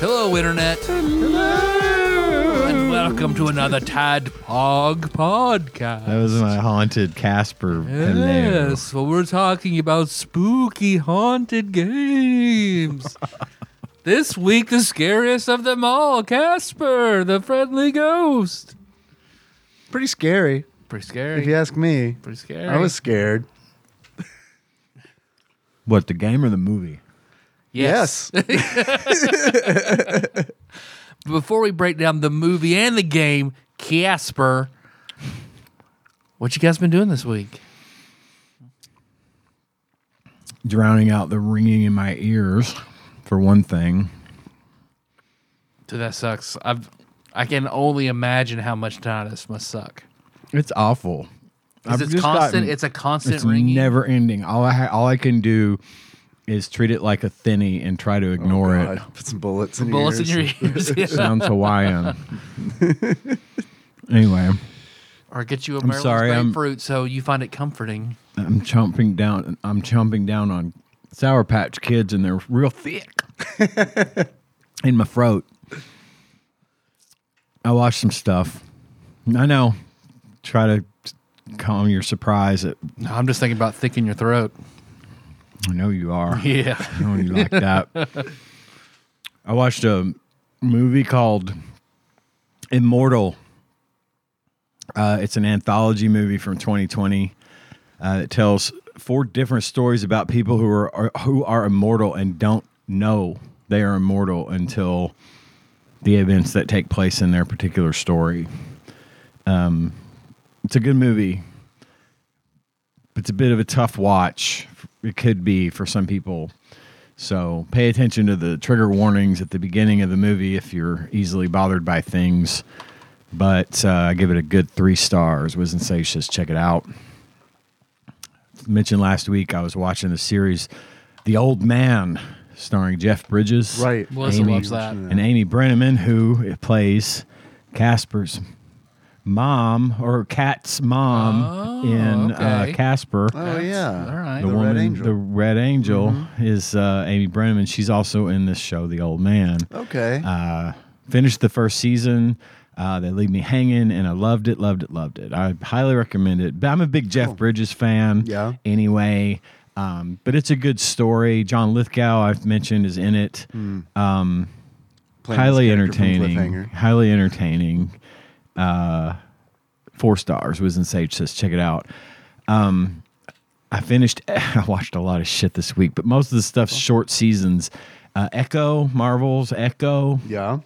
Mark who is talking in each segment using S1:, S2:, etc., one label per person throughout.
S1: Hello, Internet. Hello. And welcome to another Tad Pog podcast.
S2: That was my haunted Casper. hello.
S1: Yes, well, we're talking about spooky haunted games. this week, the scariest of them all, Casper, the friendly ghost.
S3: pretty scary,
S1: Pretty scary.
S3: if you ask me.
S1: Pretty scary.
S3: I was scared.
S2: What the game or the movie?
S3: Yes.
S1: Before we break down the movie and the game, Casper, what you guys been doing this week?
S2: Drowning out the ringing in my ears, for one thing.
S1: Dude, that sucks. I've I can only imagine how much tinnitus must suck.
S2: It's awful.
S1: 'Cause
S2: I've
S1: It's
S2: just
S1: constant.
S2: gotten-
S1: it's a constant
S2: it's
S1: ringing.
S2: never ending. All I ha- all I can do is treat it like a thinny and try
S1: Oh,
S2: to ignore it.
S3: God, put some bullets in
S1: bullets
S3: your ears.
S1: in your ears, yeah.
S2: Sounds Hawaiian. anyway,
S1: or get you a Maryland's
S2: sorry, I'm-
S1: grapefruit so you find it comforting.
S2: I'm chomping down. I'm chomping down on Sour Patch Kids, and they're real thick in my throat. I watched some stuff. I know. Try to calm your surprise. At,
S1: No, I'm just thinking about thick in your throat.
S2: I know you are.
S1: Yeah,
S2: I know you like that. I watched a movie called Immortal. Uh, it's an anthology movie from 2020 uh, that tells four different stories about people who are, are who are immortal and don't know they are immortal until the events that take place in their particular story. Um, it's a good movie. It's a bit of a tough watch. It could be for some people. So pay attention to the trigger warnings at the beginning of the movie if you're easily bothered by things. But uh, I give it a good three stars. Was insatious. Check it out. Mentioned last week, I was watching the series "The Old Man," starring Jeff Bridges,
S3: Right.
S1: Melissa
S2: Amy.
S1: loves that.
S2: and Amy Brenneman, who plays Casper's mom or Cat's mom
S1: Oh,
S2: in
S1: okay.
S2: uh, Casper
S3: Oh, yeah.
S1: all right.
S2: the,
S3: The Red
S2: woman,
S3: Angel. Mm-hmm.
S2: the Red Angel, is uh, Amy Brenneman. She's also in this show, The Old Man.
S3: Okay.
S2: Uh, finished the first season. Uh, they leave me hanging, and I loved it, loved it, loved it. I highly recommend it. But I'm a big Jeff Bridges fan.
S3: Yeah.
S2: Anyway, um, but it's a good story. John Lithgow, I've mentioned, is in it.
S3: Playing
S2: highly
S3: this character from
S2: entertaining.
S3: Cliffhanger.
S2: Highly entertaining. Uh, four stars was in Sage says check it out. Um, I finished. I watched a lot of shit this week, but most of the stuff's short seasons. Uh, Echo, Marvel's Echo,
S3: Yeah.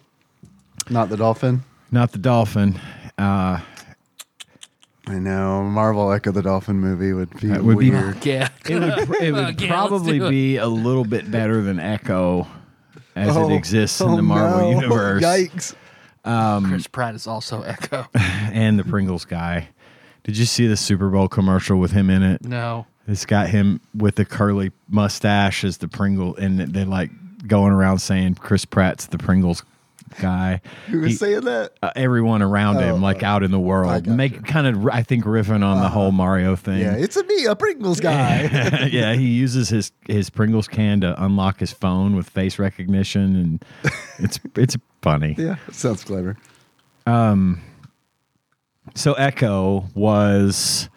S3: Not the dolphin.
S2: not the Dolphin.
S3: I know. Marvel Echo the Dolphin movie would be
S2: That would be-
S3: weird.
S1: Yeah,
S2: It would, pr- it would
S1: Okay, let's
S2: probably
S1: do it.
S2: be a little bit better than Echo as
S3: Oh,
S2: it exists in
S3: oh,
S2: the Marvel
S3: no.
S2: universe.
S3: Yikes.
S1: Chris Pratt is also Echo.
S2: And the Pringles guy. Did you see the Super Bowl commercial with him in it?
S1: No,
S2: It's got him with the curly mustache as the Pringle, and they like going around saying Chris Pratt's the Pringles guy.
S3: Who was
S2: He-
S3: saying that?
S2: uh, everyone around him, like out in the world,
S3: gotcha. Uh-huh.
S2: make kind of I think riffing on the whole Mario thing.
S3: Yeah, it's a me, a Pringles guy.
S2: yeah, he uses his his Pringles can to unlock his phone with face recognition, and it's it's funny.
S3: yeah, sounds clever.
S2: So Echo was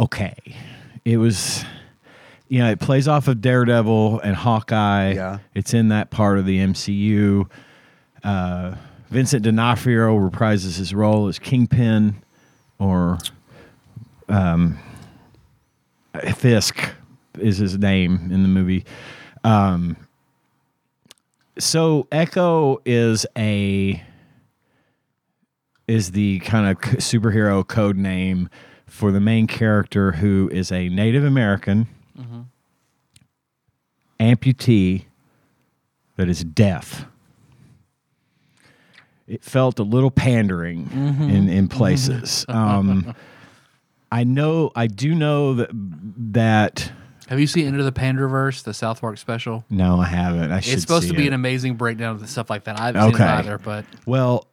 S2: okay. It was you know, it plays off of Daredevil and Hawkeye.
S3: Yeah.
S2: It's in that part of the MCU. Uh, Vincent D'Onofrio reprises his role as Kingpin or um, Fisk is his name in the movie. Um, so Echo is a is the kind of c- superhero code name for the main character who is a
S1: Mm-hmm.
S2: Native American amputee that is deaf. It felt a little pandering
S1: Mm-hmm.
S2: in in places. um, I know, I do know that that.
S1: Have you seen Into the Panderverse, the South Park special?
S2: No, I haven't. I should.
S1: it's supposed
S2: see
S1: to be
S2: it.
S1: an amazing breakdown of the stuff like that. I haven't
S2: Okay.
S1: seen it either, but
S2: Well,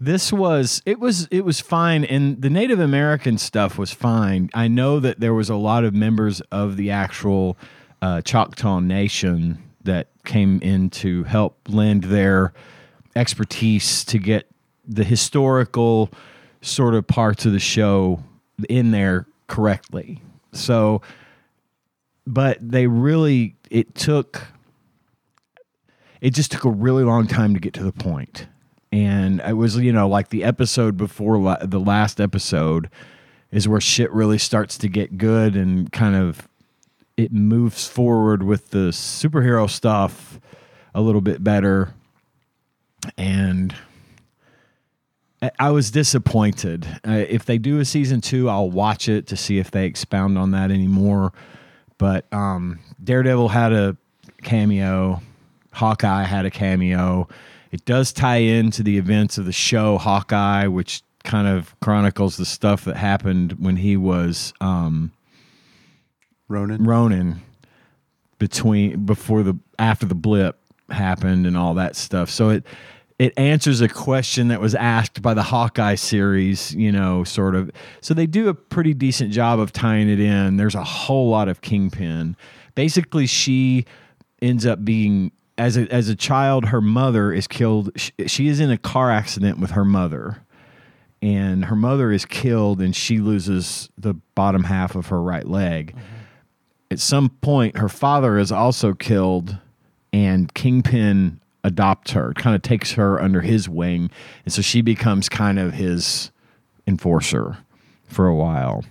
S2: this was it was it was fine, and the Native American stuff was fine. I know that there was a lot of members of the actual uh, Choctaw Nation that came in to help lend their expertise to get the historical sort of parts of the show in there correctly. So, but they really it took it just took a really long time to get to the point. And it was, you know, like the episode before la- the last episode is where shit really starts to get good and kind of it moves forward with the superhero stuff a little bit better. And I- I was disappointed. Uh, if they do a season two, I'll watch it to see if they expound on that anymore. But um, Daredevil had a cameo, Hawkeye had a cameo. It does tie into the events of the show Hawkeye, which kind of chronicles the stuff that happened when he was um,
S3: Ronan.
S2: Ronin between before the after the blip happened and all that stuff. So it it answers a question that was asked by the Hawkeye series, you know, sort of. So they do a pretty decent job of tying it in. There's a whole lot of Kingpin. Basically, she ends up being as a, as a child, her mother is killed. She, she is in a car accident with her mother and her mother is killed and she loses the bottom half of her right leg. At some point, her father is also killed, and Kingpin adopts her, kind of takes her under his wing. And so she becomes kind of his enforcer for a while.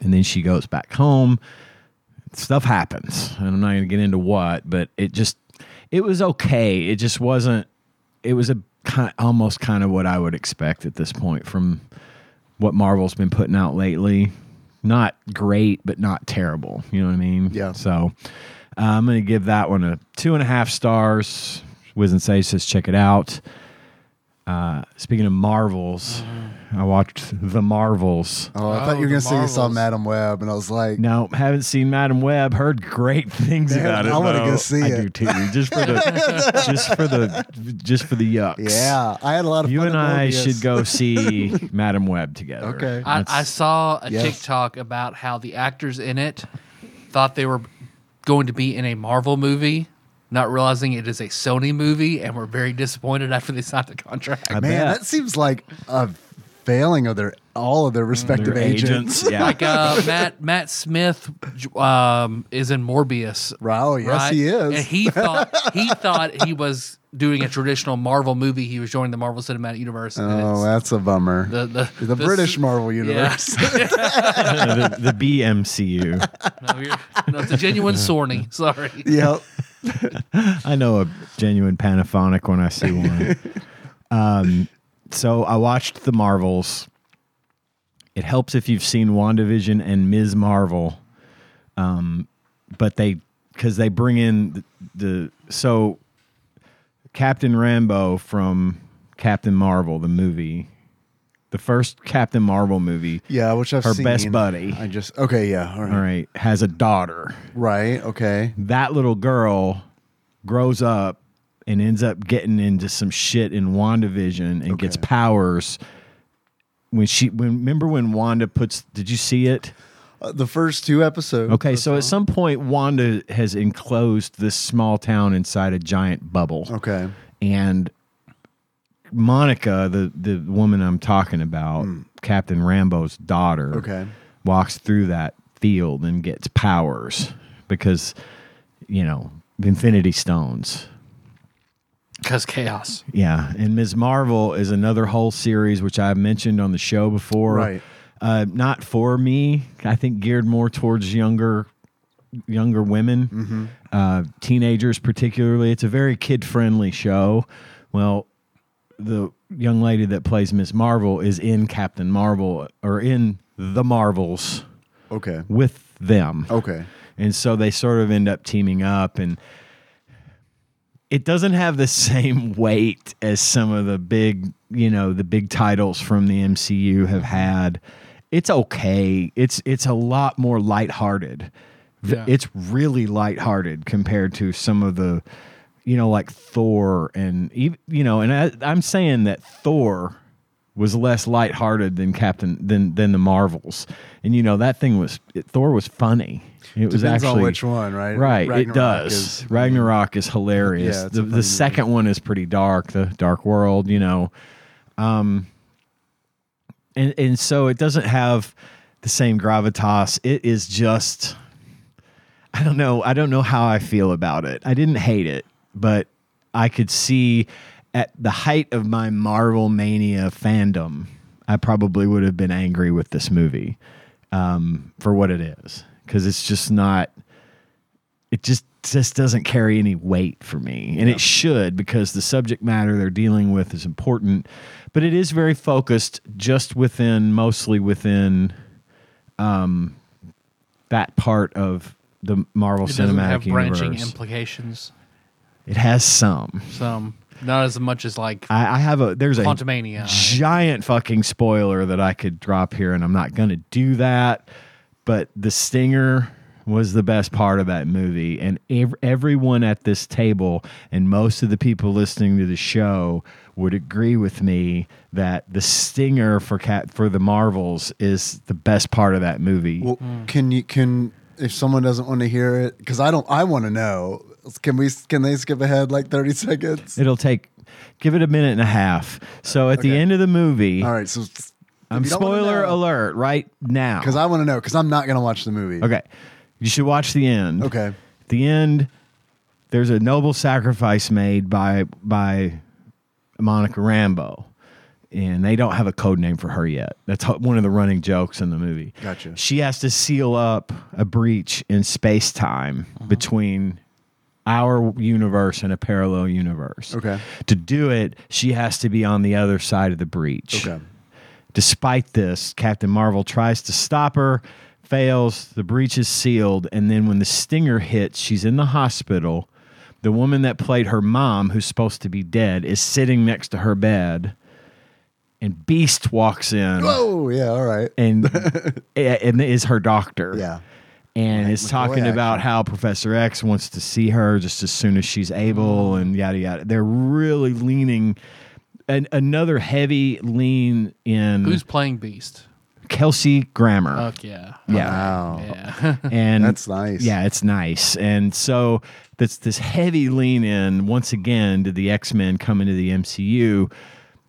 S2: And then she goes back home. Stuff happens. And I'm not going to get into what, but it just, it was okay. It just wasn't it was a kind, almost kind of what I would expect at this point from what Marvel's been putting out lately. Not great, but not terrible. You know what I mean?
S3: Yeah.
S2: So uh, I'm going to give that one a two and a half stars. Wiz and Say says check it out. Uh, speaking of Marvels,
S1: Mm-hmm.
S2: I watched The Marvels.
S3: Oh, I
S1: Oh,
S3: thought you were
S1: the
S3: gonna say you saw
S1: Marvels.
S3: Madam Web, and I was like,
S2: No, haven't seen Madam Web. Heard great things
S3: Man,
S2: about it.
S3: I wanna go
S2: though.
S3: see
S2: I
S3: it.
S2: do too. Just for the, just for the, just for the yucks.
S3: yeah, I had a lot of
S2: You
S3: fun
S2: and
S3: at
S2: I
S3: Morbius.
S2: should go see Madam Web together.
S3: Okay.
S1: I, I
S2: That's-
S1: saw a
S3: Yes.
S1: TikTok about how the actors in it thought they were going to be in a Marvel movie, not realizing it is a Sony movie, and were very disappointed after they signed the contract.
S2: I
S3: Man,
S2: bet.
S3: that seems like a failing of their all of their respective
S2: They're
S3: agents.
S2: agents. Yeah.
S1: Like uh, Matt Matt Smith um, is in Morbius.
S3: Wow, yes,
S1: right?
S3: he is.
S1: And he thought he thought he was doing a traditional Marvel movie. He was joining the Marvel Cinematic Universe. and
S3: oh,
S1: it's
S3: that's a bummer. The,
S1: the, the, s-
S3: British Marvel
S1: yeah.
S3: universe.
S2: the, the BMCU.
S1: No, you're- no, it's a genuine Sorny. Sorry.
S3: yep.
S2: I know a genuine Panaphonic when I see one. um, so I watched The Marvels. It helps if you've seen WandaVision and Ms. Marvel. Um, but they, because they bring in the, the, so Captain Rambo from Captain Marvel, the movie, the first Captain Marvel movie,
S3: Yeah, which I've
S2: Her
S3: seen.
S2: best buddy.
S3: I just okay. Yeah. All right.
S2: all right, has a daughter.
S3: Right. Okay.
S2: that little girl grows up and ends up getting into some shit in WandaVision and gets powers when she when remember when Wanda puts did you see it?
S3: Uh, the first two episodes.
S2: Okay, so at some point Wanda has enclosed this small town inside a giant bubble.
S3: Okay.
S2: And Monica, the the woman I'm talking about, Captain Rambo's daughter,
S3: Hmm. Okay.
S2: walks through that field and gets powers because you know, Infinity Stones.
S1: Because chaos.
S2: Yeah, and Ms. Marvel is another whole series which I've mentioned on the show before.
S3: Right.
S2: Uh, not for me. I think geared more towards younger, younger women, uh, teenagers particularly. It's a very kid friendly show. Well, the young lady that plays Ms. Marvel is in Captain Marvel or in the Marvels
S3: Okay.
S2: with them
S3: Okay.
S2: and so they sort of end up teaming up and it doesn't have the same weight as some of the big, you know, the big titles from the MCU have had. It's okay. It's it's a lot more lighthearted. V-
S1: Yeah.
S2: It's really lighthearted compared to some of the you know like Thor and ev- you know, and I, I'm saying that Thor was less lighthearted than Captain than than the Marvels. And you know, that thing was it, Thor was funny. It was
S3: Depends on
S2: actually
S3: which one, right?
S2: Right, it
S3: Ragnarok
S2: does.
S3: is-
S2: Ragnarok is hilarious.
S3: Yeah, it's
S2: the
S3: a
S2: the
S3: funny
S2: second one is pretty dark, the Dark World, you know. Um and and so it doesn't have the same gravitas. It is just I don't know. I don't know how I feel about it. I didn't hate it, but I could see at the height of my Marvel mania fandom, I probably would have been angry with this movie um, for what it is because it's just not. It just just doesn't carry any weight for me, and it should because the subject matter they're dealing with is important, but it is very focused just within mostly within um, that part of the Marvel
S1: It doesn't
S2: Cinematic
S1: have branching
S2: Universe.
S1: implications.
S2: it has some.
S1: Some not as much as like
S2: I, I have a there's a
S1: Quantumania.
S2: giant fucking spoiler that I could drop here, and I'm not going to do that. But the stinger was the best part of that movie, and ev- everyone at this table and most of the people listening to the show would agree with me that the stinger for cat for the Marvels is the best part of that movie.
S3: Well, can you can if someone doesn't want to hear it because I don't I want to know. Can we can they skip ahead like thirty seconds?
S2: It'll take give it a minute and a half. So at the
S3: Okay.
S2: end of the movie,
S3: All right, so
S2: I'm spoiler alert right now.
S3: because I want to know because I'm not gonna watch the movie.
S2: Okay. You should watch the end.
S3: Okay.
S2: The end there's a noble sacrifice made by by Monica Rambo. And they don't have a code name for her yet. That's ho- one of the running jokes in the movie.
S3: Gotcha.
S2: She has to seal up a breach in space time
S3: Uh-huh.
S2: between our universe and a parallel universe.
S3: Okay.
S2: To do it, she has to be on the other side of the breach.
S3: Okay.
S2: Despite this, Captain Marvel tries to stop her, fails, the breach is sealed, and then when the stinger hits, she's in the hospital. The woman that played her mom, who's supposed to be dead, is sitting next to her bed, and Beast walks in
S3: Whoa. Oh, Yeah. All right.
S2: and and is her doctor
S3: Yeah.
S2: and is talking
S3: McCoy
S2: about
S3: action.
S2: how Professor X wants to see her just as soon as she's
S3: Mm.
S2: able, and yada yada. They're really leaning an, another heavy lean in
S1: who's playing Beast.
S2: Kelsey Grammer.
S1: Fuck yeah,
S2: yeah,
S3: Wow.
S1: yeah.
S2: and
S3: That's nice.
S2: Yeah, it's nice, and so that's this heavy lean in once again to the X Men coming to the MCU.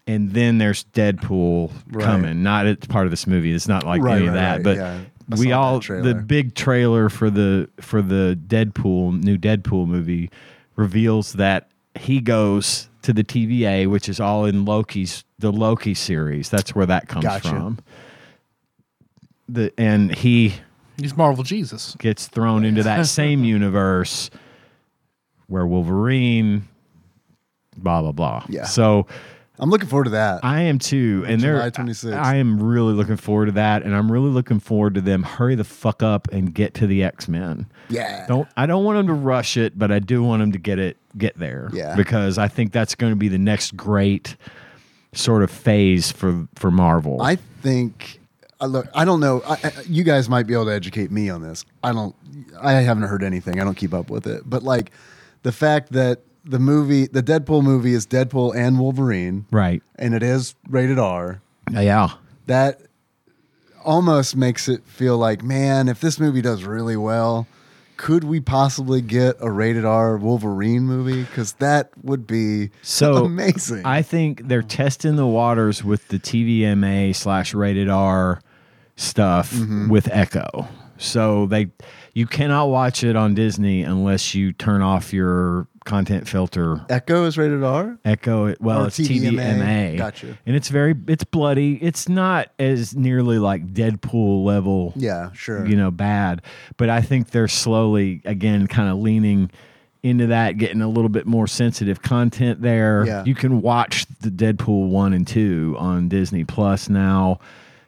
S2: And then there's Deadpool
S3: Right.
S2: coming. Not it's part of this movie. It's not like
S3: Right,
S2: any of
S3: right,
S2: that.
S3: right,
S2: But
S3: yeah. I
S2: we
S3: saw
S2: all
S3: that
S2: the
S3: trailer.
S2: big trailer for the for the Deadpool new Deadpool movie reveals that he goes to the TVA, which is all in Loki's the Loki series. That's where that comes
S3: Gotcha.
S2: from. The and he
S1: He's Marvel Jesus.
S2: gets thrown into that same universe where Wolverine, blah blah blah.
S3: Yeah.
S2: So
S3: I'm looking forward to that.
S2: I am too, and
S3: July
S2: there
S3: 26th.
S2: I am really looking forward to that, and I'm really looking forward to them. Hurry the fuck up and get to the X Men.
S3: yeah.
S2: Don't I don't want them to rush it, but I do want them to get it get there.
S3: Yeah.
S2: Because I think that's going to be the next great sort of phase for for Marvel.
S3: I think. I look, I don't know. I, I, you guys might be able to educate me on this. I don't. I haven't heard anything. I don't keep up with it. But like, the fact that the movie, the Deadpool movie, is Deadpool and Wolverine,
S2: right.
S3: and it is rated R.
S2: Yeah.
S3: that almost makes it feel like, man, if this movie does really well, could we possibly get a rated R Wolverine movie? Because that would be
S2: So
S3: amazing.
S2: I think
S3: Mm-hmm.
S2: they're testing the waters with the TVMA slash rated R stuff
S3: Mm-hmm.
S2: with Echo. So they you cannot watch it on Disney unless you turn off your content filter.
S3: Echo is rated R.
S2: Echo it well
S3: Or
S2: it's
S3: TVMA.
S2: TVMA.
S3: Gotcha.
S2: And it's very it's bloody. It's not as nearly like Deadpool level
S3: Yeah, sure.
S2: you know bad but i think they're slowly again kind of leaning into that getting a little bit more sensitive content there
S3: Yeah.
S2: you can watch the deadpool 1 and 2 on disney plus now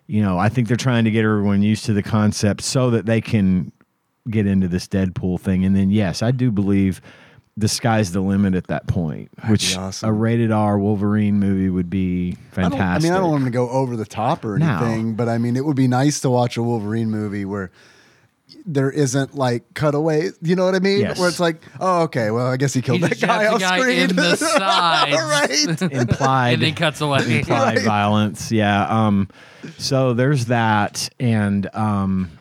S2: you know i think they're trying to get everyone used to the concept so that they can get into this deadpool thing and then yes i do believe the sky's the limit at that point. Which
S3: awesome.
S2: a rated R Wolverine movie would be
S3: I, don't, I
S2: fantastic.
S3: mean, I don't want him to go over the top or
S2: No.
S3: anything, but I mean, it would be nice to watch a Wolverine movie where there isn't like cutaways. You know what I mean?
S2: Yes.
S3: Where it's like, oh, okay, well, I guess he killed
S1: He
S3: that
S1: just
S3: guy
S1: jabbed the
S3: off
S1: guy
S3: screen.
S1: in the sides.
S3: right?
S2: implied
S1: and then cuts away.
S2: implied violence. Yeah. Um, so there's that, and um,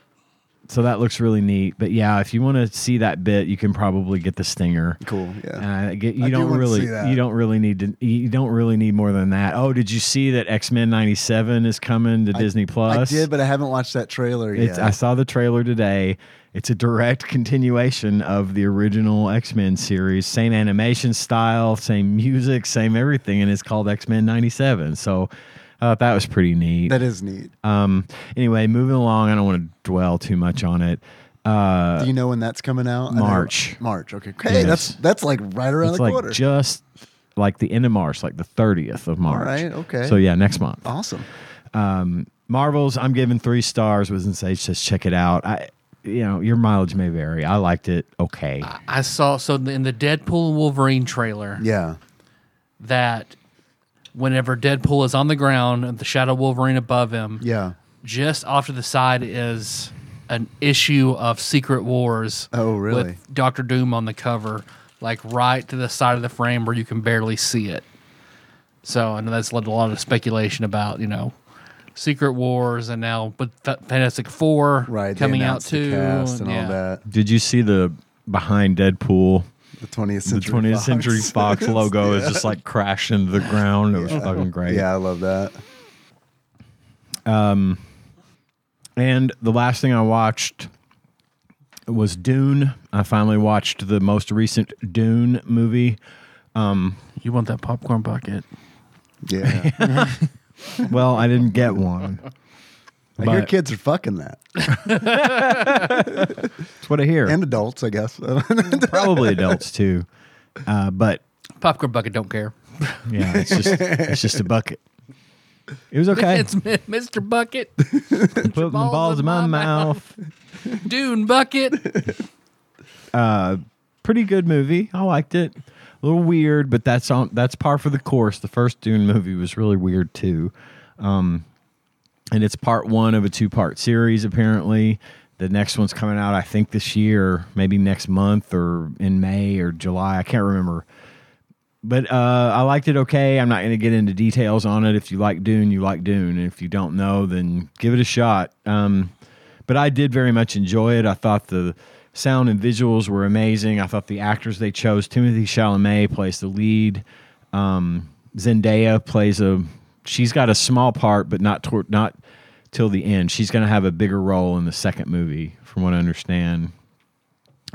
S2: so that looks really neat. But yeah, if you want to see that bit, you can probably get the stinger.
S3: Cool. Yeah.
S2: And I get, you
S3: I do
S2: don't
S3: wanna
S2: really,
S3: see that.
S2: you don't really need to, you don't really need more than that. Oh, did you see that X Men '97 is coming to Disney
S3: I
S2: Plus?
S3: did, but I haven't watched that trailer
S2: It's,
S3: yet.
S2: I saw the trailer today. It's a direct continuation of the original X Men series, same animation style, same music, same everything, and it's called X Men '97. So I thought that was pretty neat.
S3: that is neat.
S2: um, anyway, moving along, I don't want to dwell too much on it. Uh,
S3: Do you know when that's coming out? I know-
S2: March.
S3: March. Okay. Hey, that's
S2: Yes.
S3: that's like right around
S2: it's
S3: the
S2: like
S3: corner.
S2: just like the end of March, like the 30th of March.
S3: right, okay.
S2: So yeah, next month.
S3: awesome.
S2: Um, Marvels, I'm giving three stars. Was Sage says check it out. I, you know, your mileage may vary. I liked it. Okay.
S3: Ah,
S1: I saw so in the Deadpool Wolverine trailer
S3: Yeah.
S1: that whenever Deadpool is on the ground, and the Shadow Wolverine above him,
S3: Yeah.
S1: just off to the side is an issue of Secret Wars.
S3: Oh, really?
S1: With Doctor Doom on the cover, like right to the side of the frame where you can barely see it. So I know that's led to a lot of speculation about you know Secret Wars and now with Fa- Fantastic Four
S3: Right. they
S1: coming out
S3: announced the
S1: too
S3: cast and
S1: yeah.
S3: all that.
S2: Did you see the behind Deadpool?
S3: The 20th
S2: The
S3: century.
S2: 20th
S3: Fox.
S2: Century Fox logo is just like crashed into the ground. It was fucking great.
S3: Yeah, I love that.
S2: And the last thing I watched was Dune. I finally watched the most recent Dune movie.
S1: You want that popcorn bucket?
S3: Yeah.
S2: Well, I didn't get one.
S3: Like, your
S2: But-
S3: kids are fucking that.
S2: That's what I hear.
S3: And adults, I guess.
S2: Probably adults too. Uh, but
S1: Popcorn bucket don't care.
S2: yeah, it's just it's just a bucket. It was okay.
S1: It's Mr. Bucket,
S2: Put my balls in my, mouth.
S1: Dune Bucket.
S2: Pretty good movie. I liked it. A little weird, but that's on that's par for the course. The first Dune movie was really weird too. Um, and it's part one of a two part series apparently. The next one's coming out, I think, this year, maybe next month or in May or July. I can't remember. But uh, I liked it okay. I'm not going to get into details on it. If you like Dune, you like Dune. And if you don't know, then give it a shot. Um, but I did very much enjoy it. I thought the sound and visuals were amazing. I thought the actors they chose Timothy Chalamet plays the lead. Um, Zendaya plays a. She's got a small part, but not toward, not till the end. She's going to have a bigger role in the second movie, from what I understand.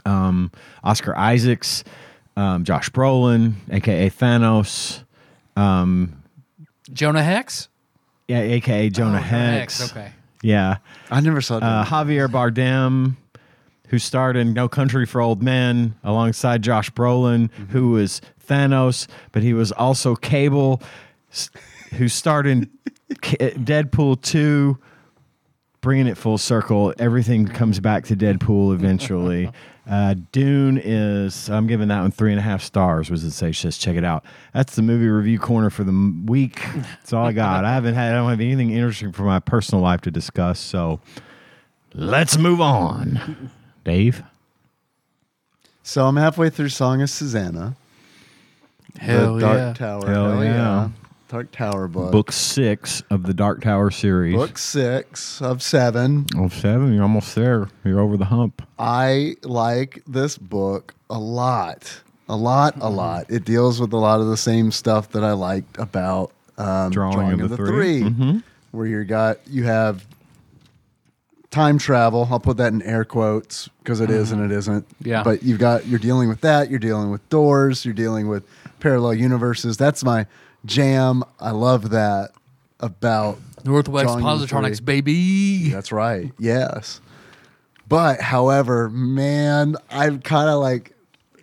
S2: Um, Oscar Isaacs, um, Josh Brolin, aka Thanos,
S1: Jonah Hex?
S2: yeah, aka Oh, Jonah Hex.
S1: Okay.
S2: Yeah.
S3: I never saw it.
S2: uh, Javier Bardem, who starred in No Country for Old Men, alongside Josh Brolin, who was Thanos, but he was also Cable, s- who starred in K- uh, Deadpool 2, bringing it full circle. Everything comes back to Deadpool eventually. uh, Dune is, I'm giving that one three and a half stars, was it say? Just check it out. That's the movie review corner for the m- week. That's all I got. I haven't had, I don't have anything interesting for my personal life to discuss, so. Let's move on. Dave?
S3: so I'm halfway through Song of Susanna.
S1: Hell
S3: the
S1: yeah.
S3: Dark Tower.
S2: Hell yeah.
S3: Dark Tower book.
S2: Book six of the Dark Tower series.
S3: Book six of seven.
S2: Oh, seven. You're almost there. You're over the hump.
S3: I like this book a lot. A lot, a lot. It deals with a lot of the same stuff that I liked about um,
S2: Drawing
S3: Drawing,
S2: of
S3: of
S2: the
S3: the,
S2: Three.
S3: 3 where you got you have time travel. I'll put that in air quotes because it is and it isn't.
S1: Yeah.
S3: But you've got you're dealing with that. You're dealing with doors. You're dealing with parallel universes. That's my jam. I love that about
S1: Northwest
S3: Drawing of the
S1: Positronics,
S3: three.
S1: baby.
S3: that's right. Yes. But however, man, I've kind of like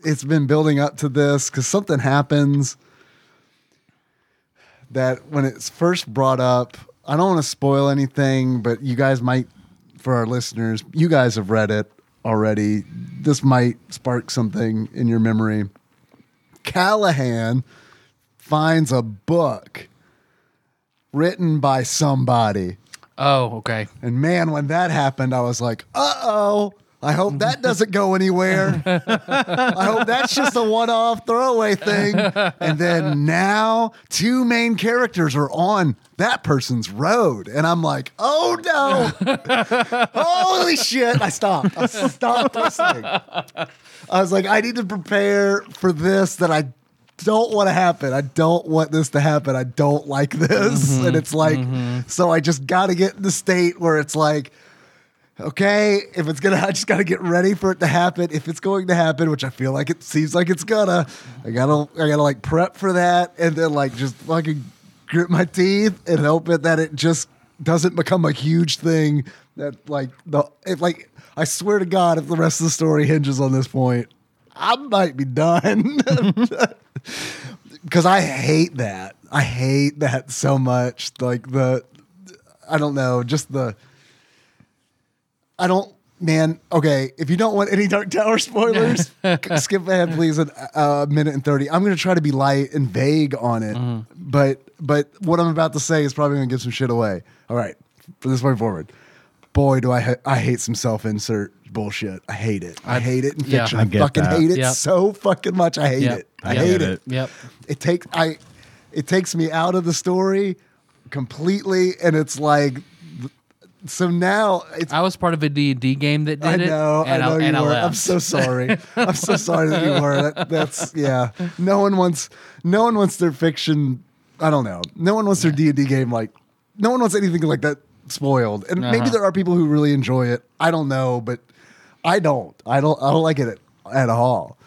S3: it's been building up to this because something happens that when it's first brought up, I don't want to spoil anything, but you guys might, for our listeners, you guys have read it already. This might spark something in your memory. Callahan finds a book written by somebody.
S1: Oh, okay.
S3: And man, when that happened, I was like, uh oh. I hope that doesn't go anywhere. I hope that's just a one off throwaway thing. And then now two main characters are on that person's road. And I'm like, oh no. Holy shit. I stopped. I stopped listening. I was like, I need to prepare for this that I don't want to happen. I don't want this to happen. I don't like this. and it's like, so I just got to get in the state where it's like, okay, if it's gonna, I just gotta get ready for it to happen. If it's going to happen, which I feel like it seems like it's gonna, I gotta, I gotta like prep for that, and then like just fucking grit my teeth and hope it- that it just doesn't become a huge thing. That like the, if like, I swear to God, if the rest of the story hinges on this point, I might be done. Because I hate that. I hate that so much. Like the, I don't know, just the. I don't, man. Okay, if you don't want any Dark Tower spoilers, c- skip ahead, please. A uh, minute and thirty. I'm gonna try to be light and vague on it, but but what I'm about to say is probably gonna give some shit away. All right, from this point forward, boy, do I ha- I hate some self insert bullshit. I hate it. I, hate it in
S1: yeah.
S3: fiction.
S1: I
S3: I,
S2: get
S3: fucking
S2: that.
S3: hate it
S1: Yep.
S3: so fucking much. I hate
S1: Yep.
S3: it. I
S1: Yep.
S3: hate
S2: Get
S3: it.
S2: it.
S1: Yep.
S3: It takes I, it takes me out of the story completely, and it's like. So now it's
S1: I was part of a D&D game that did
S3: I know,
S1: it.
S3: I know
S1: and
S3: you were.
S1: left.
S3: I'm so sorry. I'm so sorry that you were. That, that's yeah. No one wants. No one wants their fiction. I don't know. No one wants their D and D game like. No one wants anything like that spoiled. And maybe
S1: Uh-huh.
S3: there are people who really enjoy it. I don't know, but I don't. I don't. I don't like it at, at all.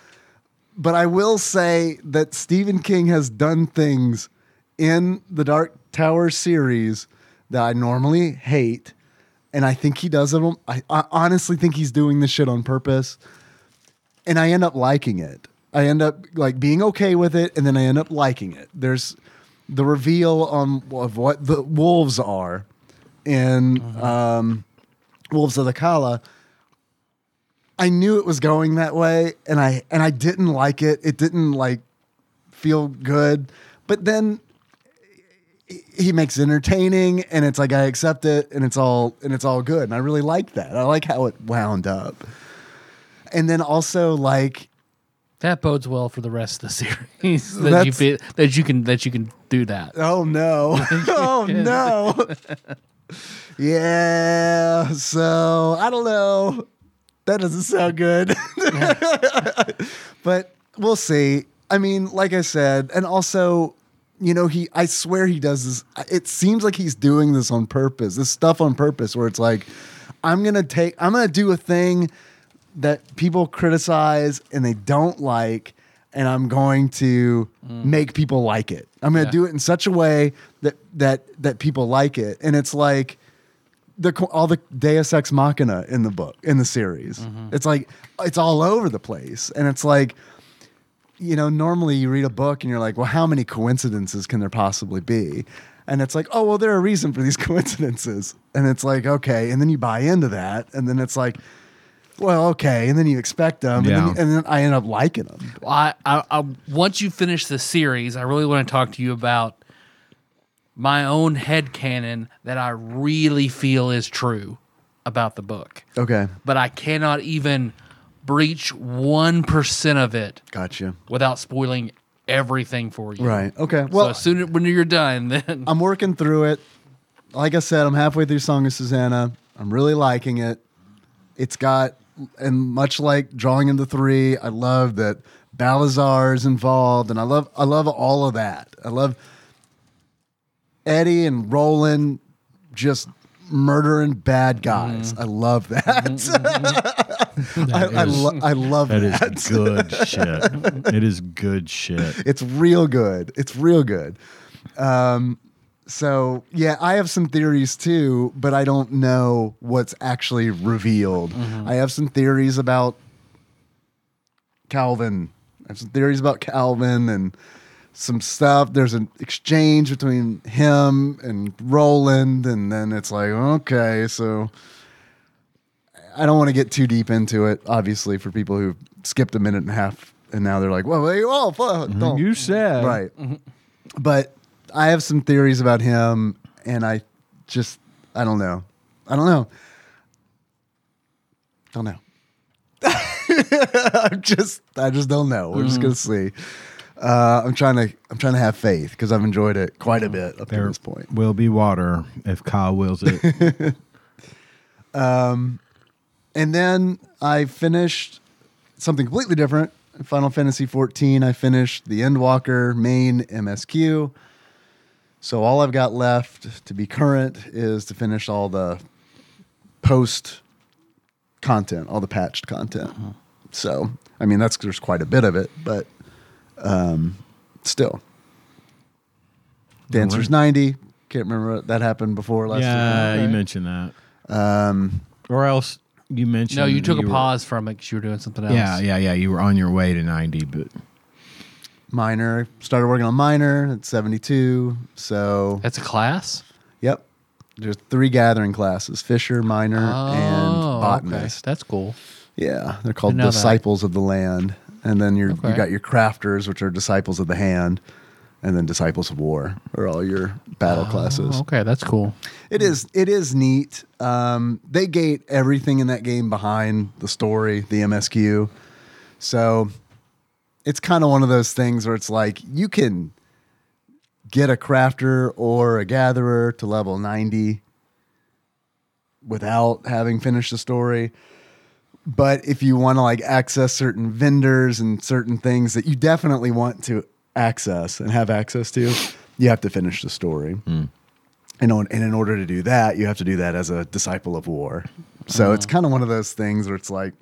S3: But I will say that Stephen King has done things in the Dark Tower series that I normally hate and I think he does it. I, I honestly think he's doing this shit on purpose, and I end up liking it. I end up like being okay with it, and then I end up liking it. There's the reveal on of what the wolves are in um, Wolves of the Kala. I knew it was going that way, and I and I didn't like it. It didn't like feel good, but then he makes it entertaining and it's like I accept it and it's all and it's all good and I really like that. I like how it wound up. And then also like
S1: That bodes well for the rest of the series that you
S3: That's-
S1: feel, that you can that you can do that.
S3: oh no. oh no. yeah, so I don't know. That doesn't sound good. but we'll see. I mean, like I said, and also, you know, he I swear he does this. It seems like he's doing this on purpose. This stuff on purpose where it's like I'm going to take I'm going to do a thing that people criticize and they don't like and I'm going to make people like it. I'm going to
S1: Yeah.
S3: do it in such a way that that that people like it. And it's like the co- all the Deus Ex Machina in the book in the series. It's like it's all over the place, and it's like you know normally you read a book and you're like, well, how many coincidences can there possibly be? And it's like, oh well, there are reason for these coincidences, and it's like okay, and then you buy into that, and then it's like. Well, okay, and then you expect them,
S2: Yeah.
S3: and, then, and then I end up liking them.
S1: I, I, I once you finish the series, I really want to talk to you about my own headcanon that I really feel is true about the book.
S3: Okay,
S1: But I cannot even breach 1% of it
S3: gotcha.
S1: without spoiling everything for you.
S3: Right. Okay.
S1: Well, so
S3: Well,
S1: as soon as, when you're done, then
S3: I'm working through it. Like I said, I'm halfway through Song of Susanna. I'm really liking it. It's got, and much like Drawing in the Three, I love that Balazar is involved, and I love, I love all of that. I love Eddie and Roland just murdering bad guys. I love that. I, I,
S2: is-
S3: lo- I love
S2: Mm-hmm. That
S3: that.
S2: is good shit. It is good shit.
S3: It's real good. It's real good. Um, so yeah, I have some theories too, but I don't know what's actually revealed. I have some theories about Calvin. I have some theories about Calvin and some stuff. There's an exchange between him and Roland, and then it's like, okay, so I don't want to get too deep into it, obviously, for people who skipped a minute and a half and now they're like, "Well, they all fuck, don't."
S2: You said
S3: right. But I have some theories about him, and I just I don't know. I don't know. Don't know. I'm just I just don't know. We're just gonna see. Uh, I'm trying to I'm trying to have faith because I've enjoyed it quite a bit up to
S2: There
S3: this point.
S2: will be water if Kyle wills it.
S3: And then I finished something completely different. Final Fantasy 14, I finished the Endwalker main MSQ. So all I've got left to be current is to finish all the post content, all the patched content. So, I mean, that's there's quite a bit of it, but um, still. Dancer's 90. Can't remember what- that happened before last
S2: yeah,
S3: week.
S2: you mentioned that. Um, or else you mentioned.
S1: No, you took a
S2: were-
S1: pause from it because you were doing something else.
S2: Yeah, yeah, yeah. You were on your way to ninety, but
S3: minor. Started working on minor at 72. So,
S1: That's a class?
S3: yep. There's three gathering classes Fisher, Minor, and
S1: Oh, okay.
S3: Botanist.
S1: That's cool.
S3: Yeah. They're called
S1: Didn't know that.
S3: Disciples of the Land. And then you're,
S1: Okay.
S3: you got your Crafters, which are Disciples of the Hand, and then Disciples of War are all your battle classes.
S1: Oh, okay, that's cool.
S3: It is it is neat. Um, they gate everything in that game behind the story, the MSQ. So it's kind of one of those things where it's like you can get a crafter or a gatherer to level 90 without having finished the story. But if you want to like access certain vendors and certain things that you definitely want to access and have access to, you have to finish the story and, on, and in order to do that, you have to do that as a disciple of war. So it's kind of one of those things where it's like,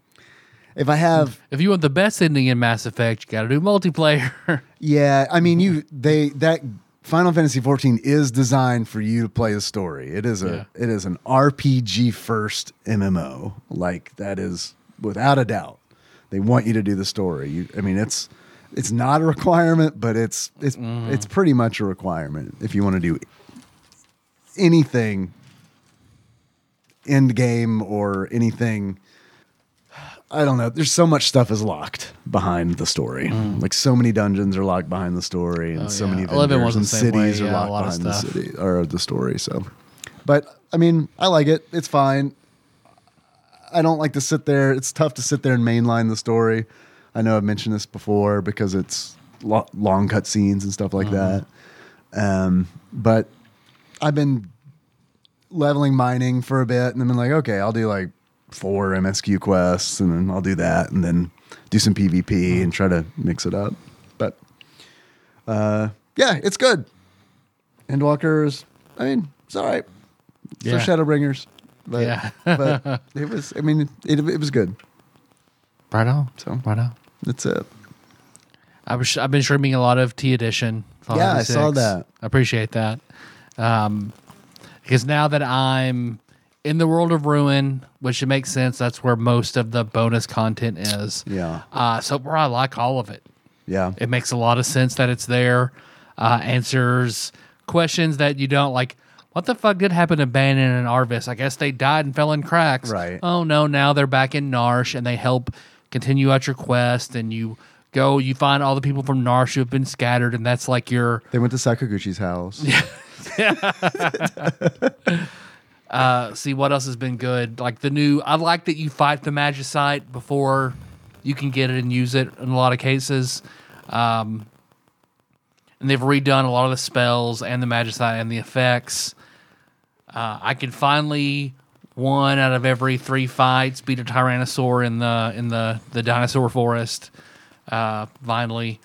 S3: if I have,
S1: If you want the best ending in Mass Effect, you got to do multiplayer.
S3: yeah, I mean, you they that Final Fantasy 14 is designed for you to play the story. It is a it is an RPG first MMO. Like that is without a doubt. They want you to do the story. You, I mean, it's it's not a requirement, but it's it's it's pretty much a requirement if you want to do anything end game or anything i don't know there's so much stuff is locked behind the story like so many dungeons are locked behind the story and
S1: Mm. Oh,
S3: so
S1: yeah.
S3: many
S1: 11 was
S3: vendors
S1: the
S3: and
S1: same way,
S3: cities
S1: yeah, a
S3: are locked
S1: lot of
S3: behind the
S1: stuff.
S3: city or the story so but i mean i like it it's fine i don't like to sit there it's tough to sit there and mainline the story i know i've mentioned this before because it's lo- long cut scenes and stuff like
S1: Mm-hmm.
S3: that um, but I've been leveling mining for a bit, and I've been like, okay, I'll do like four MSQ quests, and then I'll do that, and then do some
S1: Hmm.
S3: PvP and try to mix it up. But uh, yeah, it's good. Endwalkers, I mean, it's all right
S1: Yeah.
S3: for Shadowbringers, but,
S1: Yeah.
S3: but it was, I mean, it, it was good.
S1: right on.
S3: So.
S1: right on.
S3: That's it.
S1: I was, I've been streaming a lot of T Edition. Final
S3: Yeah, I
S1: Fantasy
S3: saw
S1: VI.
S3: that.
S1: I appreciate that. Um, because now that I'm in the world of Ruin, which it makes sense, that's where most of the bonus content is.
S3: Yeah.
S1: Uh, so where I like all of it.
S3: Yeah,
S1: It makes a lot of sense that it's there. Uh, answers questions that you don't like. What the fuck did happen to Bannon and Arvis? I guess they died and fell in cracks.
S3: Right.
S1: Oh no, now they're back in Narsh and they help continue out your quest and you go you find all the people from Narsh who've been scattered and that's like your
S3: they went to Sakaguchi's house.
S1: uh, see what else has been good. Like the new I like that you fight the magicite before you can get it and use it in a lot of cases. Um, and they've redone a lot of the spells and the magicite and the effects. Uh, I can finally one out of every three fights beat a tyrannosaur in the in the the dinosaur forest. Uh, finally,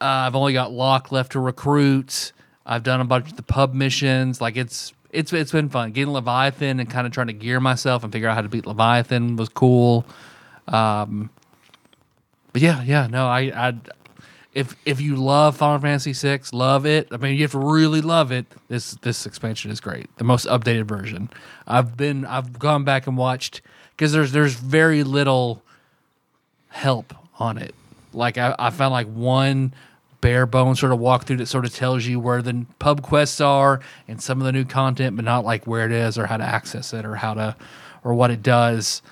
S1: uh, I've only got Locke left to recruit. I've done a bunch of the pub missions. Like it's it's it's been fun getting Leviathan and kind of trying to gear myself and figure out how to beat Leviathan was cool. Um, but yeah, yeah, no, I, I if if you love Final Fantasy VI, love it. I mean, you have to really love it. This this expansion is great. The most updated version. I've been I've gone back and watched because there's there's very little help on it. Like I, I found like one bare bones sort of walkthrough that sort of tells you where the pub quests are and some of the new content, but not like where it is or how to access it or how to or what it does.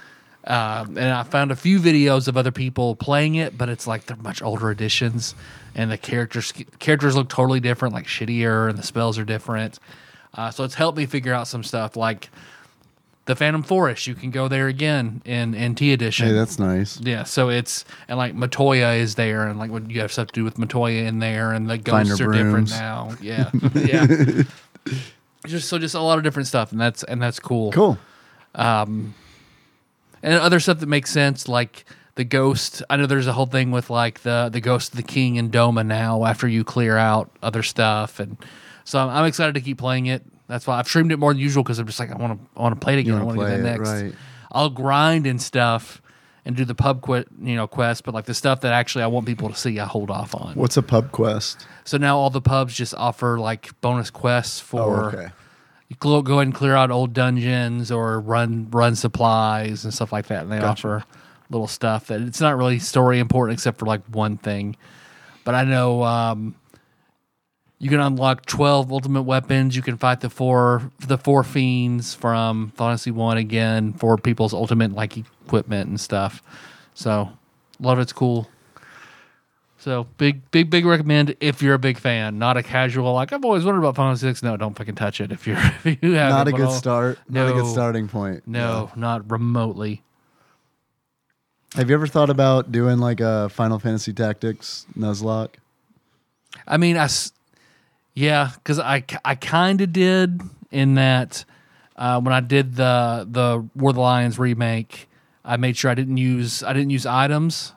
S1: Um, and I found a few videos of other people playing it, but it's like they're much older editions, and the characters characters look totally different, like shittier, and the spells are different. Uh, so it's helped me figure out some stuff, like the Phantom Forest. You can go there again in in T edition.
S3: Hey, that's nice.
S1: Yeah, so it's and like Matoya is there, and like when you have stuff to do with Matoya in there, and the
S3: Find
S1: ghosts
S3: her
S1: are different
S3: brooms.
S1: now. Yeah, yeah. Just so just a lot of different stuff, and that's and that's cool.
S3: Cool.
S1: And other stuff that makes sense, like the ghost. I know there's a whole thing with like the the ghost of the king in Doma now. After you clear out other stuff, and so I'm, I'm excited to keep playing it. That's why I've streamed it more than usual because I'm just like I want to I want to play it again. I
S3: wanna
S1: want to get
S3: play
S1: that
S3: it,
S1: next.
S3: right.
S1: I'll grind and stuff and do the pub quit you know quest, but like the stuff that actually I want people to see, I hold off on.
S3: What's a pub quest?
S1: So now all the pubs just offer like bonus quests for
S3: Oh, okay.
S1: you go, go ahead and clear out old dungeons or run run supplies and stuff like that. And they offer little stuff that it's not really story important except for like one thing. But I know um, you can unlock twelve ultimate weapons. You can fight the four the four fiends from Final Fantasy One again for people's ultimate like equipment and stuff. So a lot of it's cool. So big, big, big recommend if you're a big fan, not a casual like I've always wondered about Final Six. No, don't fucking touch it if you're if you have
S3: Not a good start. Not a good
S1: No.
S3: starting point.
S1: No, not remotely.
S3: Have you ever thought about doing like a Final Fantasy Tactics Nuzlocke?
S1: I mean, I, s- yeah, because I, k- I kind of did in that uh, when I did the the War of the Lions remake, I made sure I didn't use I didn't use items,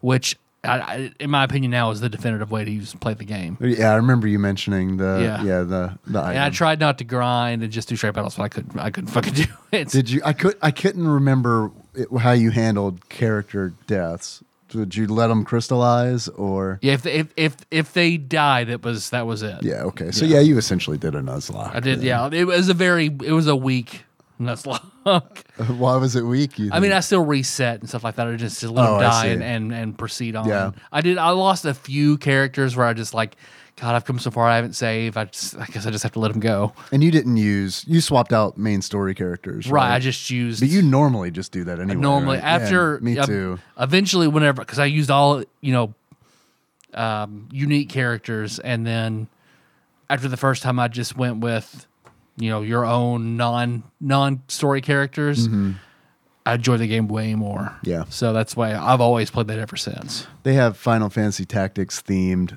S1: which I, I, in my opinion now is the definitive way to use play the game.
S3: Yeah, I remember you mentioning the
S1: Yeah.
S3: yeah, the the item.
S1: And I tried not to grind and just do straight battles, but I couldn't I couldn't fucking do it.
S3: Did you? I could. I couldn't remember it, how you handled character deaths. Did you let them crystallize or?
S1: Yeah, if they, if if if they die, that was that was it.
S3: Yeah. Okay. So yeah, you essentially did a nuzlocke.
S1: I did. Yeah, it was a very it was a week nuzlocke.
S3: Why was it weak? You
S1: I mean,
S3: think?
S1: I still reset and stuff like that. I just, just let
S3: Oh,
S1: them
S3: I
S1: die
S3: see.
S1: and, and and proceed on.
S3: Yeah.
S1: I did. I lost a few characters where I just like, God, I've come so far. I haven't saved. I just, I guess I just have to let them go.
S3: and you didn't use. You swapped out main story characters.
S1: Right.
S3: Right.
S1: I just used.
S3: But you normally just do that anyway.
S1: normally
S3: right? Yeah,
S1: after
S3: me
S1: ev-
S3: too.
S1: Eventually, whenever because I used all you know um, unique characters, and then after the first time, I just went with you know your own non non story characters. I enjoy the game way more.
S3: Mm-hmm. Yeah.
S1: so that's why I've always played that ever since.
S3: They have Final Fantasy Tactics themed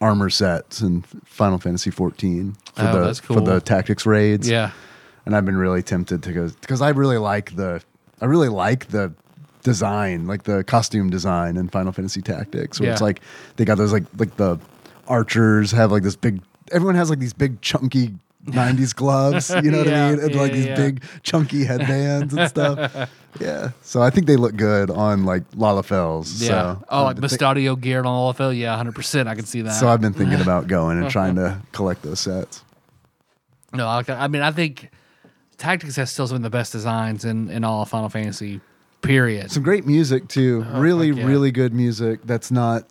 S3: armor sets in Final Fantasy 14 for
S1: Oh,
S3: the
S1: that's
S3: for
S1: cool.
S3: the tactics raids.
S1: Yeah,
S3: and I've been really tempted to go because I really like the I really like the design, like the costume design in Final Fantasy Tactics, where it's
S1: Yeah.
S3: like they got those like like the archers have like this big. Everyone has like these big chunky. 90s gloves, you know what
S1: Yeah,
S3: I mean? And
S1: yeah,
S3: like these
S1: yeah.
S3: big chunky headbands and stuff. Yeah. So I think they look good on like Lalafels.
S1: yeah.
S3: So
S1: oh,
S3: I've
S1: like
S3: been thi-
S1: Bastadio gear and all of it. Yeah, hundred percent. I can see that.
S3: So I've been thinking about going and trying to collect those sets.
S1: No, I, like that. I mean, I think Tactics has still some of the best designs in in all of Final Fantasy. Period.
S3: some great music too. really,
S1: fuck Oh, yeah.
S3: really good music. That's not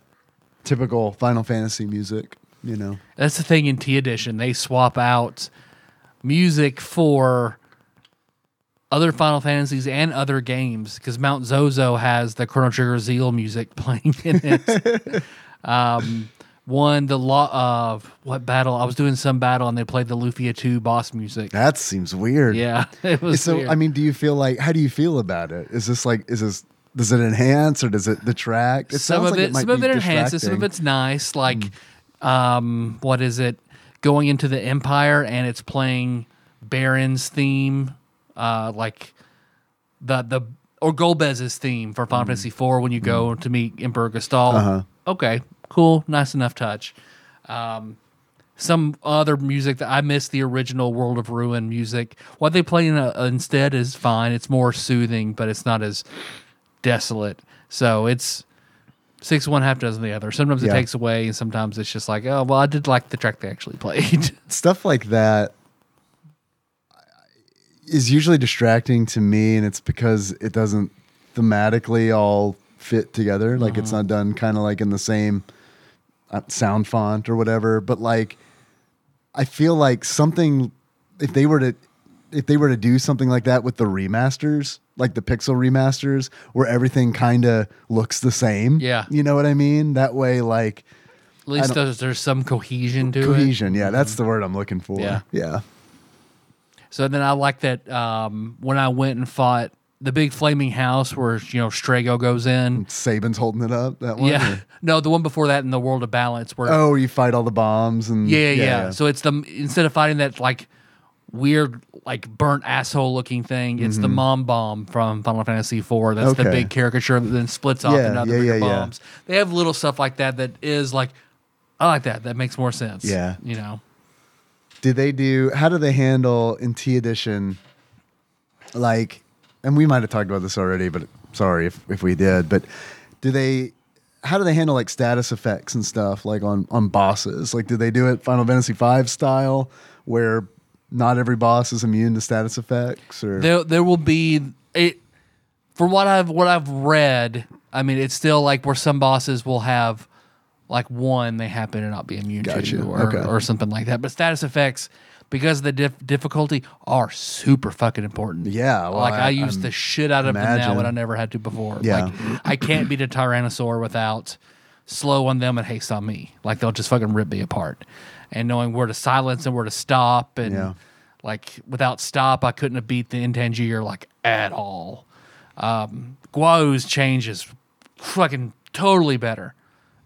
S3: typical Final Fantasy music. You know,
S1: That's the thing in T Edition. They swap out music for other Final Fantasies and other games because Mount Zozo has the Chrono Trigger Zeal music playing in it. um, one, the law of what battle? I was doing some battle and they played the Lufia 2 boss music.
S3: that seems weird.
S1: Yeah. It was
S3: So,
S1: weird.
S3: I mean, do you feel like? How do you feel about it? Is this like? Is this? Does it enhance or does it detract? It
S1: some
S3: sounds
S1: of
S3: like
S1: it,
S3: might
S1: some of
S3: be
S1: it enhances, some of
S3: distracting. Hmm.
S1: it's nice. Like, um, what is it? Going into the Empire and it's playing Baron's theme, uh, like the the or Golbez's theme for
S3: Hmm.
S1: Final Fantasy IV when you go to meet Emperor Gastal.
S3: Uh-huh.
S1: Okay, cool, nice enough touch. Um, some other music that I miss the original World of Ruin music. What they play in uh instead is fine. It's more soothing, but it's not as desolate. So it's six one half dozen the other. Sometimes it
S3: Yeah.
S1: takes away, and sometimes it's just like, oh well, I did like the track they actually played.
S3: stuff like that is usually distracting to me and it's because it doesn't thematically all fit together like
S1: Uh-huh.
S3: it's not done kind of like in the same uh, sound font or whatever but like i feel like something if they were to if they were to do something like that with the remasters like the pixel remasters where everything kind of looks the same.
S1: Yeah.
S3: You know what I mean? That way, like
S1: At least there's, there's some cohesion to it. Mm-hmm.
S3: cohesion. Yeah, that's the word I'm looking for.
S1: Yeah.
S3: Yeah.
S1: So then I like that um, when I went and fought the big flaming house where you know Strago goes in.
S3: Saban's holding it up. That one.
S1: Yeah,
S3: or-
S1: no, the one before that in the World of Balance where
S3: Oh, you fight all the bombs and
S1: yeah, yeah, So it's the instead of fighting that like weird like burnt asshole looking thing, it's the mom bomb from Final Fantasy IV. That's the
S3: Mm-hmm. Okay.
S1: big caricature that then splits off
S3: Yeah,
S1: into other
S3: yeah,
S1: bigger
S3: yeah, yeah.
S1: bombs. They have little stuff like that that is like I like that. That makes more sense.
S3: Yeah.
S1: you know.
S3: did they do how do they handle in T edition like and we might have talked about this already but sorry if, if we did but do they how do they handle like status effects and stuff like on on bosses like do they do it Final Fantasy V style where not every boss is immune to status effects or
S1: There, there will be it. From what I've what I've read, I mean, it's still like where some bosses will have like one they happen to not be immune
S3: Gotcha.
S1: to, or,
S3: Okay.
S1: or something like that. But status effects, because of the dif- difficulty, are super fucking important.
S3: Yeah, well,
S1: like I,
S3: I-
S1: use the shit out of them now
S3: imagine.
S1: when I never had to before.
S3: Yeah.
S1: like I can't beat a tyrannosaur without slow on them and haste on me. Like they'll just fucking rip me apart. And knowing where to silence and where to stop and
S3: Yeah.
S1: like without stop, I couldn't have beat the Intangier like at all. Um, Guao's change is fucking totally better,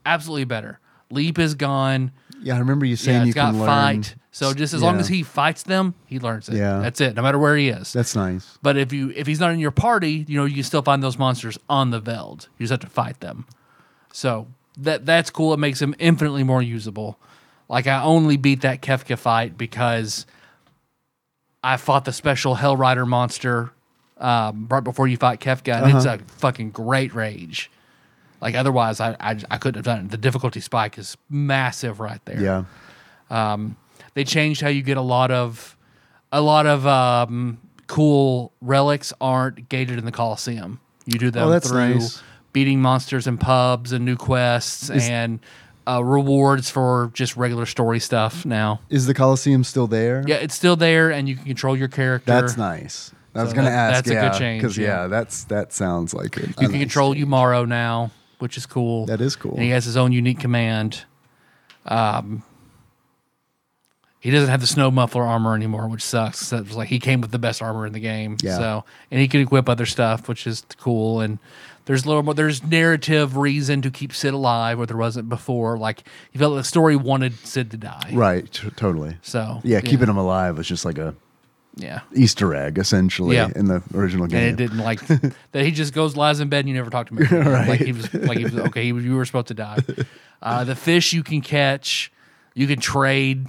S1: absolutely better. Leap is gone.
S3: yeah I remember you saying
S1: Yeah,
S3: you
S1: it's got
S3: can learn
S1: fight. So just as long
S3: Yeah.
S1: as he fights them, he learns it.
S3: Yeah.
S1: that's it. No matter where he is.
S3: that's nice
S1: but if you if he's not in your party, you know you can still find those monsters on the Veld. You just have to fight them. So that that's cool. It makes him infinitely more usable. Like I only beat that Kefka fight because I fought the special Hell Rider monster um, right before you fight Kefka, and it's a fucking great rage. Like otherwise, I, I I couldn't have done it. The difficulty spike is massive right there
S3: yeah
S1: they changed how you get a lot of a lot of um, cool relics aren't gated in the Coliseum. You do them
S3: Oh, that's
S1: through
S3: nice.
S1: beating monsters in pubs and new quests and uh, rewards for just regular story stuff now.
S3: is the Coliseum still there
S1: Yeah, it's still there, and you can control your character.
S3: that's nice I was
S1: So
S3: gonna
S1: that-
S3: ask
S1: that's a good
S3: yeah
S1: change,
S3: because
S1: yeah.
S3: yeah. that's that sounds like it
S1: You can control Umaro now, which is cool.
S3: That is cool.
S1: And he has his own unique command. Um, he doesn't have the snow muffler armor anymore, which sucks. That was like he came with the best armor in the game.
S3: Yeah.
S1: So and he can equip other stuff, which is cool. And there's a little more. There's narrative reason to keep Sid alive, where there wasn't before. Like you felt the story wanted Sid to die.
S3: Right, t- totally.
S1: So
S3: Yeah, keeping them alive was just like a
S1: Yeah.
S3: Easter egg, essentially,
S1: Yeah.
S3: in the original game.
S1: and it didn't like that he just goes lies in bed and you never talk to me again. like he was like he was okay he, you were supposed to die uh, the fish you can catch you can trade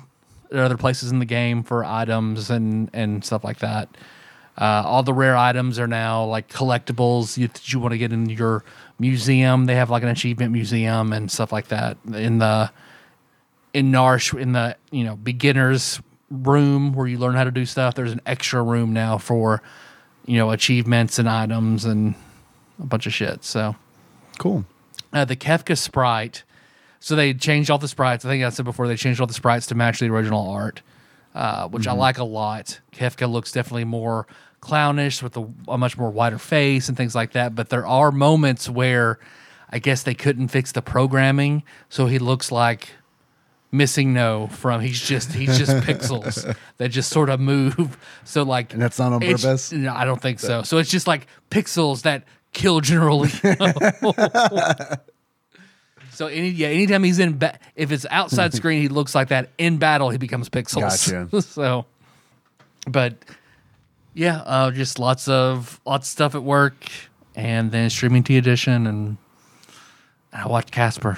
S1: at other places in the game for items and and stuff like that uh, all the rare items are now like collectibles you, that you want to get in your museum they have like an achievement museum and stuff like that in the in Narsh in the you know beginners room where you learn how to do stuff. There's an extra room now for you know achievements and items and a bunch of shit. So
S3: Cool.
S1: uh, the Kefka sprite. So they changed all the sprites. I think I said before they changed all the sprites to match the original art, uh, which
S3: Mm-hmm.
S1: I like a lot. Kefka looks definitely more clownish with a, a much more wider face and things like that. But there are moments where I guess they couldn't fix the programming, so he looks like missing no from he's just he's just pixels that just sort of move. So like
S3: And that's not on
S1: it's-
S3: purpose?
S1: No, I don't think so. So it's just like pixels that kill generally. So any yeah, anytime he's in ba- if it's outside screen, he looks like that. In battle, he becomes pixels.
S3: Gotcha.
S1: so, but yeah, uh, just lots of lots of stuff at work, and then streaming T edition, and I watched Casper.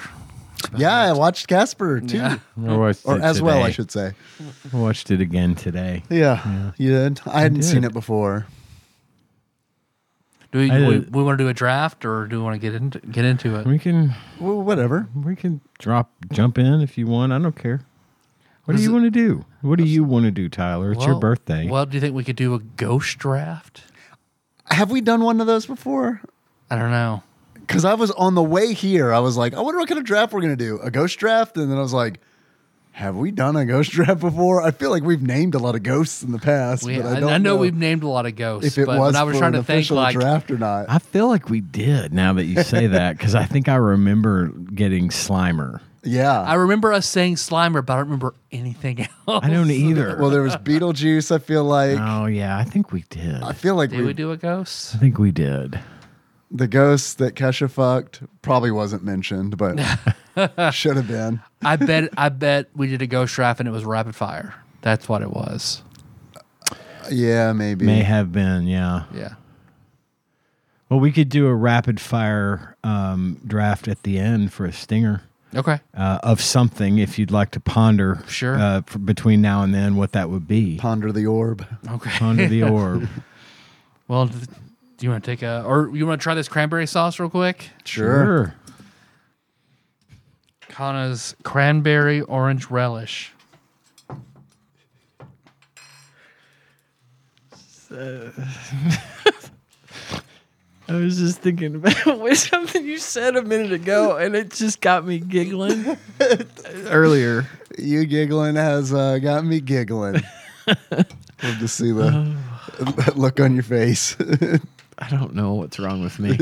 S3: Yeah, I watched Casper too,
S2: I watched
S3: or
S2: it
S3: as well, I
S2: today.
S3: should say.
S2: I watched it again today.
S3: Yeah, you did. I hadn't seen
S2: did.
S3: it before.
S1: Do we,
S2: I
S1: we,
S2: did-
S1: we want to do a draft, or do we want to get into get into it?
S2: We can
S3: Well, whatever.
S2: we can drop jump in if you want. I don't care. What do
S1: Is
S2: you
S1: it-
S2: want to do? What do you want to do, Tyler? It's your
S1: Well-
S2: birthday.
S1: Well, do you think we could do a ghost draft?
S3: Have we done one of those before?
S1: I don't know.
S3: Because I was on the way here, I was like, I wonder what kind of draft we're gonna do. A ghost draft, and then I was like, have we done a ghost trap before? I feel like we've named a lot of ghosts in the past.
S1: We,
S3: but
S1: I,
S3: I,
S1: I
S3: don't
S1: know,
S3: know
S1: we've named a lot of ghosts,
S3: if it
S1: but
S3: was
S1: when I was
S3: for
S1: trying
S3: an
S1: to think,
S3: official
S1: like,
S3: draft or not.
S2: I feel like we did now that you say that because I think I remember getting Slimer.
S3: yeah.
S1: I remember us saying Slimer, but I don't remember anything else.
S2: I don't either.
S3: well, there was Beetlejuice. I feel like
S2: oh yeah, I think we did.
S3: I
S2: I
S3: feel like
S1: Did
S3: we,
S1: we do a ghost?
S2: think we did.
S3: the ghost that Kesha fucked probably wasn't mentioned, but should have been.
S1: I bet. I bet we did a ghost draft, and it was rapid fire. That's what it was.
S3: Yeah, maybe.
S2: May have been. Yeah.
S1: Yeah.
S2: Well, we could do a rapid fire um, draft at the end for a stinger.
S1: Okay.
S2: uh, of something if you'd like to ponder
S1: Sure.
S2: uh, for between now and then what that would be
S3: Ponder the orb.
S1: Okay.
S2: ponder the orb
S1: Well, th- do you want to take a, or you want to try this cranberry sauce real quick? Kana's cranberry orange relish.
S4: I was just thinking about what- something you said a minute ago, and it just got me giggling. Earlier,
S3: You giggling has uh, got me giggling. Love to see the look on your face.
S4: I don't know what's wrong with me.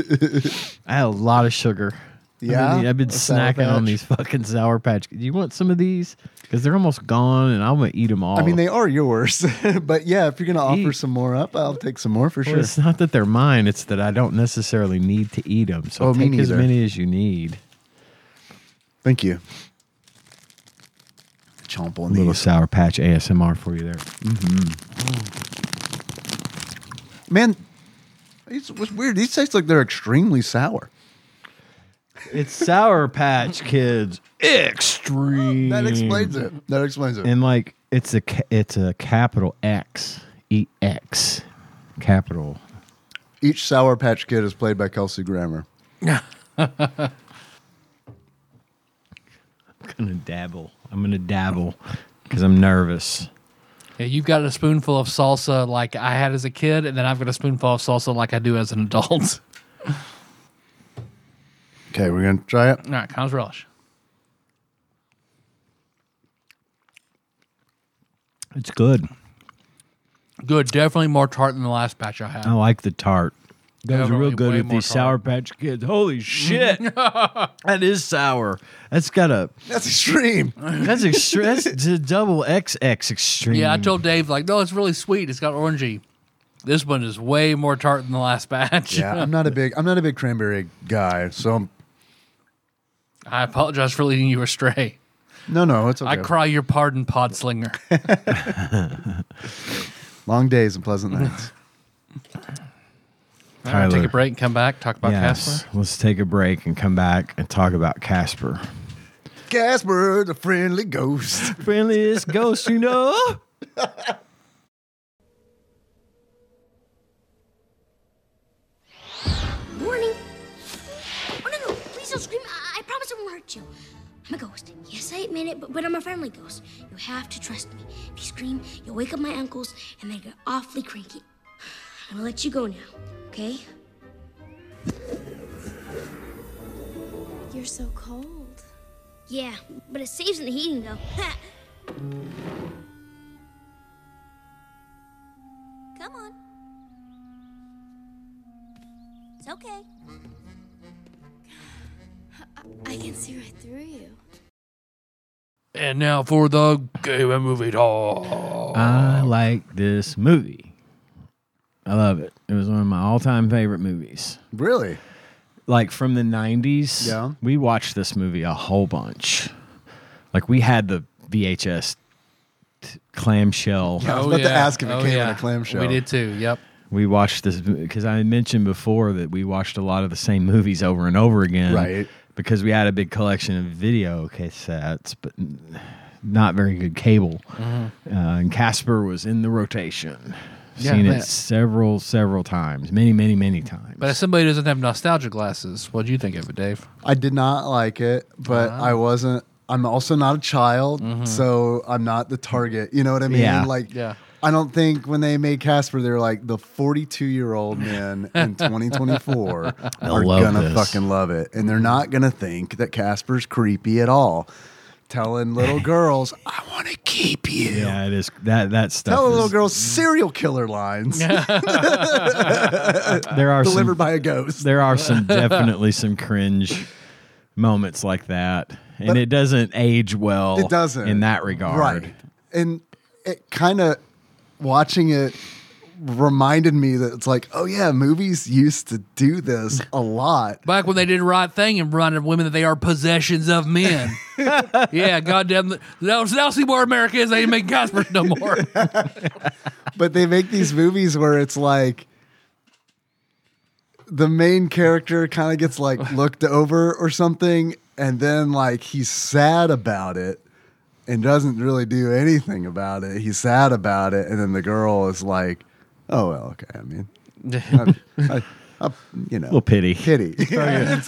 S2: i had a lot of sugar I've been-
S3: Yeah?
S2: i've been
S3: A Sour
S2: snacking on
S3: Patch?
S2: these fucking sour patch do you want some of these because they're almost gone and i'm gonna eat them all
S3: I mean, they are yours, but yeah, if you're gonna offer
S2: Eat.
S3: some more up, I'll take some more for
S2: Well,
S3: sure.
S2: it's not that they're mine it's that i don't necessarily need to eat them so
S3: Oh, me
S2: take as
S3: neither.
S2: many as you need
S3: Thank you. Chomp on
S2: a little
S3: these.
S2: sour patch asmr for you there
S3: Man, it's, it's weird. These taste like they're extremely sour.
S2: it's sour patch kids extreme
S3: That explains it. That explains it.
S2: and like it's a ca- it's a capital X E X capital.
S3: Each Sour Patch Kid is played by Kelsey Grammer.
S2: I'm gonna dabble. I'm gonna dabble because I'm nervous.
S1: Yeah, you've got a spoonful of salsa like I had as a kid, and then I've got a spoonful of salsa like I do as an adult.
S3: Okay, we're gonna try it.
S1: All right, Kana's relish.
S2: It's good.
S1: Good. Definitely more tart than the last batch I had.
S2: I like the tart. Those are
S1: Definitely
S2: real good
S1: way
S2: with
S1: more
S2: these sour
S1: tart. Mm-hmm.
S2: patch kids. Holy shit! that is sour. That's got a
S3: That's extreme.
S2: that's extre- that's d- double XX extreme.
S3: Mm.
S1: Yeah, I told Dave like, no, it's really sweet. It's got orangey. This one is way more tart than the last batch.
S3: Yeah, I'm not a big I'm not a big cranberry guy, so I'm,
S1: I apologize for leading you astray.
S3: no, no, it's okay.
S1: I cry your pardon, Podslinger.
S3: Long days and pleasant nights.
S1: All right, take
S2: Tyler.
S1: a break and come back. Talk about
S2: Yes.
S1: Casper.
S2: Let's take a break and come back and talk about Casper.
S3: Casper, the friendly ghost.
S2: Friendliest ghost you know.
S5: Warning. Oh, no, no. Please don't scream. I, I promise I won't hurt you. I'm a ghost. Yes, I admit it, but, but I'm a friendly ghost. You have to trust me. If you scream, you'll wake up my uncles, and they get awfully cranky. I'm gonna let you go now, okay?
S6: You're so cold.
S5: Yeah, but it saves in the heating, though. Ha!
S6: Come on. It's okay. I, I can see right through you.
S1: And now for the game and movie talk.
S2: I like this movie. I love it. It was one of my all-time favorite movies.
S3: Really?
S2: Like from the 90s.
S3: Yeah.
S2: We watched this movie a whole bunch. Like we had the VHS t- clamshell.
S3: I was about
S1: Oh,
S3: to ask if it came in a clamshell.
S1: We did too. Yep.
S2: We watched this because I had mentioned before that we watched a lot of the same movies over and over again.
S3: Right.
S2: Because we had a big collection of video cassettes, but n- not very good cable.
S3: Mm-hmm.
S2: Uh, and Casper was in the rotation.
S1: Yeah,
S2: Seen
S1: man.
S2: it several, several times, many, many, many times.
S1: But as somebody who doesn't have nostalgia glasses, what do you think of it, Dave?
S3: I did not like it, but
S2: Ah.
S3: I wasn't. I'm also not a child, so I'm not the target. You know what I mean?
S2: Mm-hmm. Yeah.
S3: Like,
S1: Yeah.
S3: I don't think when they made Casper, they're like the 42 year old men in 2024 are
S2: love
S3: gonna
S2: this.
S3: fucking love it, and they're not gonna think that Casper's creepy at all. telling little girls, "I want to keep you."
S2: Yeah, it is that that stuff.
S3: Tell the little
S2: is- mm.
S3: girls serial killer lines
S2: There are
S3: delivered
S2: some,
S3: by a ghost.
S2: there are some definitely some cringe moments like that, and it doesn't age well.
S3: It doesn't
S2: in that regard.
S3: right? And it kind of watching it reminded me that it's like, oh yeah, movies used to do this a lot.
S1: Back when they did the right thing and reminded women that they are possessions of men. yeah, goddamn. Now, now see where America is. They ain't making guys no more.
S3: but they make these movies where it's like the main character kind of gets like looked over or something and then like he's sad about it and doesn't really do anything about it he's sad about it and then the girl is like oh well okay i mean I, I, I- you know
S2: Little pity.
S3: pity it's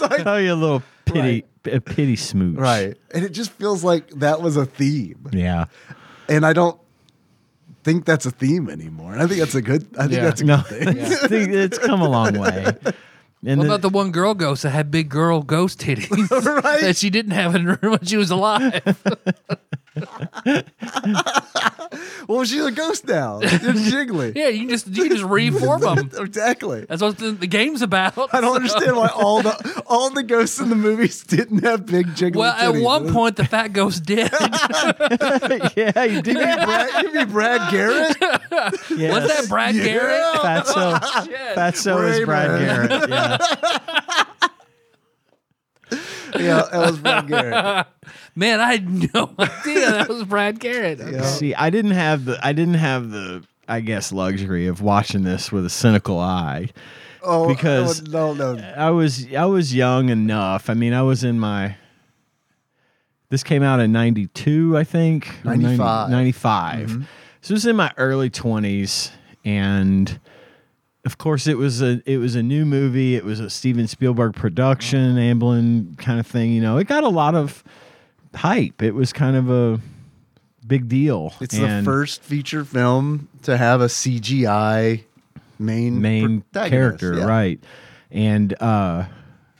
S3: like
S2: Oh, you little pity, a pity smooch.
S3: right and it just feels like that was a theme
S2: Yeah.
S3: and i don't think that's a theme anymore i think that's a good i think
S1: Yeah.
S3: that's a
S2: No,
S3: good thing
S2: it's, it's come a long way. And
S1: What
S2: the-
S1: about the one girl ghost that had big girl ghost titties
S3: Right.
S1: that she didn't have in her when she was alive?
S3: Well, she's a ghost now. It's jiggly.
S1: Yeah, you can just you can just reform them.
S3: Exactly.
S1: That's what the, the game's about.
S3: I don't understand why all the all the ghosts in the movies didn't have big jiggly.
S1: Well, at
S3: titties.
S1: one point, the fat ghost did.
S2: yeah, you did.
S3: you mean Brad, you mean Brad Garrett?
S2: Yes.
S1: Was that Brad Garrett?
S2: Fatso, Fatso
S3: Way
S2: is Brad
S3: better.
S2: Garrett. Yeah.
S3: Yeah, that was Brad Garrett.
S1: Man, I had no idea that was Brad Garrett.
S2: See, I didn't have the I didn't have the I guess luxury of watching this with a cynical eye.
S3: Oh,
S2: Because-
S3: oh, no, no,
S2: I was I was young enough. I mean, I was in my This came out in 92, I think. or 90
S3: 95.
S2: 95.
S3: Mm-hmm.
S2: So this is in my early 20s and of course it was a it was a new movie. It was a Steven Spielberg production,
S3: Mm-hmm.
S2: Amblin kind of thing, you know. It got a lot of hype. It was kind of a big deal.
S3: it's
S2: And-
S3: the first feature film to have a CGI main
S2: main
S3: protagonist.
S2: character,
S3: Yeah.
S2: right? And uh,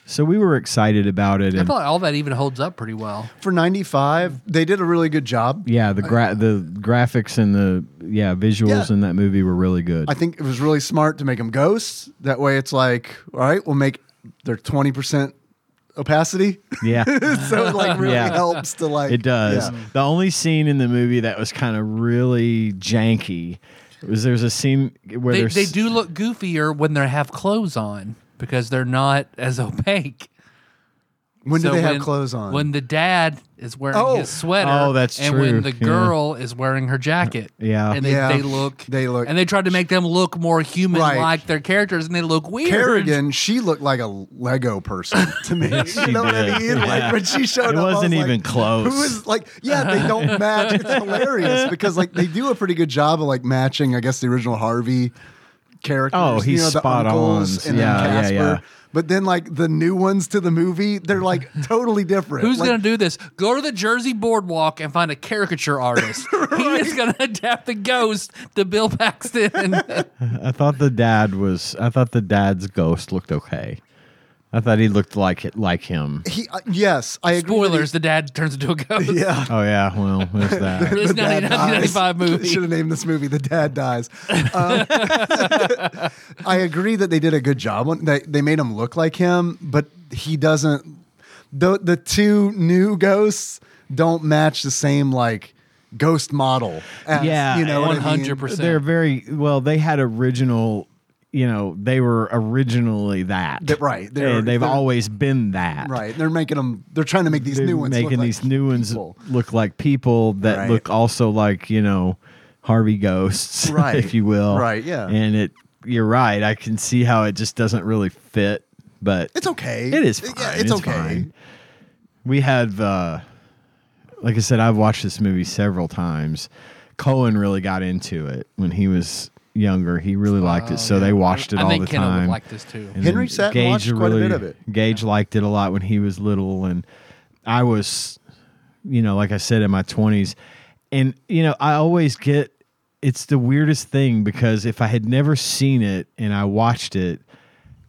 S2: so we were excited about it,
S1: I
S2: and
S1: thought all that even holds up pretty well.
S3: For '95, they did a really good job.
S2: yeah, the gra- the graphics and the yeah visuals
S3: Yeah.
S2: in that movie were really good.
S3: I think it was really smart to make them ghosts. That way, it's like, all right, we'll make their twenty percent opacity.
S2: yeah.
S3: so it like really
S2: Yeah.
S3: helps to like
S2: It does.
S3: Yeah.
S2: The only scene in the movie that was kind of really janky was there's a scene where
S1: They,
S2: there's
S1: they do look goofier when they have clothes on because they're not as opaque.
S3: When do
S1: So
S3: they have
S1: when-
S3: clothes on?
S1: When the dad is wearing
S3: Oh.
S1: his sweater.
S2: Oh, that's
S1: And when
S2: true.
S1: the
S2: Yeah.
S1: girl is wearing her jacket.
S2: Yeah.
S1: And they,
S3: Yeah.
S1: they look.
S3: They look-
S1: And they tried to make them look more human like
S3: Right.
S1: their characters and they look weird.
S3: Kerrigan, she looked like a Lego person to me. you
S2: she
S3: know what I
S2: did.
S3: mean? Like
S2: Yeah.
S3: when she showed
S2: It
S3: up, I was
S2: wasn't
S3: like,
S2: even close.
S3: Who is like? Yeah, they don't match. It's hilarious because like they do a pretty good job of like matching. I guess the original Harvey characters.
S2: Oh, he's
S3: you know, the
S2: spot
S3: uncles
S2: on.
S3: And
S2: Yeah,
S3: then
S2: yeah,
S3: Casper.
S2: yeah.
S3: But then like the new ones to the movie, they're like totally different.
S1: Who's
S3: Like,
S1: gonna do this? Go to the Jersey Boardwalk and find a caricature artist. He is gonna adapt the ghost to Bill Paxton.
S2: I thought the dad was I thought the dad's ghost looked okay. I thought he looked like it like him.
S3: He, uh, yes, I agree. with you.
S1: Spoilers: the dad turns into a ghost.
S3: Yeah.
S2: Oh yeah, well, there's that.
S1: It's not a 1995
S3: Should
S1: movie.
S3: have named this movie "The Dad Dies." Um, I agree that they did a good job. on- They they made him look like him, but he doesn't. The the two new ghosts don't match the same like ghost model. As,
S2: Yeah,
S3: you know what I mean?
S1: 100%.
S2: They're very well. They had original, you know, they were originally that.
S3: That- right,
S2: They,
S3: they're-
S2: have
S3: they're-
S2: always been that.
S3: Right, they're making them. They're trying to make these
S2: They're
S3: new ones. look
S2: making
S3: like
S2: these new ones
S3: people.
S2: look like people that
S3: Right.
S2: look also like you know Harvey ghosts,
S3: Right.
S2: if you will.
S3: Right, yeah.
S2: And it, you're right. I can see how it just doesn't really fit, but
S3: It's okay.
S2: It is
S3: Yeah,
S2: fine.
S3: it's, okay.
S2: fine. We have, uh, like I said, I've watched this movie several times. Cohen really got into it when he was younger. He really liked it, so they watched it
S1: Oh, I
S2: all
S1: think
S2: the
S1: Kendall
S2: time.
S1: would like this too.
S2: And
S3: Henry
S2: then
S3: sat and watched quite a bit of it.
S2: Gage liked it a lot when he was little, and I was, you know, like I said, in my twenties, and you know, I always get it's the weirdest thing because if I had never seen it and I watched it,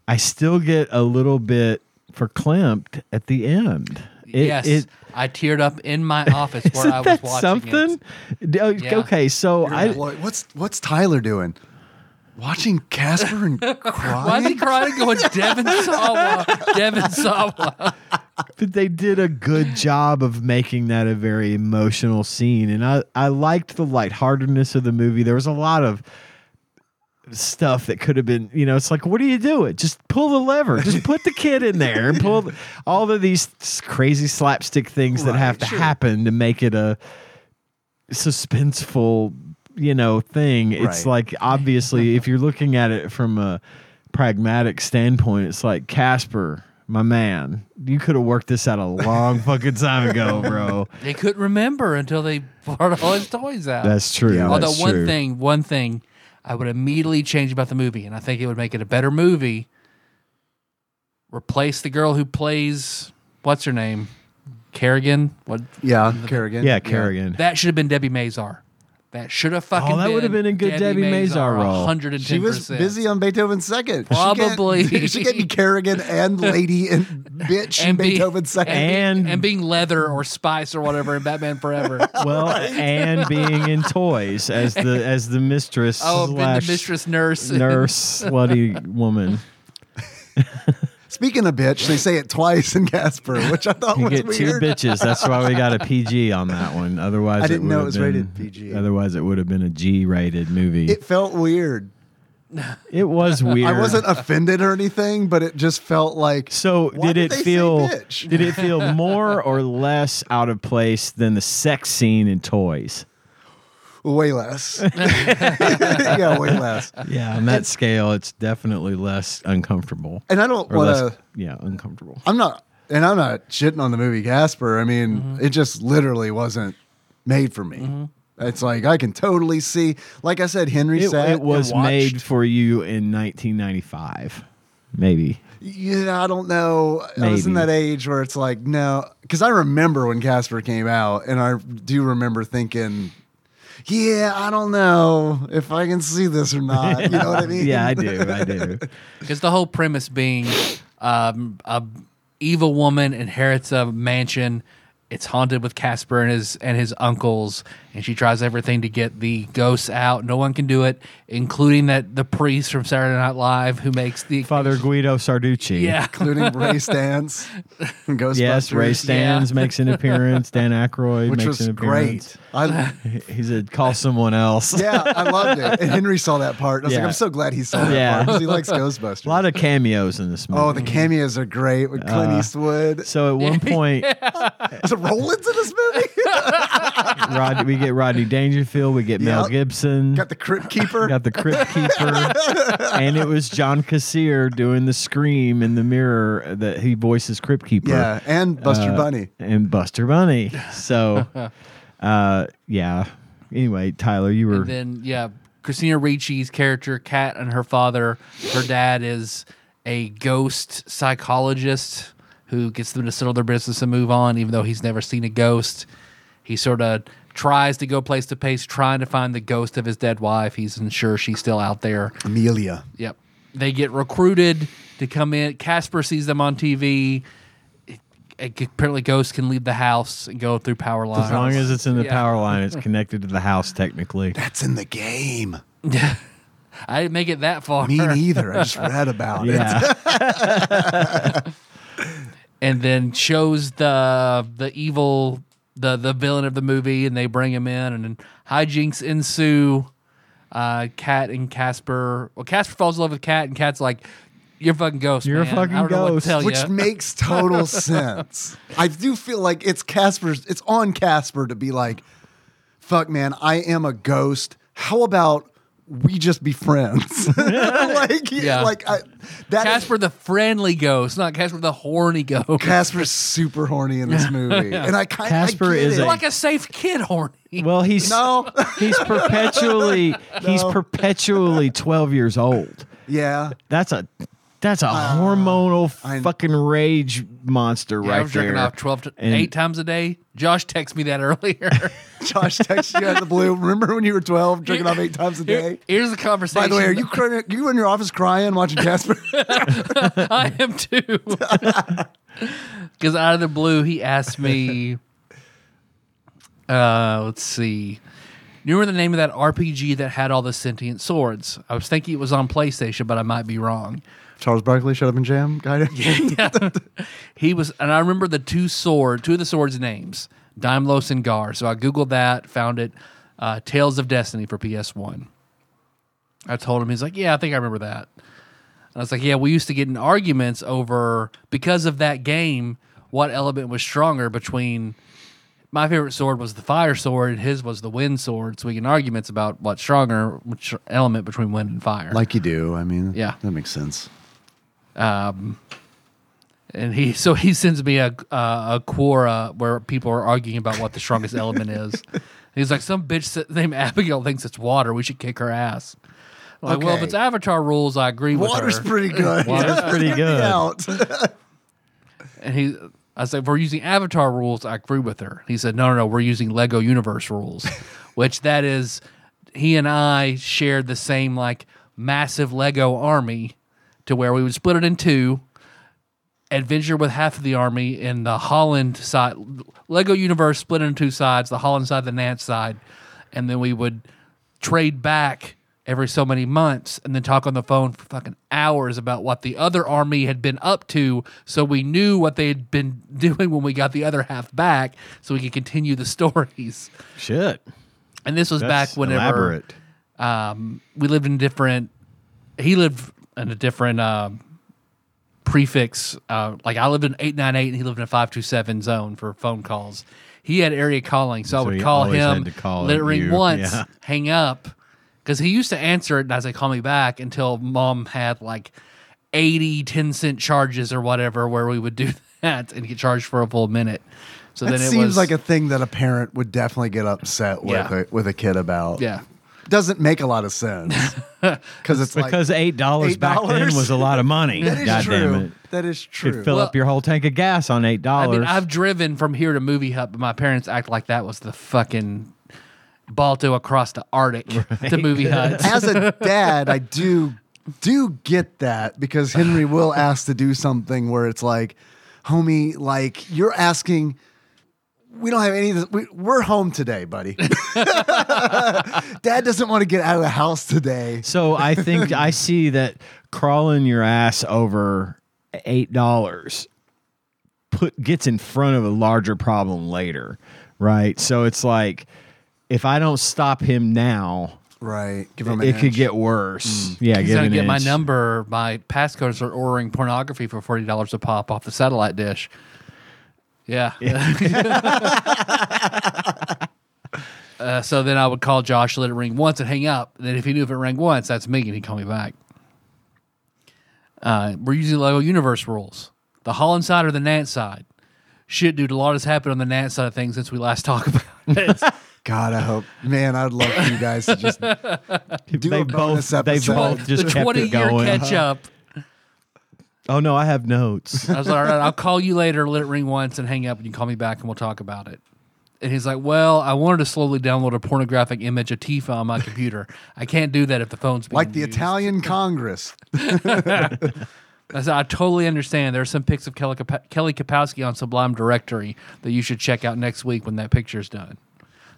S2: I still get a little bit verklempt at the end. It-
S1: yes,
S2: it-
S1: I teared up in my office where I was
S4: Isn't that
S1: watching
S4: something?
S1: it.
S2: uh,
S4: D- oh,
S1: Yeah.
S4: Okay, so I
S3: Boy, what's what's Tyler doing? Watching Casper and crying.
S1: Why is he crying? Going Devin Sawa, Devin Sawa.
S2: But they did a good job of making that a very emotional scene. And I, I liked the lightheartedness of the movie. There was a lot of stuff that could have been, you know, it's like, what do you do? It just pull the lever, just put the kid in there and pull the- all of these crazy slapstick things that have to happen to make it a suspenseful, you know, thing. It's
S3: Right.
S2: like, obviously, if you're looking at it from a pragmatic standpoint, it's like, Casper, my man, you could have worked this out a long fucking time ago, bro.
S1: They couldn't remember until they brought all his toys out.
S2: That's true.
S3: Yeah.
S1: Although
S2: that's
S1: one
S2: true.
S1: thing, one thing I would immediately change about the movie, and I think it would make it a better movie. Replace the girl who plays what's her name, Kerrigan. What
S3: Yeah, Kerrigan.
S2: Yeah, Kerrigan.
S1: that should have been Debbie Mazar. That should have fucking.
S2: Oh, that would have been a good Debbie Mazar role.
S1: Hundred and ten.
S3: She was busy on Beethoven's second. She can't- She
S1: Probably.
S3: can't, be Kerrigan and Lady and bitch and Beethoven's second.
S1: and,
S2: And-
S1: being- and being leather or spice or whatever in Batman Forever.
S2: Well, and being in toys as the as the mistress
S1: oh, been the
S2: slash
S1: mistress nurse.
S2: nurse slutty woman.
S3: Speaking of bitch, they say it twice in Casper, which I thought
S2: You
S3: was
S2: get
S3: weird.
S2: two bitches. That's why we got a PG on that one. Otherwise,
S3: I didn't
S2: would
S3: know
S2: have
S3: it was
S2: been-
S3: rated PG.
S2: Otherwise, it would have been a G-rated movie.
S3: It
S2: It,
S3: felt weird.
S2: was weird.
S3: I wasn't offended or anything, but it just felt like
S2: So
S3: Why
S2: did
S3: did
S2: it
S3: they say
S2: feel?
S3: bitch?
S2: Did it feel more or less out of place than the sex scene in Toys?
S3: way less. yeah, way less.
S2: Yeah, on that scale, it's definitely less uncomfortable.
S3: And I don't
S2: Or
S3: want
S2: less,
S3: to.
S2: yeah, uncomfortable.
S3: I'm not, and I'm not shitting on the movie Casper. I mean,
S2: Mm-hmm.
S3: it just literally wasn't made for me. It's like I can totally see. Like I said, Henry
S2: It,
S3: sat.
S2: it
S3: and
S2: was
S3: watched.
S2: made for you in 1995, maybe.
S3: Yeah, I don't know. I was in
S2: Maybe.
S3: that age where it's like no, because I remember when Casper came out, and I do remember thinking. Yeah, I don't know if I can see this or not. You know what I mean?
S2: yeah, I do. I do.
S1: Because the whole premise being um, a evil woman inherits a mansion. It's haunted with Casper and his and his uncles, and she tries everything to get the ghosts out. No one can do it, including that the priest from Saturday Night Live who makes the
S2: Father Guido Sarducci.
S1: Yeah,
S3: including Ray Stans from Ghostbusters.
S2: Yes, Ray Stans makes an appearance. Dan Aykroyd
S3: which
S2: makes
S3: was
S2: an appearance.
S3: great. I
S2: Great. He said, "Call someone else."
S3: yeah, I loved it. And Henry saw that part. I was
S2: Yeah.
S3: like, I'm so glad he saw that
S2: Yeah.
S3: part because he likes
S2: A
S3: Ghostbusters.
S2: lot of Uh, cameos in this movie.
S3: oh, the cameos are great with Clint Eastwood.
S2: so at one point,
S3: Is it Rollins in this movie?
S2: Rod, we get Rodney Dangerfield, we get Mel
S3: Yep.
S2: Gibson,
S3: Got the Crypt Keeper.
S2: got the Crypt Keeper, and it was John Cassier doing the scream in the mirror that he voices Crypt Keeper.
S3: yeah, and Buster
S2: Uh,
S3: Bunny.
S2: and Buster Bunny. So, uh, yeah. Anyway, Tyler, you were
S1: And then yeah, Christina Ricci's character, Kat, and her father, her dad is a ghost psychologist who gets them to settle their business and move on, even though he's never seen a ghost. He sort of tries to go place to place, trying to find the ghost of his dead wife. He's unsure she's still out there.
S3: Amelia.
S1: Yep. They get recruited to come in. Casper sees them on TV. It- it- apparently, ghosts can leave the house and go through power lines.
S2: as long as it's in the
S1: Yeah.
S2: power line, it's connected to the house technically.
S3: That's in the game.
S1: I didn't make it that far.
S3: Me neither. I just read about it.
S2: Yeah,
S1: and then shows the the evil the the villain of the movie and they bring him in and then hijinks ensue uh cat and casper well casper falls in love with cat and cat's like you're a fucking ghost
S2: You're a
S1: man.
S2: fucking
S1: I don't know what
S2: ghost."
S1: to tell
S3: Which
S1: ya."
S3: makes total sense. I do feel like it's Casper's, it's on Casper to be like, fuck, man, I am a ghost. How about we just be friends? like,
S1: Yeah.
S3: yeah. like I, that is-
S1: casper the friendly ghost not casper the horny ghost
S3: Casper's super horny in this movie. And I kind of.
S2: Casper is
S1: You're
S2: a-
S1: like a safe kid horny
S2: well, he's
S3: No.
S2: he's perpetually he's perpetually twelve years old.
S3: Yeah.
S2: That's a that's a hormonal
S3: Ah, I-
S2: fucking rage monster
S1: Yeah,
S2: right
S1: I was jerking
S2: there.
S1: off twelve to
S2: And-
S1: eight times a day. Josh texted me that earlier.
S3: Josh texted you out of the blue. Remember when you were 12, drinking off eight times a
S1: Here-
S3: day?
S1: here's the conversation.
S3: By the way, are you crying? You in your office crying watching Casper?
S1: I am too. Because out of the blue, he asked me, uh, let's see. You remember the name of that RPG that had all the sentient swords? I was thinking it was on PlayStation, but I might be wrong.
S3: Charles Barkley, shut up and jam guy.
S1: He was, and I remember the two sword, two of the swords' names, Daimlos and Gar. So I googled that, found it, uh, Tales of Destiny for PS One. I told him he's like, yeah, I think I remember that. And I was like, yeah, we used to get in arguments over because of that game, what element was stronger between. My favorite sword was the fire sword, and his was the wind sword. So we get in arguments about what's stronger, which element between wind and fire.
S3: like you do. I mean,
S1: Yeah.
S3: that makes sense.
S1: and he so he sends me a uh, a Quora where people are arguing about what the strongest element is. He's like, some bitch sa- named Abigail thinks it's water. We should kick her ass. I'm like, well, if
S3: Okay.
S1: it's Avatar rules, I agree with
S3: Water's
S1: her.
S3: pretty good.
S1: Water's
S2: pretty good.
S3: Out.
S1: and he, I said, if we're using Avatar rules, I agree with her. He said, no, no, no, we're using Lego Universe rules, which that is, he and I shared the same like massive Lego army, to where we would split it in two. Adventure with half of the army and the Holland side, Lego Universe split into two sides, the Holland side, the Nance side, and then we would trade back every so many months and then talk on the phone for fucking hours about what the other army had been up to so we knew what they had been doing when we got the other half back so we could continue the stories.
S2: Shit.
S1: And this was
S2: That's
S1: back whenever
S2: Elaborate.
S1: um, we lived in different. He lived in a different um prefix. Uh, like I lived in eight nine eight, and he lived in a five two seven zone for phone calls. He had area calling, so, I
S2: So
S1: would
S2: he
S1: call
S2: always
S1: him,
S2: had to call
S1: let it ring
S2: you,
S1: once,
S2: yeah.
S1: hang up, because he used to answer it, and I'd say call me back until mom had like 80 10 cent charges or whatever, where we would do that and get charged for a full minute. So
S3: That
S1: then it
S3: seems
S1: was
S3: like a thing that a parent would definitely get upset with
S1: Yeah.
S3: a, with a kid about.
S1: yeah.
S3: doesn't make a lot of sense because it's
S2: Because
S3: like,
S2: eight dollars back then
S3: $8?
S2: was a lot of money.
S3: that is
S2: God
S3: true.
S2: damn it.
S3: That is
S2: Could
S3: true.
S2: fill
S1: Well-
S2: up your whole tank of gas on eight
S1: I
S2: dollars.
S1: mean, I've driven from here to Movie Hut, but my parents act like that was the fucking Balto across the Arctic to Movie Hut.
S3: As a dad, I do do get that because Henry will ask to do something where it's like, homie, like you're asking. We don't have any. Of this, we, we're home today, buddy. Dad doesn't want to get out of the house today.
S2: So I think I see that crawling your ass over eight dollars put gets in front of a larger problem later, right? So it's like if I don't stop him now,
S3: Right. Give him.
S2: it,
S3: An
S2: could
S3: inch. Mm.
S2: get worse. Yeah,
S1: He's
S2: give
S1: gonna
S2: an
S1: get my
S2: inch.
S1: number. My passcodes are ordering pornography for forty dollars a pop off the satellite dish. Yeah. uh, so then I would call Josh, let it ring once, and hang up. Then if he knew if it rang once, that's me, and he'd call me back. Uh, we're using Lego Universe rules: the Holland side or the Nant side. Shit, dude, a lot has happened on the Nant side of things since we last talked about it.
S3: God, I hope. Man, I'd love for you guys to just do
S2: They
S3: a
S2: both
S3: bonus
S2: they
S3: episode.
S2: both
S1: the
S2: just kept it
S1: year
S2: going.
S1: catch up.
S2: Oh no, I have notes.
S1: I was like, all right, I'll call you later, let it ring once and hang up, and you call me back and we'll talk about it. And he's like, well, I wanted to slowly download a pornographic image of Tifa on my computer. I can't do that if the phone's being
S3: like the
S1: used."
S3: Italian Congress.
S1: I said, I totally understand. There are some pics of Kelly, Kap- Kelly Kapowski on Sublime Directory that you should check out next week when that picture's done.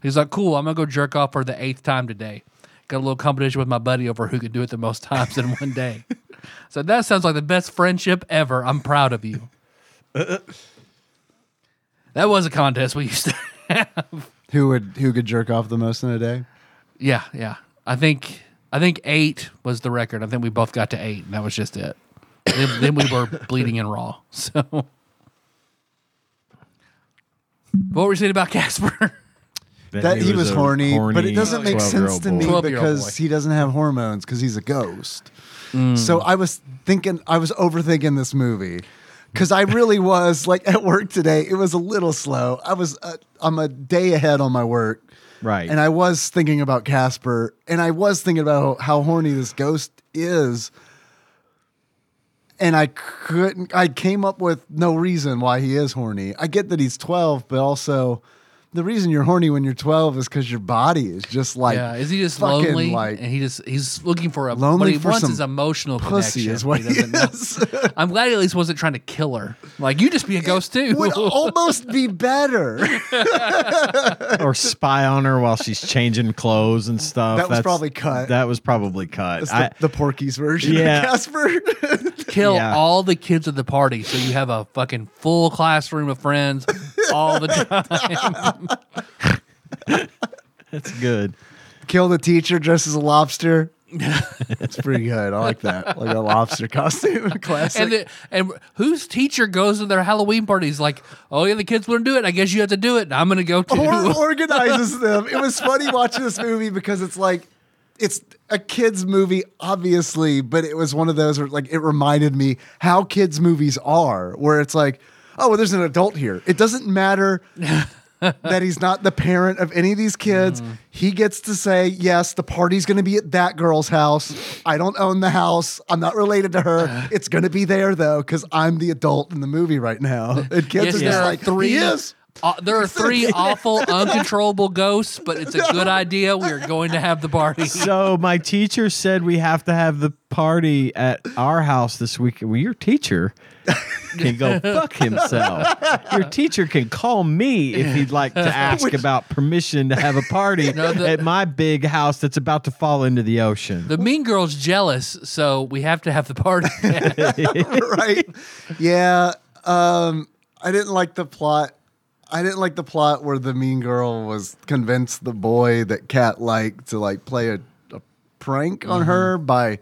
S1: He's like, cool, I'm going to go jerk off for the eighth time today. Got a little competition with my buddy over who could do it the most times in one day. So that sounds like the best friendship ever. I'm proud of you. that was a contest we used to
S3: Who would who could jerk off the most in a day?
S1: Yeah, yeah. I think I think eight was the record. I think we both got to eight, and that was just it. then, then we were bleeding and raw. So, what were we saying about Casper?
S3: That he, was,
S2: a
S3: horny, but it doesn't make sense
S2: 12-year-old
S3: to me
S2: boy.
S1: 12-year-old
S3: because
S1: boy.
S3: he doesn't have hormones because he's a ghost. So I was thinking, I was overthinking this movie because I really was like at work today. It was a little slow. I was uh, I'm a day ahead on my work,
S2: Right.
S3: And I was thinking about Casper, and I was thinking about how horny this ghost is. And I couldn't. I came up with no reason why he is horny. I get that he's twelve, but also the reason you're horny when you're 12 is because your body is just like
S1: yeah, is he just
S3: fucking
S1: lonely?
S3: like
S1: and he just he's looking for a
S3: Lonely
S1: what he
S3: for
S1: wants
S3: some
S1: is emotional
S3: pussy
S1: connection.
S3: is what he
S1: doesn't know.
S3: is.
S1: I'm glad he at least wasn't trying to kill her. Like you just be a ghost too.
S3: would almost be better.
S2: or spy on her while she's changing clothes and stuff.
S3: That was probably cut.
S2: That was probably cut.
S3: That's
S2: I-
S3: the, the Porky's version
S2: Yeah.
S3: of Casper.
S1: kill
S2: Yeah.
S1: all the kids at the party so you have a fucking full classroom of friends all the time.
S2: that's good.
S3: Kill the teacher dressed as a lobster. It's pretty good. I like that. Like a lobster costume classic.
S1: and the, and whose teacher goes to their Halloween parties like, oh yeah, the kids wouldn't do it. I guess you have to do it. and I'm gonna go too.
S3: or organizes them. It was funny watching this movie because it's like it's a kids movie, obviously, but it was one of those where like it reminded me how kids movies are, where it's like, oh, well, there's an adult here. It doesn't matter. that he's not the parent of any of these kids. He gets to say, yes, the party's going to be at that girl's house. I don't own the house. I'm not related to her. It's going to be there, though, because I'm the adult in the movie right now. And kids
S1: Yes,
S3: are
S1: there
S3: just
S1: are
S3: like,
S1: three.
S3: he is.
S1: Uh, there are three awful, uncontrollable ghosts, but it's a good idea. We are going to have the party.
S2: So my teacher said we have to have the party at our house this week. Well, your teacher can go fuck himself. Your teacher can call me if he'd like to ask about permission to have a party
S1: the-
S2: at my big house that's about to fall into the ocean.
S1: The mean girl's jealous, so we have to have the party.
S3: right? Yeah. Um, I didn't like the plot. I didn't like the plot where the mean girl was convinced the boy that Cat liked to like play a, a prank on her by.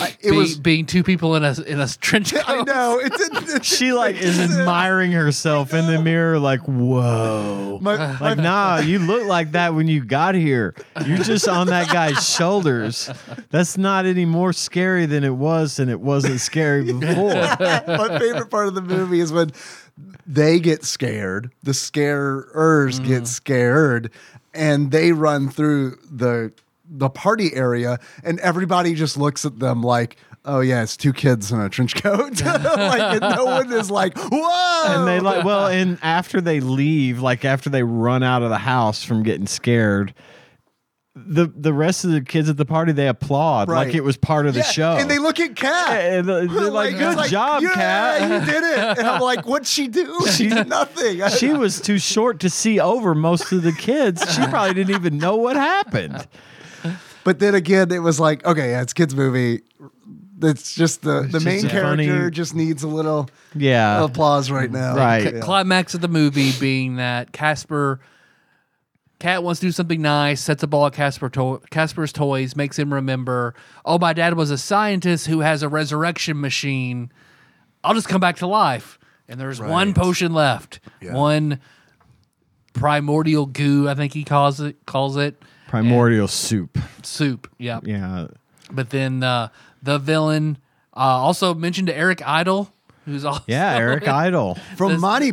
S3: I, it
S1: Be-
S3: was.
S1: being two people in a in a trench coat.
S3: I know it didn't. It,
S2: she like is admiring herself in the mirror, like whoa.
S3: my,
S2: Like, nah, you look like that when you got here. You're just on that guy's shoulders. That's not any more scary than it was, and it wasn't scary before.
S3: my favorite part of the movie is when they get scared, the scarers get scared, and they run through the the party area, and everybody just looks at them like, "Oh yeah, it's two kids in a trench coat." like, and no one is like, "Whoa!"
S2: And they like, well, and after they leave, like after they run out of the house from getting scared, the the rest of the kids at the party they applaud
S3: Right.
S2: like it was part of the
S3: Yeah,
S2: show.
S3: and they look at Cat.
S2: And they're like, "Good job,
S3: yeah,
S2: Kat."
S3: you did it." And I'm like, "What'd she do? She did nothing."
S2: she was too short to see over most of the kids. She probably didn't even know what happened.
S3: But then again, it was like, okay, yeah, it's kids movie. It's just the, the
S2: just
S3: main
S2: a funny-
S3: character just needs a little
S2: Yeah.
S3: applause right now.
S2: Right.
S3: Yeah.
S1: climax of the movie being that Casper Cat wants to do something nice, sets a ball at Casper to- Casper's toys, makes him remember, "Oh, my dad was a scientist who has a resurrection machine. I'll just come back to life." And there's one
S3: Right.
S1: potion left.
S3: Yeah.
S1: One primordial goo, I think he calls it calls it
S2: Primordial soup.
S1: soup. Yeah.
S2: Yeah.
S1: But then uh, the villain uh, also mentioned to Eric Idle, who's also
S2: Yeah, Eric Idle.
S3: From Monty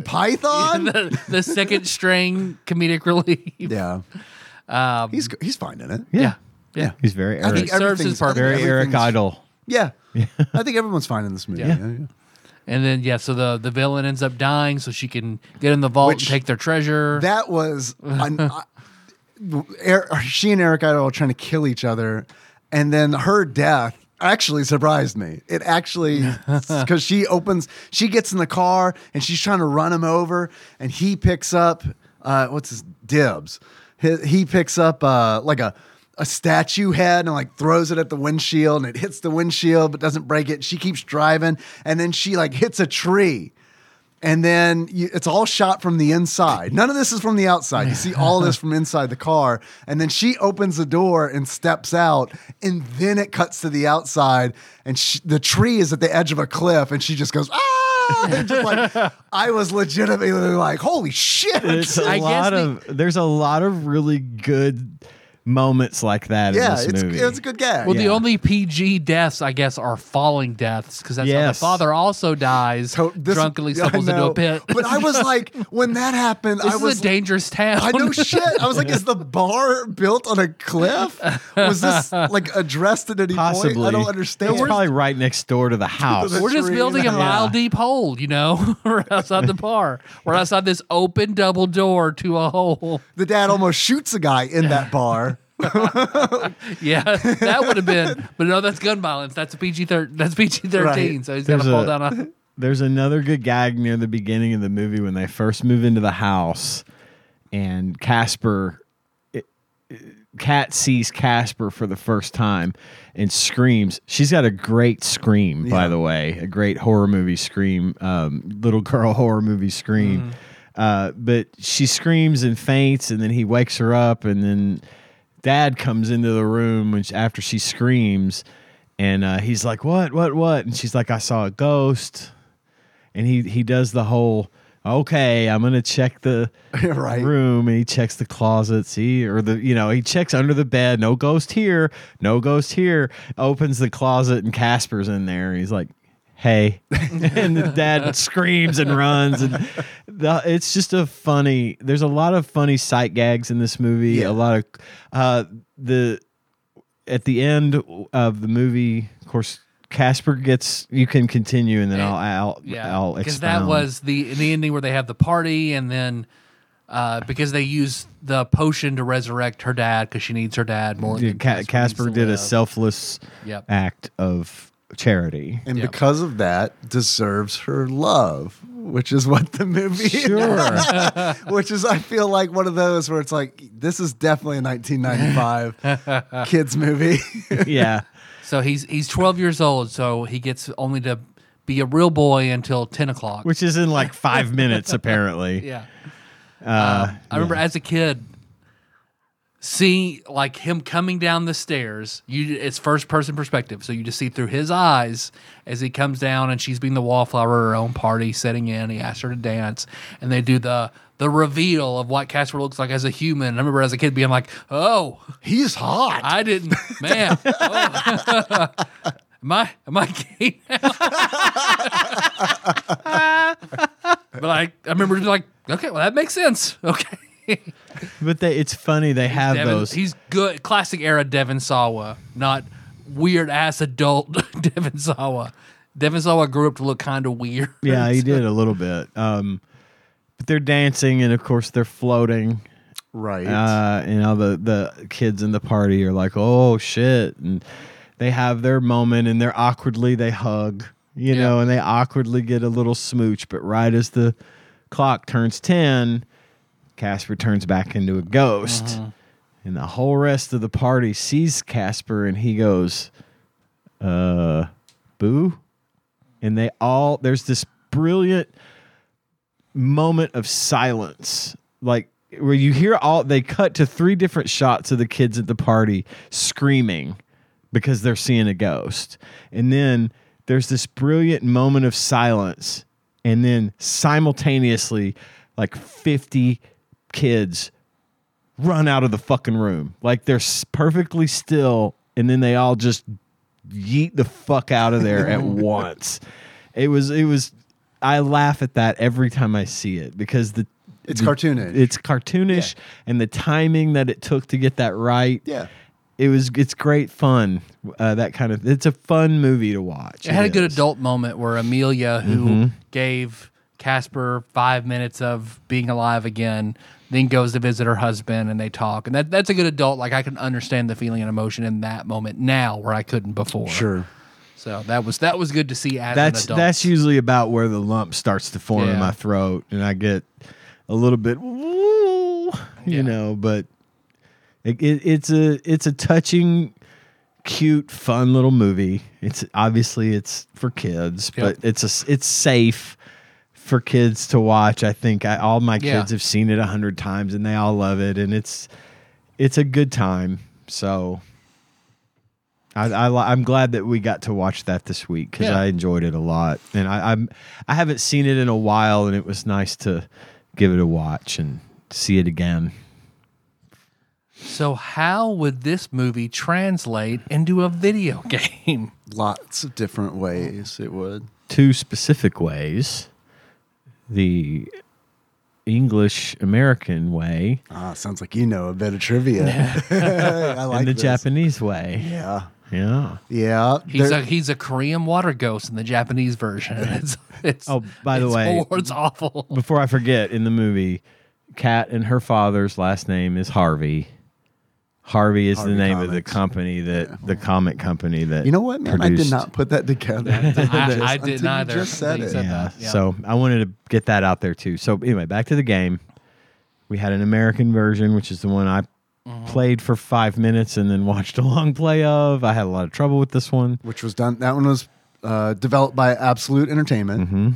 S3: Python?
S1: the, the second string comedic relief.
S3: Yeah. he's g- he's fine in it.
S1: Yeah.
S3: Yeah.
S2: He's very
S3: I
S2: Eric.
S3: think
S1: Um, serves
S3: everything's
S1: his purpose.
S2: Very Eric
S3: everything's-
S2: Idle.
S3: Yeah. I think everyone's fine in this movie.
S1: Yeah.
S3: Yeah, yeah.
S1: And then yeah, so the the villain ends up dying, so she can get in the vault
S3: Which-
S1: and take their treasure.
S3: That was an, I, Er- she and Eric Idle are trying to kill each other, and then her death actually surprised me. It actually because she opens, she gets in the car and she's trying to run him over, and he picks up uh, what's his dibs. He, he picks up uh, like a a statue head and like throws it at the windshield and it hits the windshield but doesn't break it. She keeps driving and then she like hits a tree and then you, it's all shot from the inside. None of this is from the outside. You see all this from inside the car, and then she opens the door and steps out, and then it cuts to the outside, and she, the tree is at the edge of a cliff, and she just goes ah! And just like I was legitimately like, holy shit!
S2: It's a
S1: I guess
S2: lot
S1: the-
S2: of there's a lot of really good moments like that
S3: yeah,
S2: in
S3: it's
S2: this movie.
S3: it's a good gag.
S1: Well, the
S2: Yeah.
S1: only PG deaths, I guess, are falling deaths because that's how the
S2: Yes.
S1: father also dies,
S3: To- this-
S1: drunkenly
S3: yeah, I
S1: stumbles into
S3: know.
S1: a pit.
S3: But I was like, when that happened,
S1: this
S3: I
S1: is
S3: was
S1: a dangerous town.
S3: I know shit. I was like, is the bar built on a cliff? Was this like addressed at any
S2: Possibly.
S3: point? I don't
S2: It's
S3: understand.
S2: probably right next door to the house.
S1: We're just
S3: tree.
S1: building a
S3: Yeah.
S1: mile deep hole, you know, right outside the bar. We're outside this open double door to a hole.
S3: the dad almost shoots a guy in that bar.
S1: Yeah, that would have been. But no, that's gun violence. That's PG thirteen. That's PG thirteen.
S3: Right.
S1: So he's gonna
S2: There's
S1: fall
S2: a-
S1: down. A,
S2: There's another good gag near the beginning of the movie when they first move into the house, and Casper, it- it- Kat sees Casper for the first time and screams. She's got a great scream, by the way, a great horror movie scream, um, little girl horror movie scream. Uh, but she screams and faints, and then he wakes her up, and then dad comes into the room when she- after she screams and uh, he's like what what what and she's like i saw a ghost and he he does the whole okay i'm gonna check the
S3: Right.
S2: room and he checks the closets he or the you know he checks under the bed no ghost here no ghost here opens the closet and casper's in there and he's like hey and the dad screams and runs and the, it's just a funny there's a lot of funny sight gags in this movie
S3: Yeah.
S2: a lot of uh the at the end of the movie, of course, Casper gets. You can continue, and then I'll I'll,
S1: yeah,
S2: I'll
S1: because
S2: expound.
S1: that was the the ending where they have the party, and then uh, because they use the potion to resurrect her dad because she needs her dad more.
S2: Yeah,
S1: than
S2: Ca-
S1: needs
S2: Casper
S1: to
S2: did a
S1: live.
S2: selfless
S1: Yep.
S2: act of charity.
S3: And
S1: Yeah.
S3: because of that, deserves her love, which is what the movie is. which is, I feel like, one of those where it's like, this is definitely a 1995 kids movie.
S2: yeah,
S1: So he's he's twelve years old. So he gets only to be a real boy until ten o'clock.
S2: which is in like five minutes apparently.
S1: Yeah. Um, I remember as a kid seeing like him coming down the stairs. You it's first person perspective, so you just see through his eyes as he comes down, and she's being the wallflower at her own party, sitting in. He asks her to dance, and they do the the reveal of what Casper looks like as a human. And I remember as a kid being like, "Oh,
S3: He's hot.
S1: I didn't, man. oh. am I am I gay now? but I I remember just like, okay, well that makes sense. Okay.
S2: But they, it's funny they have
S1: Devin-
S2: those.
S1: He's good classic era Devin Sawa, not weird ass adult Devin Sawa. Devin Sawa grew up to look kind of weird.
S2: yeah, he did a little bit. Um, but they're dancing, and of course they're floating.
S3: right.
S2: Uh, you know, the the kids in the party are like, "Oh shit!" and they have their moment, and they're awkwardly they hug, you
S1: Yeah.
S2: know, and they awkwardly get a little smooch. But right as the clock turns ten, Casper turns back into a ghost, and the whole rest of the party sees Casper, and he goes, "Uh, boo." and they all there's this brilliant moment of silence like where you hear all they cut to three different shots of the kids at the party screaming because they're seeing a ghost and then there's this brilliant moment of silence and then simultaneously like 50 kids run out of the fucking room like they're s- perfectly still and then they all just yeet the fuck out of there at once. It was it was I laugh at that every time I see it because the
S3: It's
S2: the-
S3: cartoonish.
S2: It's cartoonish and the timing that it took to get that right.
S3: yeah.
S2: It was it's great fun. Uh, that kind of it's a fun movie to watch.
S1: It had a good
S2: is. Mm-hmm.
S1: adult moment where Amelia, who gave Casper five minutes of being alive again, then goes to visit her husband and they talk. And that, that's a good adult. Like I can understand the feeling and emotion in that moment now where I couldn't before.
S3: Sure.
S1: So that was that was good to see as
S2: That's
S1: an adult.
S2: that's usually about where the lump starts to form
S1: Yeah.
S2: in my throat and I get a little bit "Ooh,"
S1: Yeah.
S2: you know, but it, it, it's a it's a touching cute, fun little movie. It's obviously it's for kids,
S1: Yep.
S2: but it's a s- it's safe for kids to watch. I think I, all my
S1: Yeah.
S2: kids have seen it a hundred times, and they all love it, and it's it's a good time. So I, I li- I'm glad that we got to watch that this week because
S1: Yeah.
S2: I enjoyed it a lot, and I, I'm I haven't seen it in a while, and it was nice to give it a watch and see it again.
S1: So how would this movie translate into a video game?
S3: Lots of different ways it would.
S2: two specific ways the English American way
S3: Ah, sounds like you know a bit of trivia. I like
S2: and the
S3: this.
S2: Japanese way.
S3: Yeah,
S2: Yeah.
S3: yeah.
S1: He's
S3: there-
S1: a he's a Korean water ghost in the Japanese version. It's, it's
S2: Oh, by the
S1: it's
S2: way-
S1: hor- it's awful.
S2: Before I forget, in the movie, Kat and her father's last name is Harvey. Harvey is
S3: Harvey
S2: the name of the
S3: Comics.
S2: company that the comic company that
S3: you know what, man? I did
S2: produced-
S3: not put that together.
S1: I,
S3: Just-
S1: I
S3: until
S1: didn't
S3: you
S1: either.
S3: Just
S1: until
S3: said
S1: you
S3: it.
S1: said
S2: yeah.
S1: that. Yeah.
S2: So I wanted to get that out there too. So anyway, back to the game. We had an American version, which is the one I
S1: Mm-hmm.
S2: played for five minutes and then watched a long play of. I had a lot of trouble with this one.
S3: which was done. That one was uh, developed by Absolute Entertainment,
S2: Mm-hmm.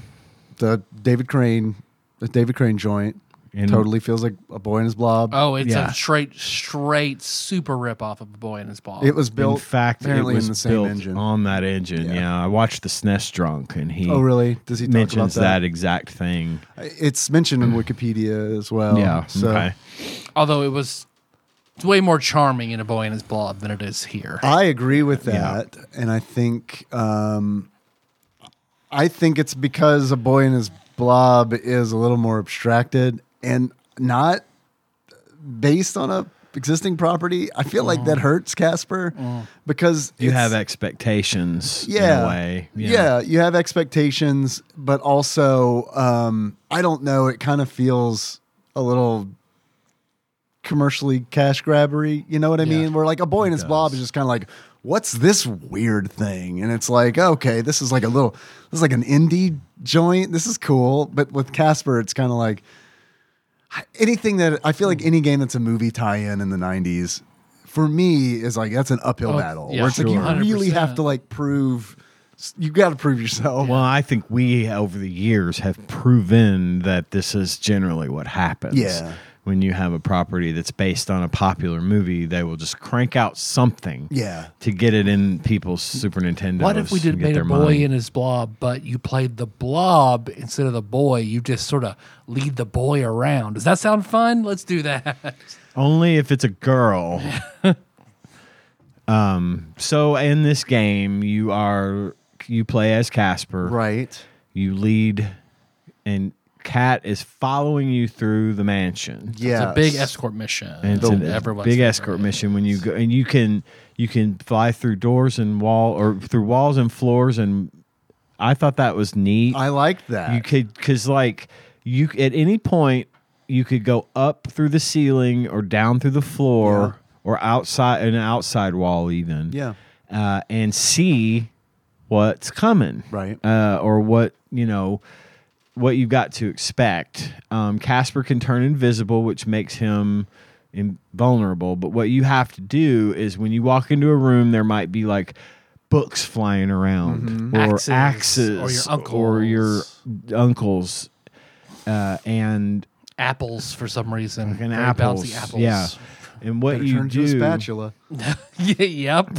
S3: the David Crane, the David Crane joint.
S2: And-
S3: totally feels like a boy in his blob.
S1: oh, it's
S2: Yeah.
S1: a straight straight super rip off of a boy and his ball.
S3: it was built
S2: in fact, it
S3: apparently
S2: was
S3: in the same
S2: built
S3: engine.
S2: on that engine. Yeah.
S3: Yeah.
S2: I watched the SNES drunk, and he
S3: oh, really? Does he talk about
S2: mentions that?
S3: that?
S2: exact thing.
S3: It's mentioned in Wikipedia as well.
S2: yeah.
S3: Oh, So
S2: okay.
S1: although it was it's way more charming in a boy and his blob than it is here.
S3: I agree with that, and I think um, I think it's because a boy in his blob is a little more abstracted and not based on a existing property. I feel like that hurts Casper
S2: Mm.
S3: because
S2: You
S3: it's-
S2: have expectations.
S3: yeah,
S2: In a way.
S3: yeah. you have expectations, but also um, I don't know. It kind of feels a little commercially cash grabbery. You know what I
S1: Yeah.
S3: mean? Where like a boy and his blob is just kind of like, what's this weird thing? And it's like, okay, this is like a little, this is like an indie joint. This is cool. But with Casper, it's kind of like anything that I feel like any game that's a movie tie-in in the '90s. For me, is like that's an uphill
S1: Oh,
S3: battle.
S1: yeah,
S3: where it's like you
S1: sure.
S3: really have
S1: 100%.
S3: to like prove you got to prove yourself.
S2: Well, I think we over the years have proven that this is generally what happens.
S3: Yeah.
S2: When you have a property that's based on a popular movie, they will just crank out something
S3: Yeah.
S2: to get it in people's Super Nintendo.
S1: What if we did made a boy in his blob, but you played the blob instead of the boy? You just sort of lead the boy around. Does that sound fun? Let's do that.
S2: Only if it's a girl. um, so in this game, you are you play as Casper.
S3: Right.
S2: You lead, and Cat is following you through the mansion.
S3: Yeah.
S1: It's a big escort mission.
S2: and it's
S1: It's
S2: an-
S1: everyone's
S2: big
S1: favorite.
S2: escort mission when you go and you can you can fly through doors and wall or through walls and floors and i thought that was neat
S3: I like that.
S2: you could because like you at any point you could go up through the ceiling or down through the floor or outside an outside wall even
S3: Yeah.
S2: uh, and see what's coming
S3: Right.
S2: uh, or what you know what you've got to expect um, casper can turn invisible which makes him invulnerable but what you have to do is when you walk into a room there might be like books flying around or
S1: Mm-hmm. Axes,
S2: axes,
S1: or your
S2: or your
S1: uncles.
S2: uncles uh, and
S1: apples for some reason.
S2: and
S1: Very
S2: apples,
S1: bouncy apples.
S2: yeah and what
S3: Gotta
S2: you
S3: turn
S2: do
S3: to a spatula.
S1: Yeah, yep.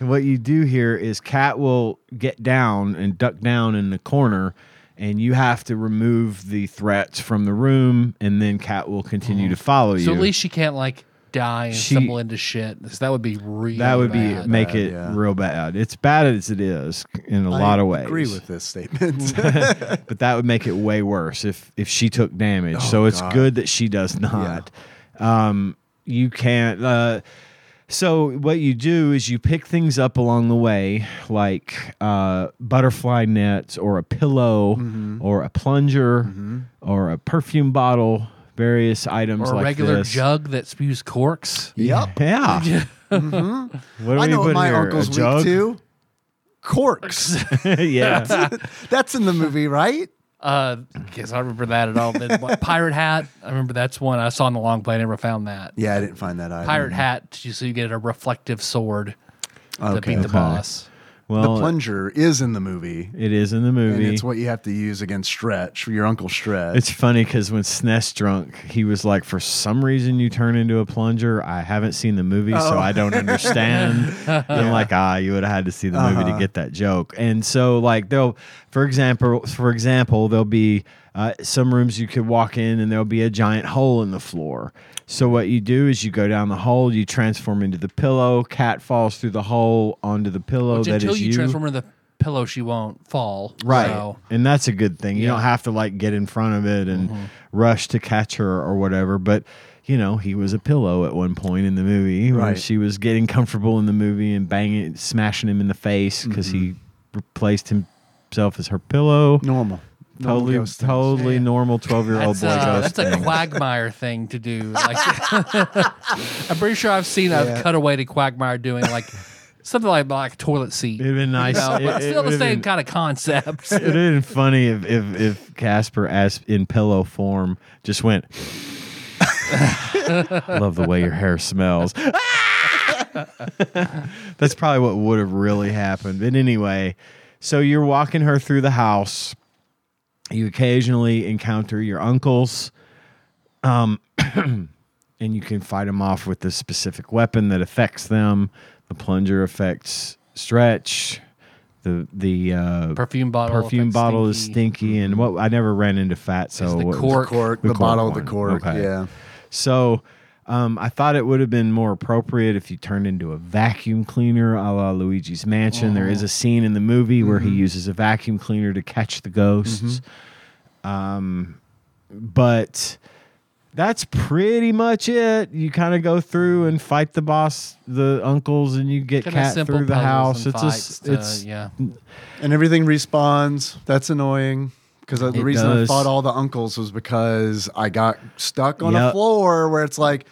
S2: And what you do here is Cat will get down and duck down in the corner, and you have to remove the threats from the room, and then Cat will continue to follow you.
S1: Mm-hmm. so at least she can't like die and
S2: She-
S1: stumble into shit. So that would be real.
S2: that would be
S1: bad.
S2: make it
S3: yeah.
S2: real bad. It's bad as it is in a lot of ways.
S3: agree with this statement.
S2: but that would make it way worse if if she took
S3: Oh,
S2: damage. so it's good that she does not. Um, you can't. Uh, so what you do is you pick things up along the way, like uh, butterfly nets or a pillow
S3: Mm-hmm.
S2: or a plunger or a perfume bottle, various items
S1: or a
S2: like
S1: regular
S2: this.
S1: jug that spews corks.
S3: yep.
S2: Yeah. What do
S3: I
S2: we put
S3: know what
S2: in
S3: my
S2: here?
S3: uncle's
S2: a
S3: weak
S2: jug?
S3: to. Corks.
S2: yeah.
S3: That's in the movie, right?
S1: Uh, guess I don't remember that at all. Then what, pirate hat. I remember that's one I saw in the long play. I never found that.
S3: Yeah, I didn't find that either.
S1: pirate hat to- so you get a reflective sword to
S3: Okay.
S1: beat the
S3: Okay.
S1: boss.
S3: The
S2: Well,
S3: plunger is in the movie,
S2: it is in the movie.
S3: and it's what you have to use against Stretch, your uncle Stretch.
S2: It's funny because when SNES drunk, he was like, "For some reason, you turn into a plunger." I haven't seen the movie, so I
S1: Oh.
S2: don't understand. I'm like, ah, you would have had to see the
S1: Uh-huh.
S2: movie to get that joke. And so, like, they'll, for example, for example, there'll be Uh, some rooms you could walk in and there'll be a giant hole in the floor. So what you do is you go down the hole, you transform into the pillow. Cat falls through the hole onto the pillow.
S1: Which
S2: Oh, that
S1: until
S2: is
S1: you,
S2: you.
S1: transform into the pillow, she won't fall.
S2: Right.
S1: So,
S2: And that's a good thing. You
S1: Yeah. Mm-hmm.
S2: don't have to like get in front of it and rush to catch her or whatever. But, you know, he was a pillow at one point in the movie. when
S3: Right.
S2: She was getting comfortable in the movie and banging, smashing him in the face because he replaced himself as her pillow.
S3: Normal. Normal
S2: Totally,
S3: ghost things.
S2: totally normal 12 year old
S1: that's,
S2: Oh, boy
S1: uh,
S2: ghost.
S1: that's a Quagmire thing to do. Like, I'm pretty sure I've seen a
S3: Yeah.
S1: cutaway to Quagmire doing like something like like a toilet seat.
S2: It'd been nice.
S1: No,
S2: It-
S1: but
S2: it
S1: still the
S2: would've
S1: same
S2: been-
S1: kind of concept.
S2: It'd have been funny if, if, if Casper, as in pillow form, just went, I love the way your hair smells. Ah. That's probably what would have really happened. But anyway, so you're walking her through the house. You occasionally encounter your uncles. Um, and you can fight them off with this specific weapon that affects them. The plunger affects stretch. The the uh,
S1: Perfume bottle.
S2: perfume
S1: affects
S2: bottle is stinky and
S3: Mm-hmm.
S2: what I never ran into fat so
S1: It's the
S2: what was-
S1: cork.
S3: Cork,
S2: The
S3: the,
S2: cork
S3: bottle of the
S2: one.
S3: cork.
S2: Okay.
S3: Yeah.
S2: so um, I thought it would have been more appropriate if you turned into a vacuum cleaner a la Luigi's Mansion. There
S1: Oh.
S2: is a scene in the movie where
S3: Mm-hmm.
S2: he uses a vacuum cleaner to catch the ghosts.
S3: Mm-hmm.
S2: Um, but that's pretty much it. You kind of go through and fight the boss, the uncles, and you get
S1: Kinda
S2: cat
S1: simple
S2: through the
S1: puzzles
S2: house.
S1: and
S2: It's a,
S1: fights
S2: s-
S1: to-
S2: it's
S1: yeah.
S3: and everything respawns. That's annoying. Because the
S2: It
S3: reason
S2: does.
S3: I fought all the uncles was because I got stuck on
S2: Yep.
S3: a floor where it's like,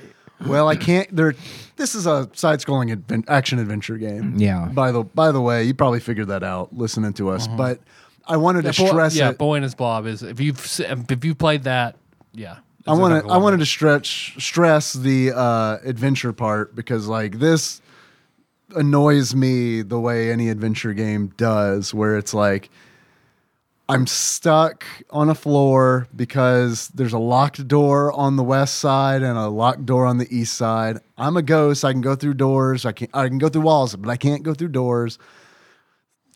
S3: well, I can't. There, this is a side-scrolling adven- action adventure game.
S2: Yeah. Mm-hmm.
S3: By the by the way, you probably figured that out listening to us, but I wanted to
S1: Boy-
S3: stress
S1: yeah,
S3: it.
S1: Boy and his Blob is if you've s- if you played that, yeah.
S3: I wanted I wanted to stretch stress the uh, adventure part because like this annoys me the way any adventure game does, where it's like I'm stuck on a floor because there's a locked door on the west side and a locked door on the east side. I'm a ghost. I can go through doors. I can I can go through walls, but I can't go through doors.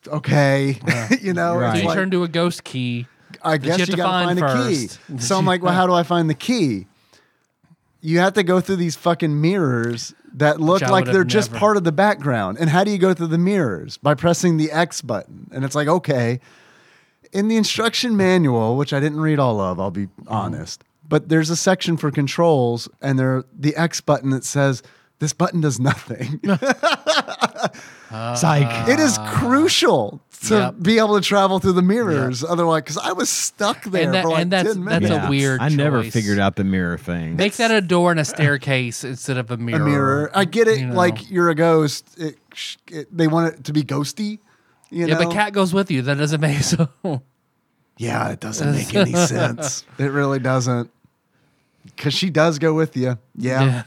S3: Okay, you know,
S2: Right.
S1: So
S3: it's
S1: you
S3: like-
S1: turn to a ghost key.
S3: I
S1: you
S3: guess
S1: have
S3: you,
S1: to
S3: gotta
S1: find
S3: find,
S1: first.
S3: a key. So I'm like, well, how do I find the key? You have to go through these fucking mirrors that look
S1: I
S3: like
S1: would've
S3: they're just
S1: never.
S3: part of the background. And how do you go through the mirrors? By pressing the X button. And it's like, okay. In the instruction manual, which I didn't read all of, I'll be
S1: Mm-hmm.
S3: honest, but there's a section for controls and there the X button that says this button does nothing.
S2: psych.
S3: it is crucial to
S1: Yep.
S3: be able to travel through the mirrors. Otherwise, because I was stuck there
S1: that-
S3: for like
S1: and that's-
S3: 10
S1: that's
S3: minutes.
S1: a weird
S2: I never
S1: choice.
S2: figured out the mirror thing.
S1: Make that a door and a staircase instead of a mirror.
S3: a mirror. I get it.
S1: you know.
S3: Like you're a ghost. It, sh- it, they want it to be ghosty. You
S1: yeah,
S3: know?
S1: but cat goes with you. That doesn't make so.
S3: Yeah, it doesn't make any sense. It really doesn't. Because she does go with you. Yeah.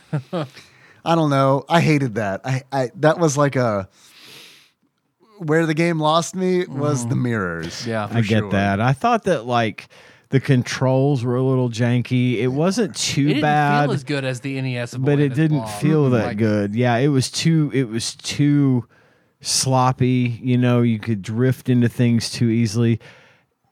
S3: I don't know. I hated that. I, I that was like a where the game lost me was the mirrors.
S1: Mm-hmm. Yeah.
S2: I get
S3: sure.
S2: that. I thought that like the controls were a little janky. It wasn't
S1: It
S2: too
S1: didn't
S2: bad,
S1: feel as good as the NES, of
S2: but
S1: Boy and
S2: it
S1: his
S2: didn't
S1: Blob.
S2: feel that
S1: Like,
S2: good. Yeah, it was too. It was too sloppy. You know, you could drift into things too easily.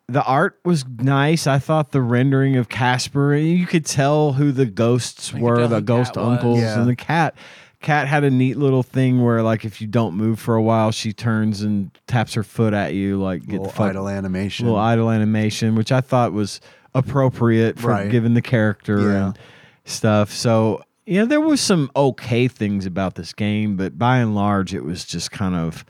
S2: The art was nice. I thought the rendering of Casper, you could tell who the ghosts
S1: You could
S2: were,
S1: tell
S2: the
S1: who
S2: ghost
S1: Cat was.
S2: uncles,
S3: Yeah.
S2: and the cat. Cat had a neat little thing where, like, if you don't move for a while, she turns and taps her foot at you, like, get
S3: Little
S2: the fuck
S3: idle animation.
S2: little idle animation, which I thought was appropriate for
S3: Right.
S2: given the character
S3: Yeah.
S2: and stuff. So yeah, there was some okay things about this game, but by and large, it was just kind of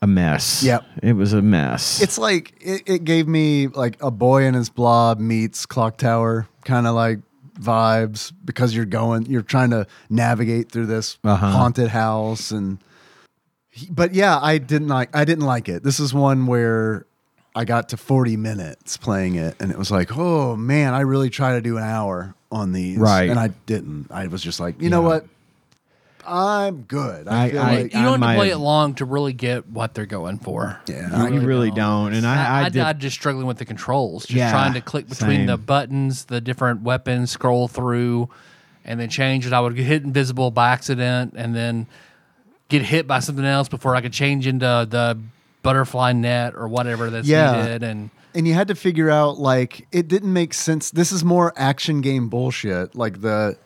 S2: a mess.
S3: Yep.
S2: it was a mess.
S3: It's like it, it gave me like a boy and his blob meets clock tower kind of like vibes because you're going you're trying to navigate through this
S2: Uh-huh.
S3: haunted house and but yeah, I didn't like I didn't like it. This is one where I got to 40 minutes playing it and it was like, "Oh man, I really try to do an hour on these."
S2: Right.
S3: And I didn't. I was just like, "You know
S2: Yeah.
S3: what? I'm good." I,
S2: I-
S3: feel
S2: I-
S3: like
S1: you
S2: I
S1: don't have
S2: might
S1: to play it
S2: have-
S1: long to really get what they're going for.
S3: yeah,
S2: you
S3: I-
S2: really, don't. And I, I, did.
S1: I, just struggling with the controls, just
S2: Yeah,
S1: trying to click between
S2: same.
S1: the buttons, the different weapons, scroll through, and then change it. I would get hit invisible by accident, and then get hit by something else before I could change into the butterfly net or whatever that's
S3: Yeah.
S1: needed. And
S3: and you had to figure out like it didn't make sense. This is more action game bullshit, like the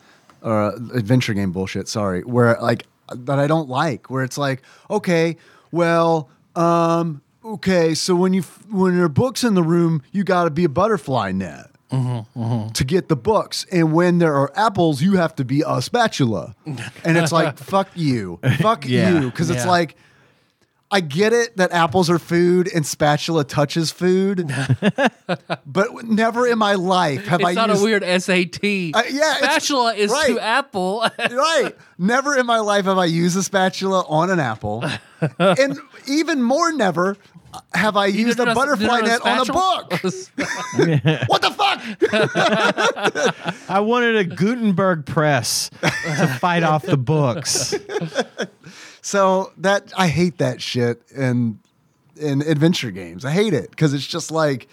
S3: uh, adventure game bullshit. Sorry, where like that I don't like, where it's like okay, well, um, okay, so when you f- when there are books in the room, you got to be a butterfly net. To get the books, and when there are apples, you have to be a spatula, and it's like fuck you, fuck
S2: Yeah.
S3: you, because it's
S1: Yeah.
S3: like I get it that apples are food and spatula touches food, but never in my life have
S1: it's
S3: I
S1: not
S3: used
S1: a weird SAT.
S3: Uh, yeah, it's-
S1: spatula is
S3: right.
S1: to apple.
S3: right. Never in my life have I used a spatula on an apple, and even more never uh, have I used a
S1: Did I-
S3: butterfly
S1: did I
S3: net on a
S1: spatula?
S3: book. what the fuck?
S2: I wanted a Gutenberg press to fight off the books.
S3: So that I hate that shit in in adventure games. I hate it because it's just like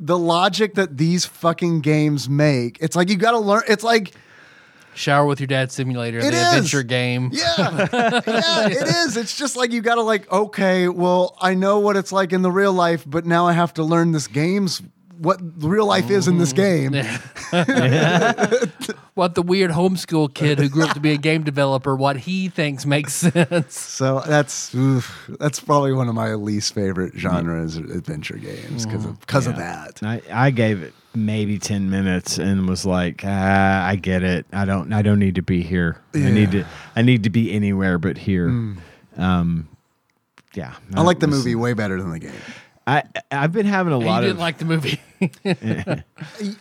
S3: the logic that these fucking games make. It's like you got to learn. It's like
S1: Shower with your dad simulator,
S3: It
S1: the
S3: is.
S1: adventure game.
S3: Yeah. yeah, it is. It's just like you got to like, okay, well, I know what it's like in the real life, but now I have to learn this game's what real life is in this
S2: Mm-hmm.
S3: game.
S1: What the weird homeschool kid who grew up to be a game developer, what he thinks makes sense.
S3: So that's oof, that's probably one of my least favorite genres adventure games because
S2: Mm.
S3: of because of that.
S2: I, I gave it maybe 10 minutes and was like, ah, I get it. I don't I don't need to be here. I need to I need to be anywhere but here. Um yeah.
S3: Hmm. I like the
S2: was-
S3: movie way better than the game.
S2: I I've been having a
S1: You
S2: lot
S1: didn't
S2: of
S1: like the movie.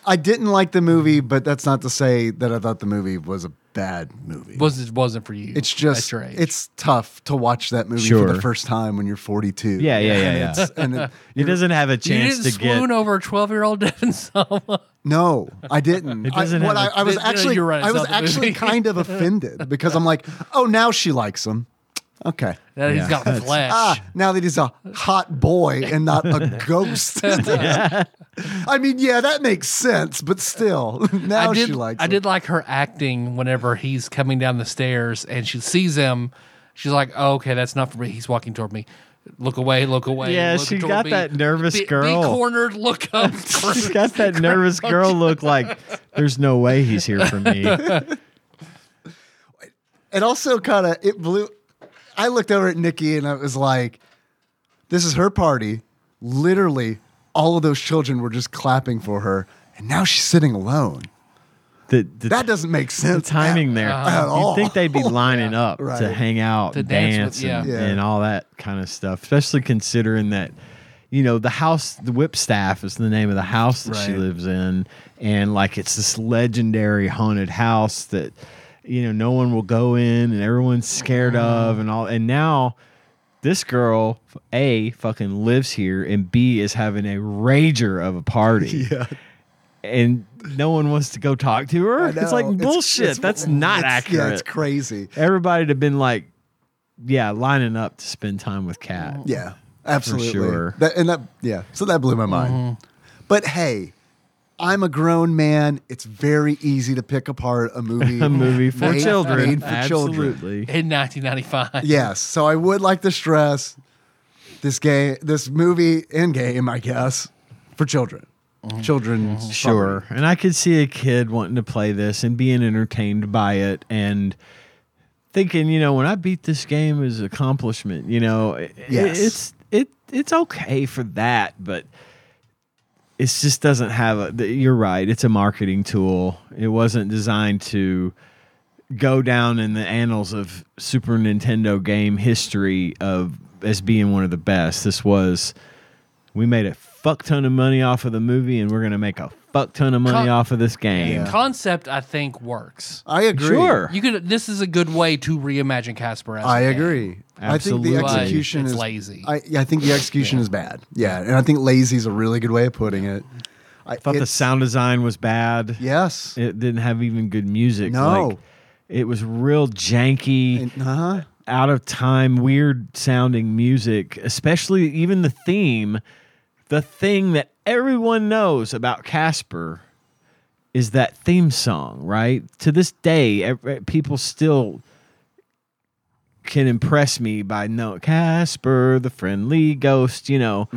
S3: I didn't like the movie, but that's not to say that I thought the movie was a bad movie.
S1: was it wasn't for you.
S3: it's just
S1: at your age.
S3: it's tough to watch that movie for the
S2: Sure.
S3: first time when you're 42.
S2: Yeah, yeah, yeah, yeah.
S3: and it,
S2: It doesn't have a
S1: you
S2: chance
S1: didn't
S2: to get
S1: swoon over a twelve year old Devin Sawa.
S3: No, I didn't.
S2: It doesn't
S3: I, what I,
S2: have a-
S3: I was
S1: No,
S3: actually,
S1: you're right, it's
S3: I was
S1: not the
S3: actually
S1: movie.
S3: kind of offended because I'm like, oh, now she likes him. Okay.
S1: Now he's
S2: Yeah.
S1: got flesh.
S3: Ah, now that he's a hot boy and not a ghost. I mean, yeah, that makes sense, but still, now
S1: I did,
S3: she likes
S1: I
S3: him.
S1: did like her acting whenever he's coming down the stairs and she sees him. She's like, oh, okay, that's not for me. He's walking toward me. Look away, look away.
S2: Yeah,
S1: look
S2: she
S1: toward
S2: got
S1: me.
S2: that nervous
S1: Be- Be
S2: girl.
S1: cornered, look up.
S2: She's got that nervous girl look like there's no way he's here for me.
S3: it also kind of it blew i looked over at nikki and i was like this is her party literally all of those children were just clapping for her and now she's sitting alone
S2: The, the,
S3: that doesn't make
S2: the
S3: sense
S2: timing there.
S3: At all.
S2: You'd think they'd be lining up
S3: Right.
S2: to hang out,
S1: To
S2: and
S1: dance
S2: dance,
S1: with-
S2: and,
S1: yeah.
S3: Yeah.
S2: and all that kind of stuff. Especially considering that, you know, the house, the Whipstaff is the name of the house that she
S3: Right.
S2: lives in, and like it's this legendary haunted house that, you know, no one will go in, and everyone's scared of, and all. And now, this girl, a fucking lives here, and b is having a rager of a party. Yeah. And no one wants to go talk to her.
S3: I
S2: It's
S3: know.
S2: like bullshit.
S3: it's-
S2: That's not
S3: it's-
S2: accurate
S3: yeah it's crazy
S2: everybody'd have been like, yeah, lining up to spend time with Cat.
S3: yeah absolutely
S2: sure.
S3: that, and that yeah so that blew my mind but hey I'm a grown man. It's very easy to pick apart a movie,
S2: A movie for
S3: made-
S2: children.
S3: made for children.
S2: Absolutely.
S1: In 1995.
S3: Yes. So I would like to stress this game, this movie and game, I guess, for children. Children.
S2: Sure. And I could see a kid wanting to play this and being entertained by it and thinking, you know, when I beat this game is accomplishment, you know, I-
S3: Yes.
S2: it's it it's okay for that, but it just doesn't have a th- you're right, it's a marketing tool. It wasn't designed to go down in the annals of Super Nintendo game history of as being one of the best. This was we made a fuck ton of money off of the movie and we're going to make a fuck ton of money
S1: Con-
S2: off of this game.
S1: The Concept, I think, works.
S3: I agree.
S2: Sure.
S1: You could. This is a good way to reimagine Casper. As a
S3: I
S1: game.
S3: agree. I think
S2: Absolutely.
S3: the
S2: But
S3: execution
S1: it's
S3: is
S1: lazy.
S3: I, yeah, I think the execution is bad. Yeah, and I think lazy is a really good way of putting it. I
S2: thought the
S3: it's-
S2: sound design was bad.
S3: Yes.
S2: It didn't have even good music.
S3: No.
S2: Like, it was real janky,
S3: And- uh-huh.
S2: out of time, weird sounding music, especially even the theme. The thing that everyone knows about Casper is that theme song, right? To this day, ev- people still eh, can impress me by no Casper, the friendly ghost. You know,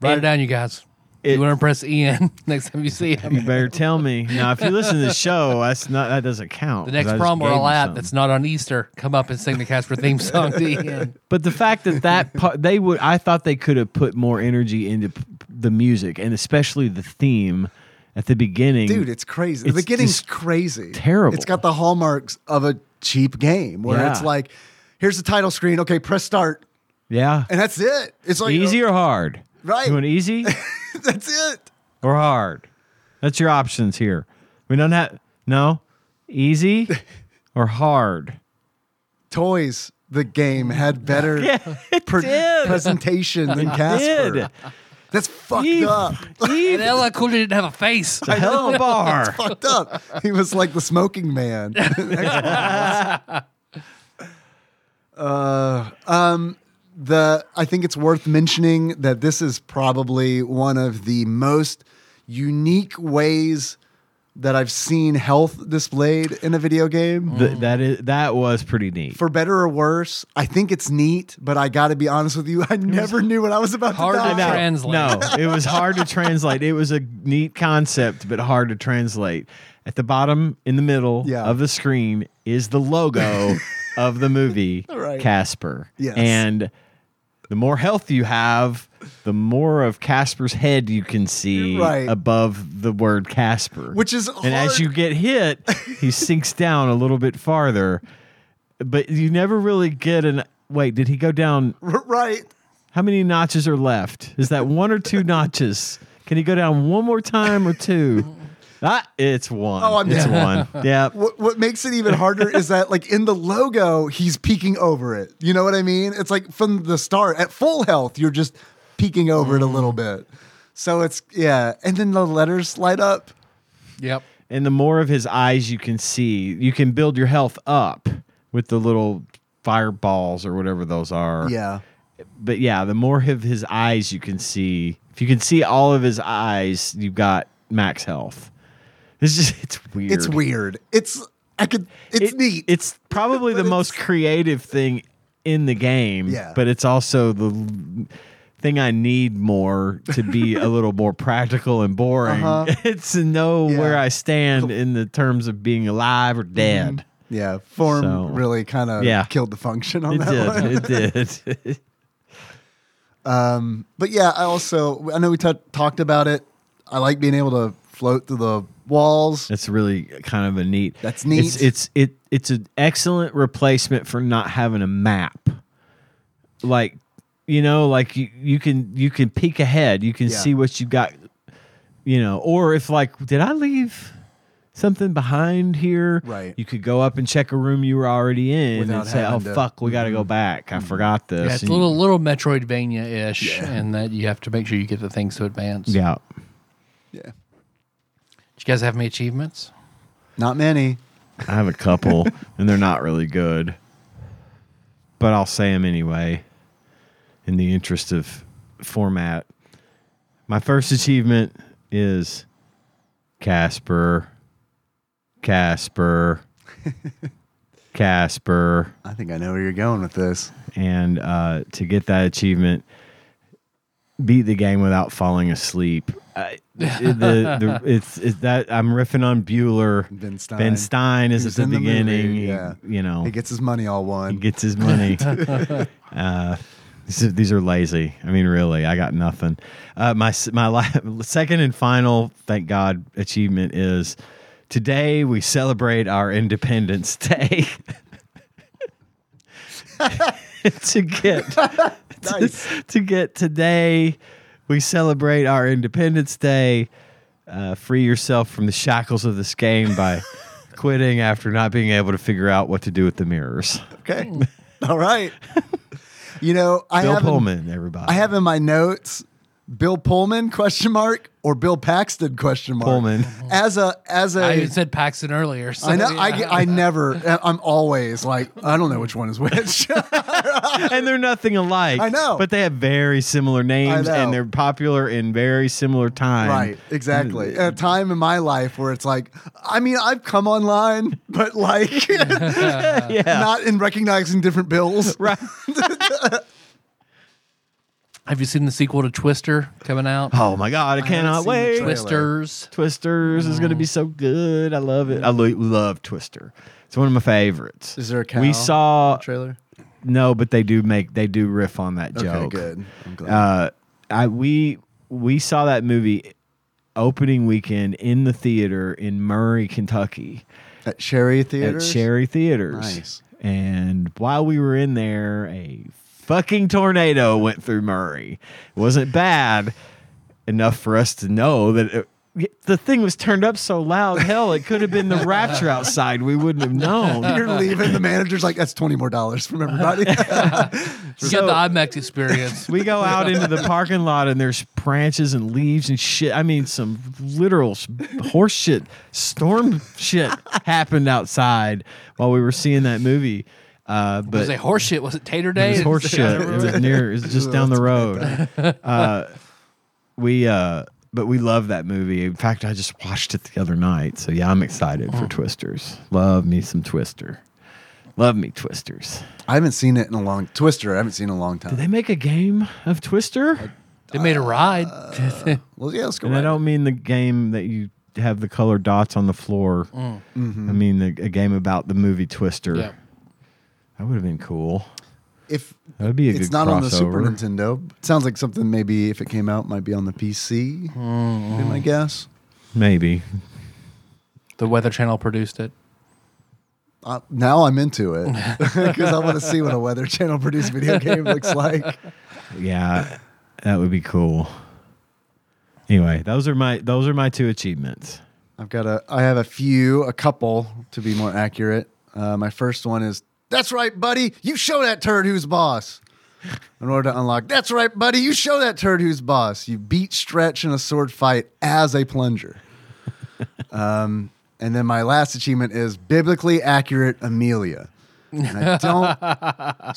S1: Write it down, you guys.
S2: It-
S1: you want to impress Ian next time you see
S2: you
S1: him.
S2: better tell me now. If you listen to the show, that's not that doesn't count.
S1: The
S2: 'cause I
S1: next
S2: just
S1: prom we're
S2: gave
S1: all
S2: him
S1: at
S2: something.
S1: that's not on Easter, come up and sing the Casper theme song to Ian.
S2: But the fact that that part, they would, I thought they could have put more energy into p- the music and especially the theme at the beginning.
S3: dude, it's crazy.
S2: It's
S3: the beginning's
S2: just
S3: crazy.
S2: terrible.
S3: It's got the hallmarks of a cheap game where it's
S2: Yeah.
S3: like, here's the title screen. Okay, press start,
S2: yeah,
S3: and that's it. It's like
S2: easy or hard.
S3: Right.
S2: You want easy
S3: That's it.
S2: or hard? That's your options here. We don't have no easy or hard.
S3: Toys. The game had better pre- presentation than Casper.
S2: Did
S3: That's fucked
S2: Eve,
S3: up.
S1: and Ella Cool didn't have a face.
S2: the hell of a bar.
S3: fucked up. He was like the smoking man. uh, um, the I think it's worth mentioning that this is probably one of the most unique ways that I've seen health displayed in a video game.
S2: Th- that is that was pretty neat.
S3: For better or worse, I think it's neat, but I got to be honest with you, I never knew what I was about
S1: hard
S3: to
S1: to
S3: die.
S2: No,
S1: translate.
S2: No, it was hard to translate. It was a neat concept, but hard to translate. At the bottom, in the middle
S3: Yeah.
S2: of the screen, is the logo of the movie
S3: Right.
S2: Casper.
S3: Yes.
S2: And the more health you have, the more of Casper's head you can see
S3: Right.
S2: above the word Casper.
S3: Which is
S2: And as
S3: hard.
S2: you get hit, he sinks down a little bit farther. But you never really get an wait, did he go down
S3: right.
S2: how many notches are left? Is that one or two notches? Can he go down one more time or two? Ah, it's one.
S3: Oh, I'm
S2: it's
S3: dead.
S2: one. Yeah.
S3: What, what makes it even harder is that, like, in the logo, he's peeking over it. You know what I mean? It's like from the start, at full health, you're just peeking over it a
S2: Mm.
S3: little bit. So it's, yeah. And then the letters light up.
S1: Yep.
S2: And the more of his eyes you can see, you can build your health up with the little fireballs or whatever those are.
S3: Yeah.
S2: But yeah, the more of his eyes you can see, if you can see all of his eyes, you've got max health. It's just it's weird.
S3: It's weird. It's, I could, it's
S2: It-
S3: neat.
S2: It's probably the
S3: But
S2: most creative thing in the game.
S3: Yeah.
S2: But it's also the l- thing I need more to be a little more practical and boring. It's to know
S3: Uh-huh. Yeah.
S2: where I stand in the terms of being alive or dead.
S3: yeah. Form
S2: So-
S3: really kind of
S2: Yeah.
S3: killed the function on
S2: It
S3: Mm-hmm. that one.
S2: did. It did.
S3: But yeah, I also, I know we t- talked about it. I like being able to float through the walls.
S2: That's really kind of a neat.
S3: That's
S2: It's
S3: neat.
S2: it's it it's an excellent replacement for not having a map. Like, you know, like you, you can you can peek ahead. You can
S3: Yeah.
S2: see what you got. You know, or if like, did I leave something behind here?
S3: Right.
S2: You could go up and check a room you were already in
S3: Without
S2: and say, "Oh
S3: having to- Mm-hmm.
S2: fuck, we got to go back. I forgot this."
S1: Yeah, it's a
S2: And-
S1: little little Metroidvania ish, and that you have to make sure you get the things to advance.
S2: yeah.
S3: Yeah.
S1: Did you guys have any achievements?
S3: Not many.
S2: I have a couple, and they're not really good, but I'll say them anyway, in the interest of format. My first achievement is Casper, Casper, Casper,
S3: I think I know where you're going with this.
S2: and uh, to get that achievement, beat the game without falling asleep. I, the, the, it's, it's that I'm riffing on Bueller.
S3: Ben Stein.
S2: Ben Stein is at
S3: Who's
S2: the
S3: in the movie,
S2: beginning. He-
S3: yeah.
S2: You know,
S3: He gets his money all
S2: he
S3: won.
S2: gets his money. uh, these, are, these are lazy. I mean, really, I got nothing. Uh, my s- my la- second and final, thank God, achievement is today we celebrate our Independence Day. to get
S3: Nice.
S2: to get today we celebrate our independence day uh, free yourself from the shackles of this game by quitting after not being able to figure out what to do with the mirrors
S3: Okay. All right. You know, I
S2: bill
S3: have in,
S2: pullman everybody
S3: I have in my notes Bill Pullman question mark or Bill Paxton question mark
S2: Pullman.
S3: as a as a
S1: I even said Paxton earlier. So
S3: I know.
S1: yeah.
S3: I, get- I never. I'm always like, I don't know which one is which.
S2: and they're nothing alike.
S3: I know.
S2: but they have very similar names,
S3: I know.
S2: and they're popular in very similar time.
S3: right. Exactly.
S2: Mm.
S3: At a time in my life where it's like, I mean, I've come online, but like,
S2: yeah,
S3: not in recognizing different bills.
S2: right.
S1: Have you seen the sequel to Twister coming out?
S2: Oh my god, I cannot
S3: seen the
S2: wait.
S3: trailer.
S1: Twisters.
S2: Twisters is going to be so good. I love it. I lo- love Twister. It's one of my favorites.
S3: Is there a cow
S2: We saw
S3: Trailer.
S2: no, but they do make they do riff on that
S3: Okay.
S2: joke.
S3: Good. I'm glad.
S2: Uh, I we we saw that movie opening weekend in the theater in Murray, Kentucky.
S3: At Sherry Theater.
S2: at Sherry Theaters.
S3: Nice.
S2: And while we were in there, a fucking tornado went through Murray. It wasn't bad enough for us to know that it, the thing was turned up so loud. Hell, it could have been the rapture outside. We wouldn't have known.
S3: You're leaving. The manager's like, that's twenty more dollars from everybody.
S1: You
S2: So-
S1: get the IMAX experience.
S2: We go out into the parking lot and there's branches and leaves and shit. I mean, some literal s- horse shit, storm shit happened outside while we were seeing that movie. Uh, but
S1: It was a horseshit. Was it Tater
S2: It
S1: Day?
S2: was horse shit. It was near. It was just down the road. Uh, we, uh, but we love that movie. In fact, I just watched it the other night. So yeah, I'm excited for Twisters. Love me some Twister. Love me Twisters.
S3: I haven't seen it in a long. Twister. I haven't seen it in a long time.
S2: Did they make a game of Twister?
S1: They made a ride.
S3: well, yeah, let's go.
S2: And I
S3: right.
S2: don't mean the game that you have the color dots on the floor.
S3: Mm.
S2: I mean the, a game about the movie Twister.
S1: yeah.
S2: That would have been cool.
S3: If
S2: That would be a
S3: it's
S2: good
S3: not on the Super
S2: crossover.
S3: Nintendo. It sounds like something maybe if it came out might be on the PC. would Be my
S2: Mm.
S3: guess.
S2: Maybe.
S1: The Weather Channel produced it.
S3: Uh, now I'm into it because I want to see what a Weather Channel produced video game looks like.
S2: Yeah, that would be cool. Anyway, those are my those are my two achievements.
S3: I've got a. I have a few, a couple to be more accurate. Uh, my first one is that's right, buddy. You show that turd who's boss. In order to unlock, that's right, buddy. You show that turd who's boss. You beat Stretch in a sword fight as a plunger. Um, and then my last achievement is biblically accurate Amelia. And I don't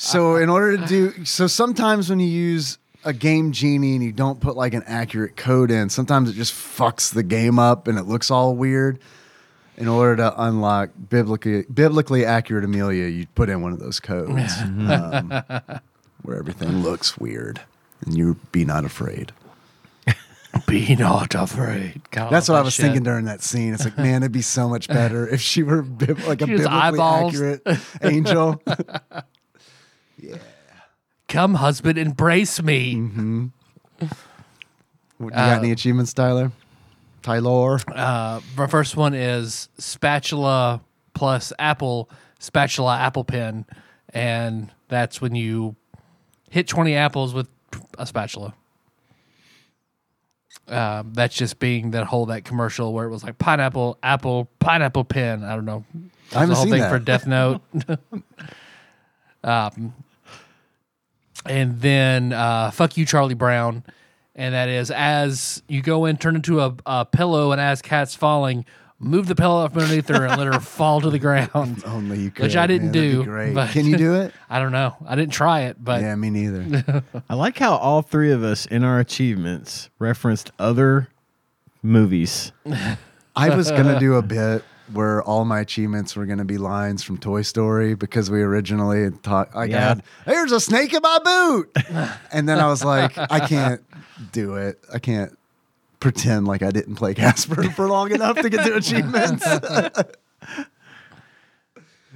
S3: so in order to do so sometimes when you use a game genie and you don't put like an accurate code in sometimes it just fucks the game up and it looks all weird in order to unlock biblically biblically accurate amelia you put in one of those codes um, where everything looks weird and you be not afraid
S1: Be not afraid. God,
S3: that's what
S1: love
S3: i
S1: Oh, that
S3: was
S1: shit.
S3: thinking during that scene it's like man it'd be so much better if she were bib- like a
S1: She was
S3: biblically
S1: eyeballs.
S3: accurate angel
S1: Come, husband, embrace me.
S3: Mm-hmm. you got any achievements tyler tyler
S1: Uh, my first one is spatula plus apple spatula apple pin, and that's when you hit twenty apples with a spatula. Um, that's just being that whole that commercial where it was like pineapple apple pineapple pin. I don't know.
S3: I haven't
S1: the whole
S3: seen
S1: thing
S3: that.
S1: for Death Note. um, and then uh, fuck you, Charlie Brown. And that is as you go in, turn into a, a pillow, and as cat's falling, move the pillow up underneath her and let her fall to the ground.
S3: Only you could.
S1: Which I didn't
S3: man. That'd be
S1: do,
S3: Great.
S1: but-
S3: Can you do it?
S1: I don't know. I didn't try it, but
S3: yeah, me neither.
S2: I like how all three of us in our achievements referenced other movies.
S3: I was gonna do a bit where all my achievements were gonna be lines from Toy Story because we originally had thought I
S2: Yeah.
S3: got there's a snake in my boot, and then I was like, I can't do it. I can't pretend like I didn't play Casper for long enough to get to achievements.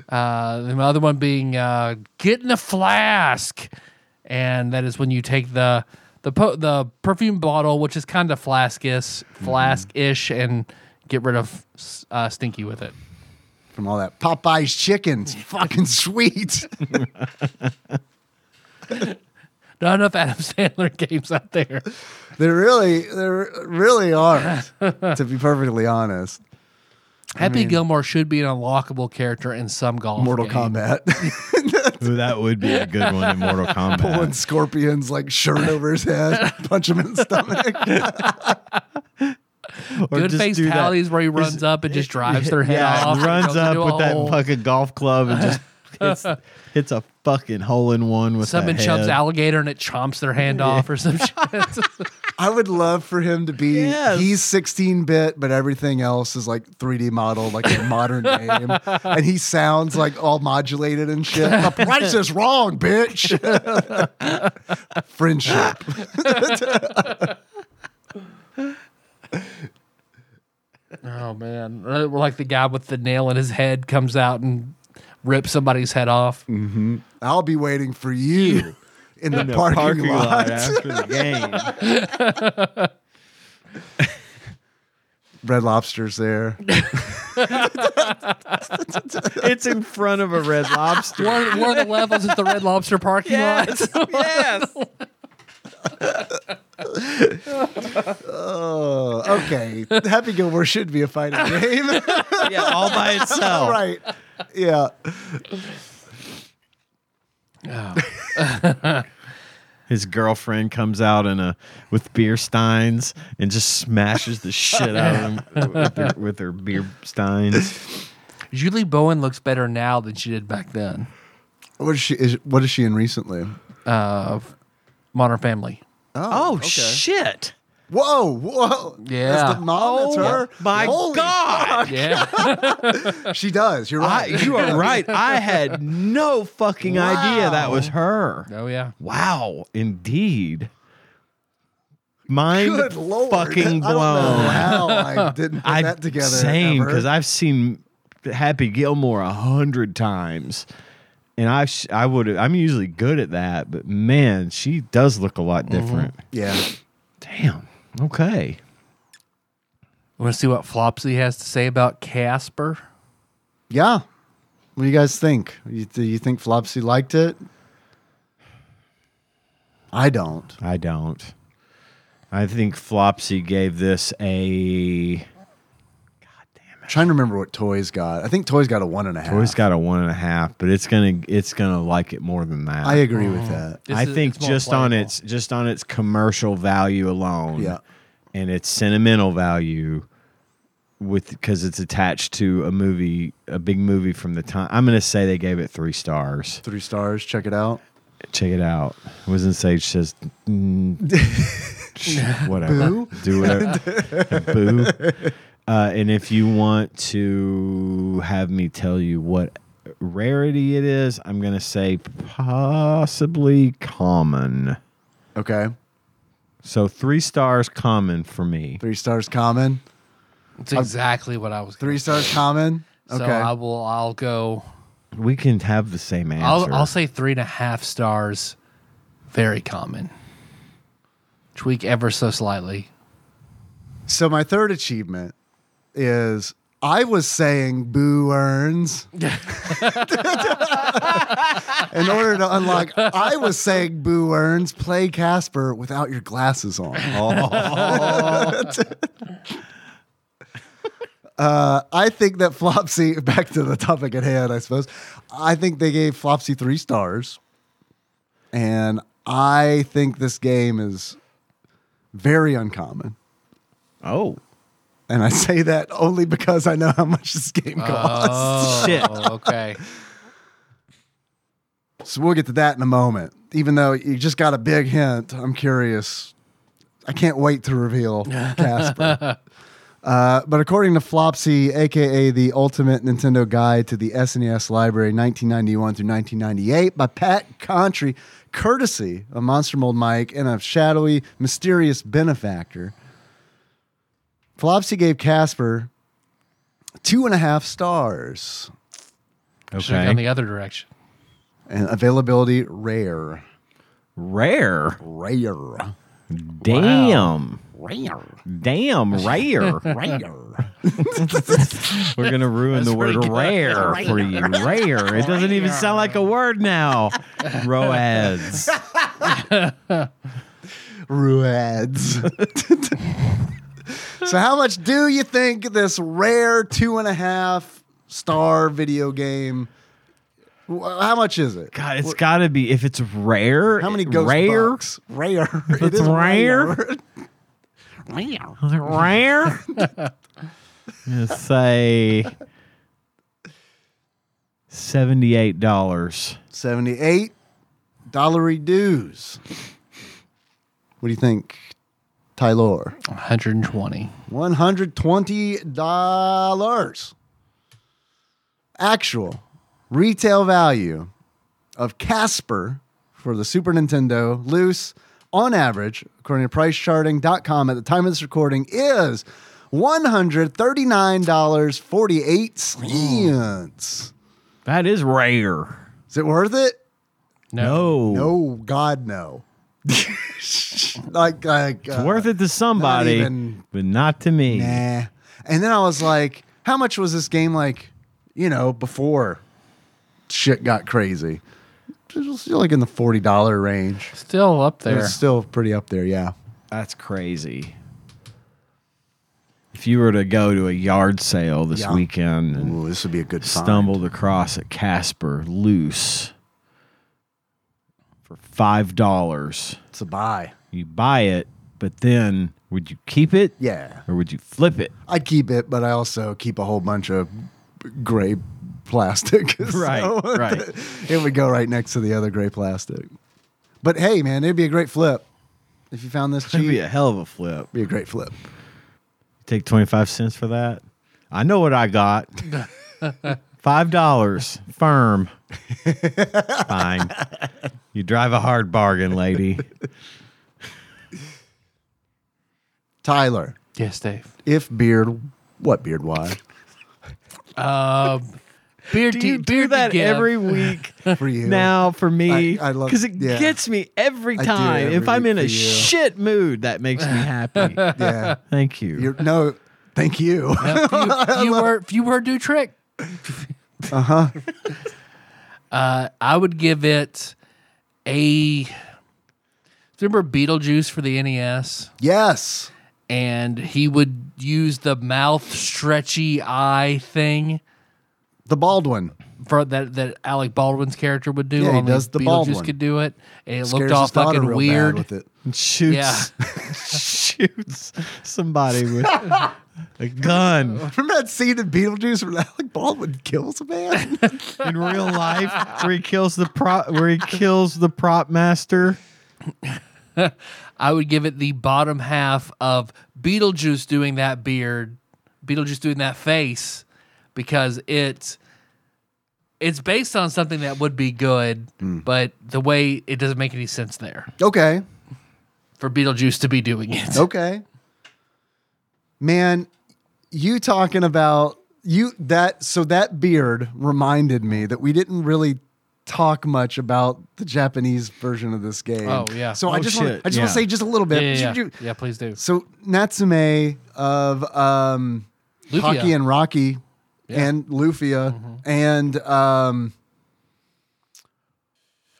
S1: Uh, the other one being uh, get in a flask, and that is when you take the the po- the perfume bottle, which is kind of flask-ish, flask-ish, and get rid of s- uh, stinky with it.
S3: from all that Popeye's chicken, it's fucking sweet.
S1: Not enough Adam Sandler games out there.
S3: They really, they really aren't. To be perfectly honest,
S1: Happy Gilmore should be an unlockable character in some golf.
S3: Mortal
S1: game.
S3: Kombat.
S2: Ooh, that would be a good one in Mortal Kombat.
S3: Pulling scorpions like shirt over his head, punch him in the stomach.
S2: Or
S1: Good
S2: just
S1: face
S2: do that.
S1: Pally's where he runs up and just drives their head
S2: yeah,
S1: off.
S2: and runs
S1: goes into
S2: up
S1: a
S2: with that
S1: hole.
S2: fucking golf club and just hits, hits a fucking hole in one with
S1: Someone
S2: that
S1: chumps
S2: head.
S1: alligator and it chomps their hand off or some shit.
S3: I would love for him to be
S2: Yes.
S3: he's 16 bit, but everything else is like 3D model, like a modern name. And he sounds like all modulated and shit. The price is wrong, bitch. Friendship.
S1: Oh man, Uh, we're like the guy with the nail in his head comes out and rips somebody's head off.
S2: Mm.
S3: I'll be waiting for you in the,
S2: in the
S3: parking, lot.
S2: after the game.
S3: Red lobsters there.
S2: it's in front of a red lobster.
S1: One, one of the levels is the Red Lobster parking lot.
S2: yes.
S3: Oh, okay. Happy Gilmore should be a fighting game.
S2: Yeah, all by itself.
S3: right. Yeah.
S2: His girlfriend comes out in a with beer steins and just smashes the shit out of him with her, with her beer steins.
S1: Julie Bowen looks better now than she did back then.
S3: What is she is, what is she in recently?
S1: Uh, Modern Family.
S2: Oh shit!
S3: Whoa, whoa.
S1: Yeah.
S3: That's the mom, that's her.
S2: Oh, My
S3: Holy
S2: God,
S1: Yeah,
S3: She does. You're
S2: I,
S3: right.
S2: you are right. I had no fucking idea that was her.
S1: oh yeah.
S2: Wow, indeed. Mind
S3: Good lord.
S2: fucking
S3: I don't know
S2: blown.
S3: how I didn't put
S2: I
S3: that together.
S2: same
S3: ever.
S2: because I've seen Happy Gilmore a hundred times, and I sh- I would I'm usually good at that, but man, she does look a lot
S3: Mm-hmm.
S2: different.
S3: yeah.
S2: Damn. Okay.
S1: Want to see what Flopsy has to say about Casper?
S3: Yeah. What do you guys think? You, do you think Flopsy liked it? I don't.
S2: I don't. I think Flopsy gave this a.
S3: trying to remember what Toys got. I think Toys got a one and a half.
S2: Toy's got a one and a half, but it's gonna it's gonna like it more than that.
S3: I agree
S2: Mm.
S3: with that.
S1: This
S2: I
S1: is-
S2: think
S1: it's more
S2: just on
S1: playable.
S2: its just on its commercial value alone,
S3: Yeah.
S2: and its sentimental value, with because it's attached to a movie, a big movie from the time. I'm gonna say they gave it three stars.
S3: Three stars. Check it out.
S2: Check it out. Wasn't Sage says, mm, sh- whatever,
S3: Boo.
S2: do whatever, boo. Uh, and if you want to have me tell you what rarity it is, I'm gonna say possibly common.
S3: Okay.
S2: So three stars common for me.
S3: Three stars common.
S1: It's
S2: Uh,
S1: exactly what I was.
S3: Three stars common.
S1: So
S3: Okay.
S1: I will. I'll go.
S2: We can have the same answer.
S1: I'll, I'll say three and a half stars. Very common. Tweak ever so slightly.
S3: so my third achievement is I was saying boo earns. In order to unlock, I was saying boo earns, play Casper without your glasses on. Uh, I think that Flopsy, back to the topic at hand, I suppose. I think they gave Flopsy three stars. And I think this game is very uncommon.
S2: oh
S3: And I say that only because I know how much this game costs.
S2: shit!
S1: Oh, okay.
S3: So we'll get to that in a moment. Even though you just got a big hint, I'm curious. I can't wait to reveal Casper. Uh, but according to Flopsy, aka the Ultimate Nintendo Guide to the SNES Library, 1991 through 1998, by Pat Contry, courtesy of Monster Mold Mike and a shadowy, mysterious benefactor, Flopsy gave Casper two and a half stars
S1: Should have gone
S2: Okay,
S1: the other direction.
S3: and availability rare.
S2: rare.
S3: Rare.
S2: Damn,
S3: Rare.
S2: damn, rare.
S3: Rare.
S2: We're gonna ruin the word
S1: pretty good.
S2: rare for you. Rare. It doesn't even sound like a word now. Roads.
S3: Ruads. so, how much do you think this rare two and a half star video game Wh- How much is it?
S2: God, it's got to be if it's rare.
S3: How many
S2: it-
S3: ghost
S2: rare?
S3: bucks? Rare. It
S2: It's
S3: is
S2: rare?
S1: Wow.
S2: Is it rare? Let's say seventy-eight dollars.
S3: Seventy-eight dollary dues. What do you think, Tylor?
S1: 120.
S3: One hundred twenty dollars. Actual retail value of Casper for the Super Nintendo loose on average, according to pricecharting.com at the time of this recording, is $139.48.
S2: That is rare.
S3: Is it worth it?
S2: No,
S3: No, God, no. like, like
S2: it's worth it to somebody,
S3: even-
S2: but not to me.
S3: Nah. And then I was like, how much was this game like, you know, before shit got crazy? It was still like in the forty dollar range.
S1: Still up
S3: It
S1: there.
S3: was still pretty up there, yeah.
S2: That's crazy. If you were to go to a yard sale this
S3: Yeah.
S2: weekend and
S3: Ooh, this would be a good find.
S2: stumbled across a Casper loose for five dollars.
S3: It's a buy.
S2: You buy it, but then would you keep it?
S3: Yeah,
S2: Or would you flip it?
S3: I keep it, but I also keep a whole bunch of gray plastic. So
S2: right.
S3: it would go right next to the other gray plastic. But hey, man, it'd be a great flip if you found this cheap.
S2: That'd be a hell of a flip.
S3: be a great flip.
S2: Take twenty five cents for that. I know what I got. Five dollars firm. Fine. You drive a hard bargain, lady.
S3: Tyler,
S1: yes, Dave.
S3: if beard, what beard? Why?
S1: Beard
S2: Do
S1: to-
S2: you do
S1: beard to
S2: that
S1: give.
S2: every week?
S3: for you.
S2: now for me
S3: I- I love-
S2: because it
S3: yeah.
S2: gets me every
S3: I do
S2: time.
S3: every
S2: if I'm in
S3: week
S2: a
S3: for you.
S2: shit mood, that makes me happy.
S3: yeah,
S2: Thank you.
S3: you're no, thank you.
S1: If you, you were if you were to do a trick. uh-huh.
S2: Uh-huh.
S1: Uh I would give it a remember Beetlejuice for the E NES
S3: yes,
S1: and he would use the mouth stretchy eye thing
S3: the bald one.
S1: for that that Alec Baldwin's character would do
S3: Yeah, he
S1: only
S3: does the
S1: Beetlejuice
S3: bald one.
S1: could do it and it
S3: Scares
S1: looked all
S3: his daughter
S1: fucking
S3: real bad
S1: weird.
S3: with it.
S2: shoots
S1: Yeah.
S2: shoots somebody with a gun
S3: Remember that scene in Beetlejuice where Alec Baldwin kills a man?
S2: in real life where he kills the prop where he kills the prop master.
S1: I would give it the bottom half of Beetlejuice doing that beard, Beetlejuice doing that face, because it it's based on something that would be good,
S3: Hmm.
S1: but the way it doesn't make any sense there
S3: okay,
S1: for Beetlejuice to be doing it.
S3: okay, man, you talking about you that? So that beard reminded me that we didn't really talk much about the Japanese version of this game.
S1: Oh, yeah.
S3: So I
S2: Oh,
S3: just wanna,
S2: shit,
S3: I just want
S2: yeah.
S3: to say just a little
S1: Yeah,
S3: bit.
S1: yeah, yeah. Yeah, please do.
S3: So Natsume of um,
S1: Lufia. Mm-hmm.
S3: Hockey and Rocky and Lufia and um,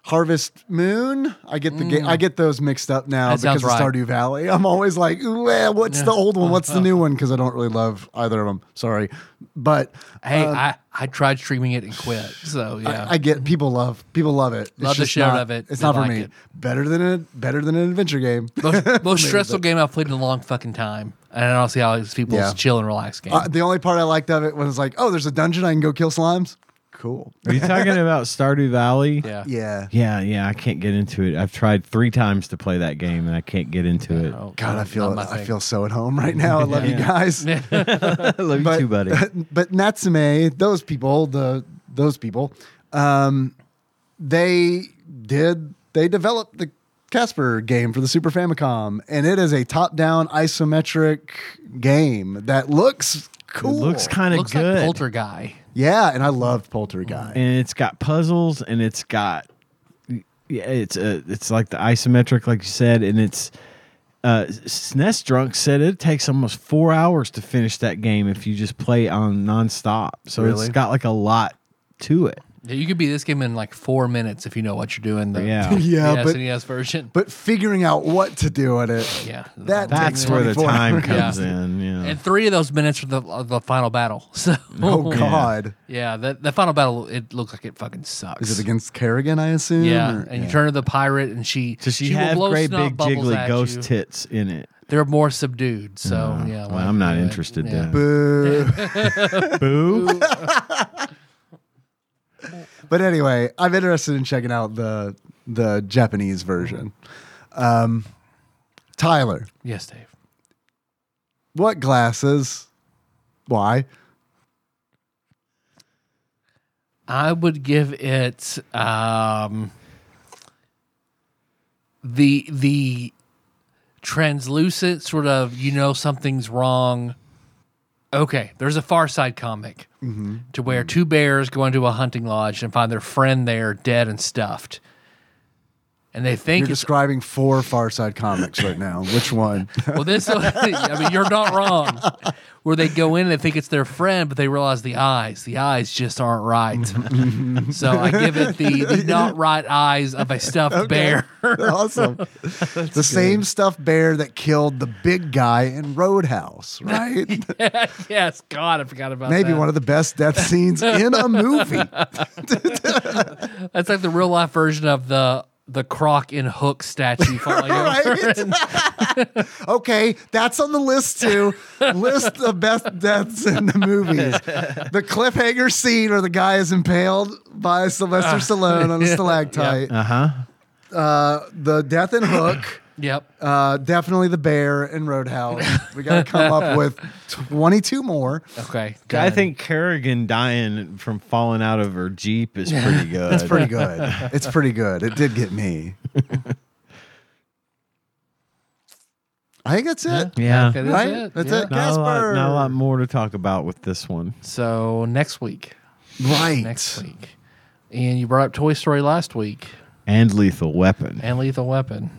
S3: Harvest Moon. I get the ga- I get those mixed up now
S1: Mm. That sounds
S3: because of
S1: right.
S3: Stardew Valley. I'm always like, well, what's the old one? What's the new one? Because I don't really love either of them. Sorry, but
S1: Hey, I, I tried streaming it and quit. So yeah,
S3: Um, I, I get people love people love it. It's
S1: Love the
S3: just
S1: shit out
S3: not-
S1: of it.
S3: It's
S1: They
S3: not for
S1: like
S3: me.
S1: it.
S3: Better than a better than an adventure game.
S1: most, most stressful game I've played in a long fucking time, and I don't see how these people's
S3: Yeah.
S1: chill and relax game.
S3: Uh, the only part I liked of it was like, oh, there's a dungeon. I can go kill slimes. Cool.
S2: Are you talking about Stardew Valley?
S1: yeah,
S3: Yeah.
S2: Yeah, yeah, I can't get into it. I've tried three times to play that game and I can't get into it.
S1: Oh,
S3: God, I
S1: not
S3: feel
S1: my
S3: I
S1: thing.
S3: feel so at home right now. I love you guys.
S2: Love you
S3: But,
S2: too, buddy.
S3: but Natsume, those people, the those people, um, they did they developed the Casper game for the Super Famicom, and it is a top-down isometric game that looks
S2: It
S3: cool.
S2: looks kind of
S1: looks
S2: good.
S1: like Polter Guy.
S3: yeah, and I loved Poltergeist.
S2: and it's got puzzles and it's got yeah it's a, it's like the isometric like you said and it's uh SNES drunk said it takes almost 4 hours to finish that game if you just play on nonstop so
S3: Really?
S2: it's got like a lot to it
S1: Yeah, you could be this game in like four minutes if you know what you're doing. The,
S2: Yeah.
S3: Yeah,
S1: the
S3: but-
S1: SNES E version.
S3: But figuring out what to do in it.
S1: yeah,
S3: That
S2: That's
S3: takes
S2: where the
S3: 24
S2: time
S3: hours.
S2: comes
S1: Yeah.
S2: in. Yeah.
S1: and three of those minutes are the are the final battle. So
S3: Oh God,
S1: yeah, that the final battle it looks like it fucking sucks.
S3: is it against Kerrigan? I assume.
S1: yeah,
S3: or-
S1: and you turn to the pirate, and she
S2: Does she,
S1: will
S2: have
S1: blow
S2: great
S1: snot
S2: big
S1: bubbles
S2: jiggly
S1: at
S2: ghost
S1: you.
S2: tits in it?
S1: They're more subdued, so yeah.
S2: Well,
S1: like, uh,
S2: I'm not
S1: yeah,
S2: interested
S1: yeah.
S2: then.
S3: Boo.
S2: Boo.
S3: but anyway, I'm interested in checking out the the Japanese version. Um, Tyler,
S1: Yes, Dave.
S3: what glasses? Why?
S1: I would give it um, the the translucent sort of you know something's wrong. Okay, there's a Far Side comic to where two bears go into a hunting lodge and find their friend there dead and stuffed, and they think
S3: You're
S1: it's
S3: describing four Far Side comics right now. Which one?
S1: well, this, I mean, you're not wrong. Where they go in and they think it's their friend, but they realize the eyes, the eyes just aren't right. so I give it the, the not right eyes of a stuffed bear.
S3: awesome. the same stuffed bear that killed the big guy in Roadhouse, right?
S1: yes, God, I forgot about
S3: Maybe
S1: that.
S3: one of the best death scenes in a movie.
S1: That's like the real life version of the the croc in hook statue falling over.
S3: okay, that's on the list too. list the best deaths in the movies. The cliffhanger scene where the guy is impaled by Sylvester Stallone on a stalactite.
S2: Uh huh.
S3: Uh, the death in Hook.
S1: Yep.
S3: Uh, definitely the bear in Roadhouse. We got to come up with 22 more.
S1: Okay.
S2: I
S1: done.
S2: think Kerrigan dying from falling out of her Jeep is pretty good.
S3: It's pretty good. It's pretty good. It did get me. I think that's it.
S2: Yeah.
S1: Okay, that's
S3: Right?
S1: it.
S3: That's
S1: Yeah. uh,
S3: it.
S2: Not a, lot, not a
S3: Casper.
S1: um,
S2: lot more to talk about with this one.
S1: So next week,
S3: Right.
S1: next week, and you brought up Toy Story last week
S2: And Lethal Weapon.
S1: and Lethal Weapon.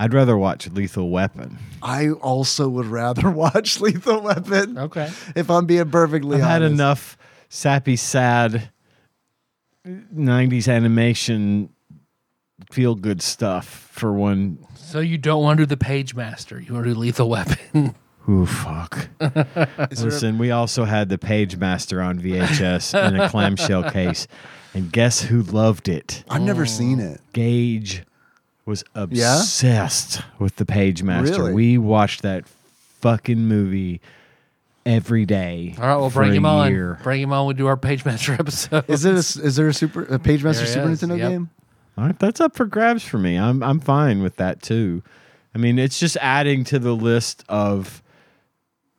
S2: I'd rather watch Lethal Weapon.
S3: I also would rather watch Lethal Weapon.
S1: Okay.
S3: If I'm being perfectly
S2: I've
S3: honest.
S2: had enough sappy, sad 90s animation feel good stuff for one.
S1: So you don't want to do the Page Master. You want to do Lethal Weapon.
S2: Ooh, fuck. Listen, we also had the Page Master on VHS in a clamshell case. And guess who loved it?
S3: I've never seen it.
S2: Gage was obsessed with the Page Master.
S3: Really?
S2: We watched that fucking movie every day.
S1: All right, well,
S2: for
S1: bring
S2: a
S1: him on.
S2: year.
S1: Bring him on. We do our Page Master episode.
S3: Is it? A, is there a super a PageMaster
S1: There
S3: Super
S1: is,
S3: Nintendo
S1: yep.
S3: game?
S2: All right, that's up for grabs for me. I'm I'm fine with that too. I mean, it's just adding to the list of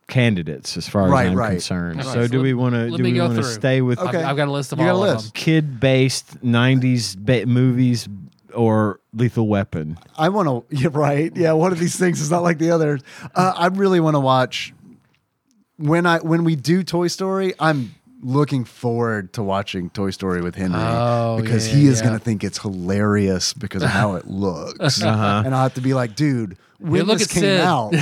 S2: candidates as far
S3: Right,
S2: as I'm
S3: right.
S2: concerned.
S1: All right,
S2: So,
S1: so
S2: do
S1: let-
S2: we want to
S1: let
S2: do
S1: me
S2: we
S1: go
S2: want to
S1: through.
S2: stay with
S3: Okay.
S1: I've, I've got a list of
S3: You got
S1: all
S3: a
S1: of
S3: list.
S1: them.
S2: kid-based '90s ba- movies or Lethal Weapon?
S3: I want to. Yeah, right. Yeah, one of these things is not like the other. Uh, I really want to watch when I when we do Toy Story. I'm looking forward to watching Toy Story with Henry
S1: Oh,
S3: because
S1: yeah,
S3: he is
S1: yeah.
S3: going to think it's hilarious because of how it looks,
S2: Uh-huh.
S3: and I'll have to be like, dude, when
S1: look
S3: this
S1: at
S3: came
S1: Sid."
S3: out,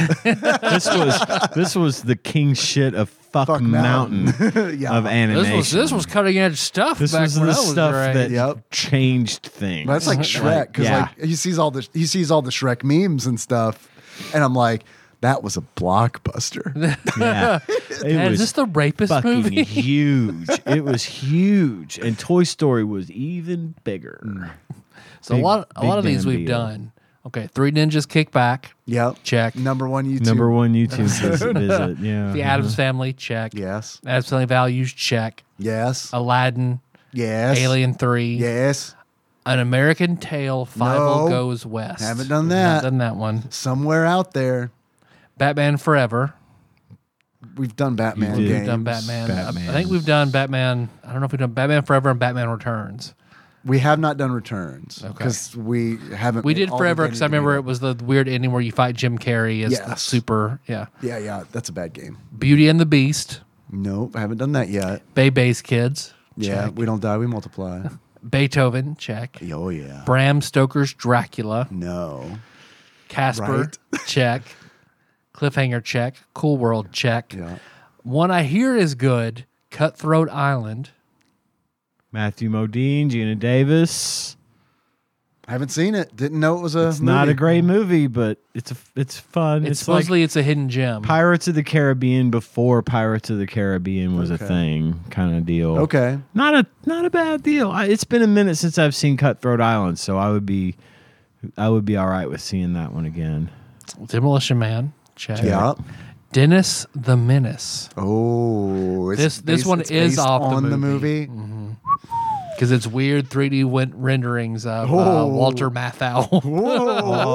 S2: This was this was the king shit of fuck,
S3: Fuck Mountain.
S2: mountain,
S3: yeah,
S2: of animation.
S1: This was this was cutting edge stuff.
S2: This
S1: back
S2: was
S1: when
S2: the
S1: I was
S2: stuff
S1: right.
S2: that
S3: Yep.
S2: changed things.
S3: That's like Shrek because
S2: yeah.
S3: like he sees all the he sees all the Shrek memes and stuff, and I'm like, that was a blockbuster.
S2: yeah. It
S1: Man,
S2: was
S1: is this the rapist
S2: fucking
S1: movie?
S2: huge. It was huge, and Toy Story was even
S3: Mm.
S2: bigger.
S1: so a
S2: big-
S1: lot, a
S2: big
S1: lot of these
S2: damn
S1: we've
S2: deal.
S1: done. Okay, Three Ninjas Kick Back.
S3: yep.
S1: Check.
S3: Number one YouTube.
S2: Number one YouTube visit, visit. Yeah,
S1: The Adams Family. Check.
S3: Yes.
S1: Adams Family Values. Check.
S3: Yes.
S1: Aladdin.
S3: yes.
S1: Oh, Alien Three.
S3: Yes.
S1: An American Tale. Five O
S3: No.
S1: Goes West.
S3: Haven't done
S1: We've
S3: that.
S1: not Done that one.
S3: Somewhere out there,
S1: Batman Forever.
S3: we've done Batman
S2: did.
S3: games.
S1: We've done Batman. I- I
S2: Batman.
S1: think we've done Batman. I don't know if we've done Batman Forever and Batman Returns.
S3: We have not done Returns because we haven't.
S1: We did
S3: all
S1: Forever
S3: we've
S1: because I
S3: done
S1: remember
S3: is-
S1: it was the weird ending where you fight Jim Carrey as the
S3: Yes.
S1: super. Yeah.
S3: Yeah, yeah, that's a bad game.
S1: Beauty and the Beast.
S3: Nope, I haven't done that yet.
S1: Bay Bay's Kids.
S3: Yeah, we don't die, we multiply.
S1: Beethoven. Check.
S3: oh yeah.
S1: Bram Stoker's Dracula.
S3: No.
S1: Casper. Check. Cliffhanger. Check. Cool World. Check.
S3: Yeah.
S1: One I hear is good. Cutthroat Island.
S2: Matthew Modine, Gina Davis.
S3: I haven't seen it. Didn't know it was a.
S2: It's not a
S3: movie.
S2: great movie, but it's a, it's fun.
S1: It's,
S2: It's, like
S1: supposedly it's a hidden gem.
S2: Pirates of the Caribbean before Pirates of the Caribbean was a thing, kind of deal.
S3: Okay.
S2: not a not a bad deal. I, it's been a minute since I've seen Cutthroat Island, so I would be I would be all right with seeing that one again.
S1: Demolition Man. Check.
S3: Yeah.
S1: Dennis the Menace.
S3: Oh, it's
S1: This- this one
S3: it's
S1: is
S3: based
S1: off the
S3: on the
S1: movie. Mm-hmm.
S3: movie.
S1: Because it's weird 3D win- renderings of uh,
S3: Oh.
S1: Walter Matthau.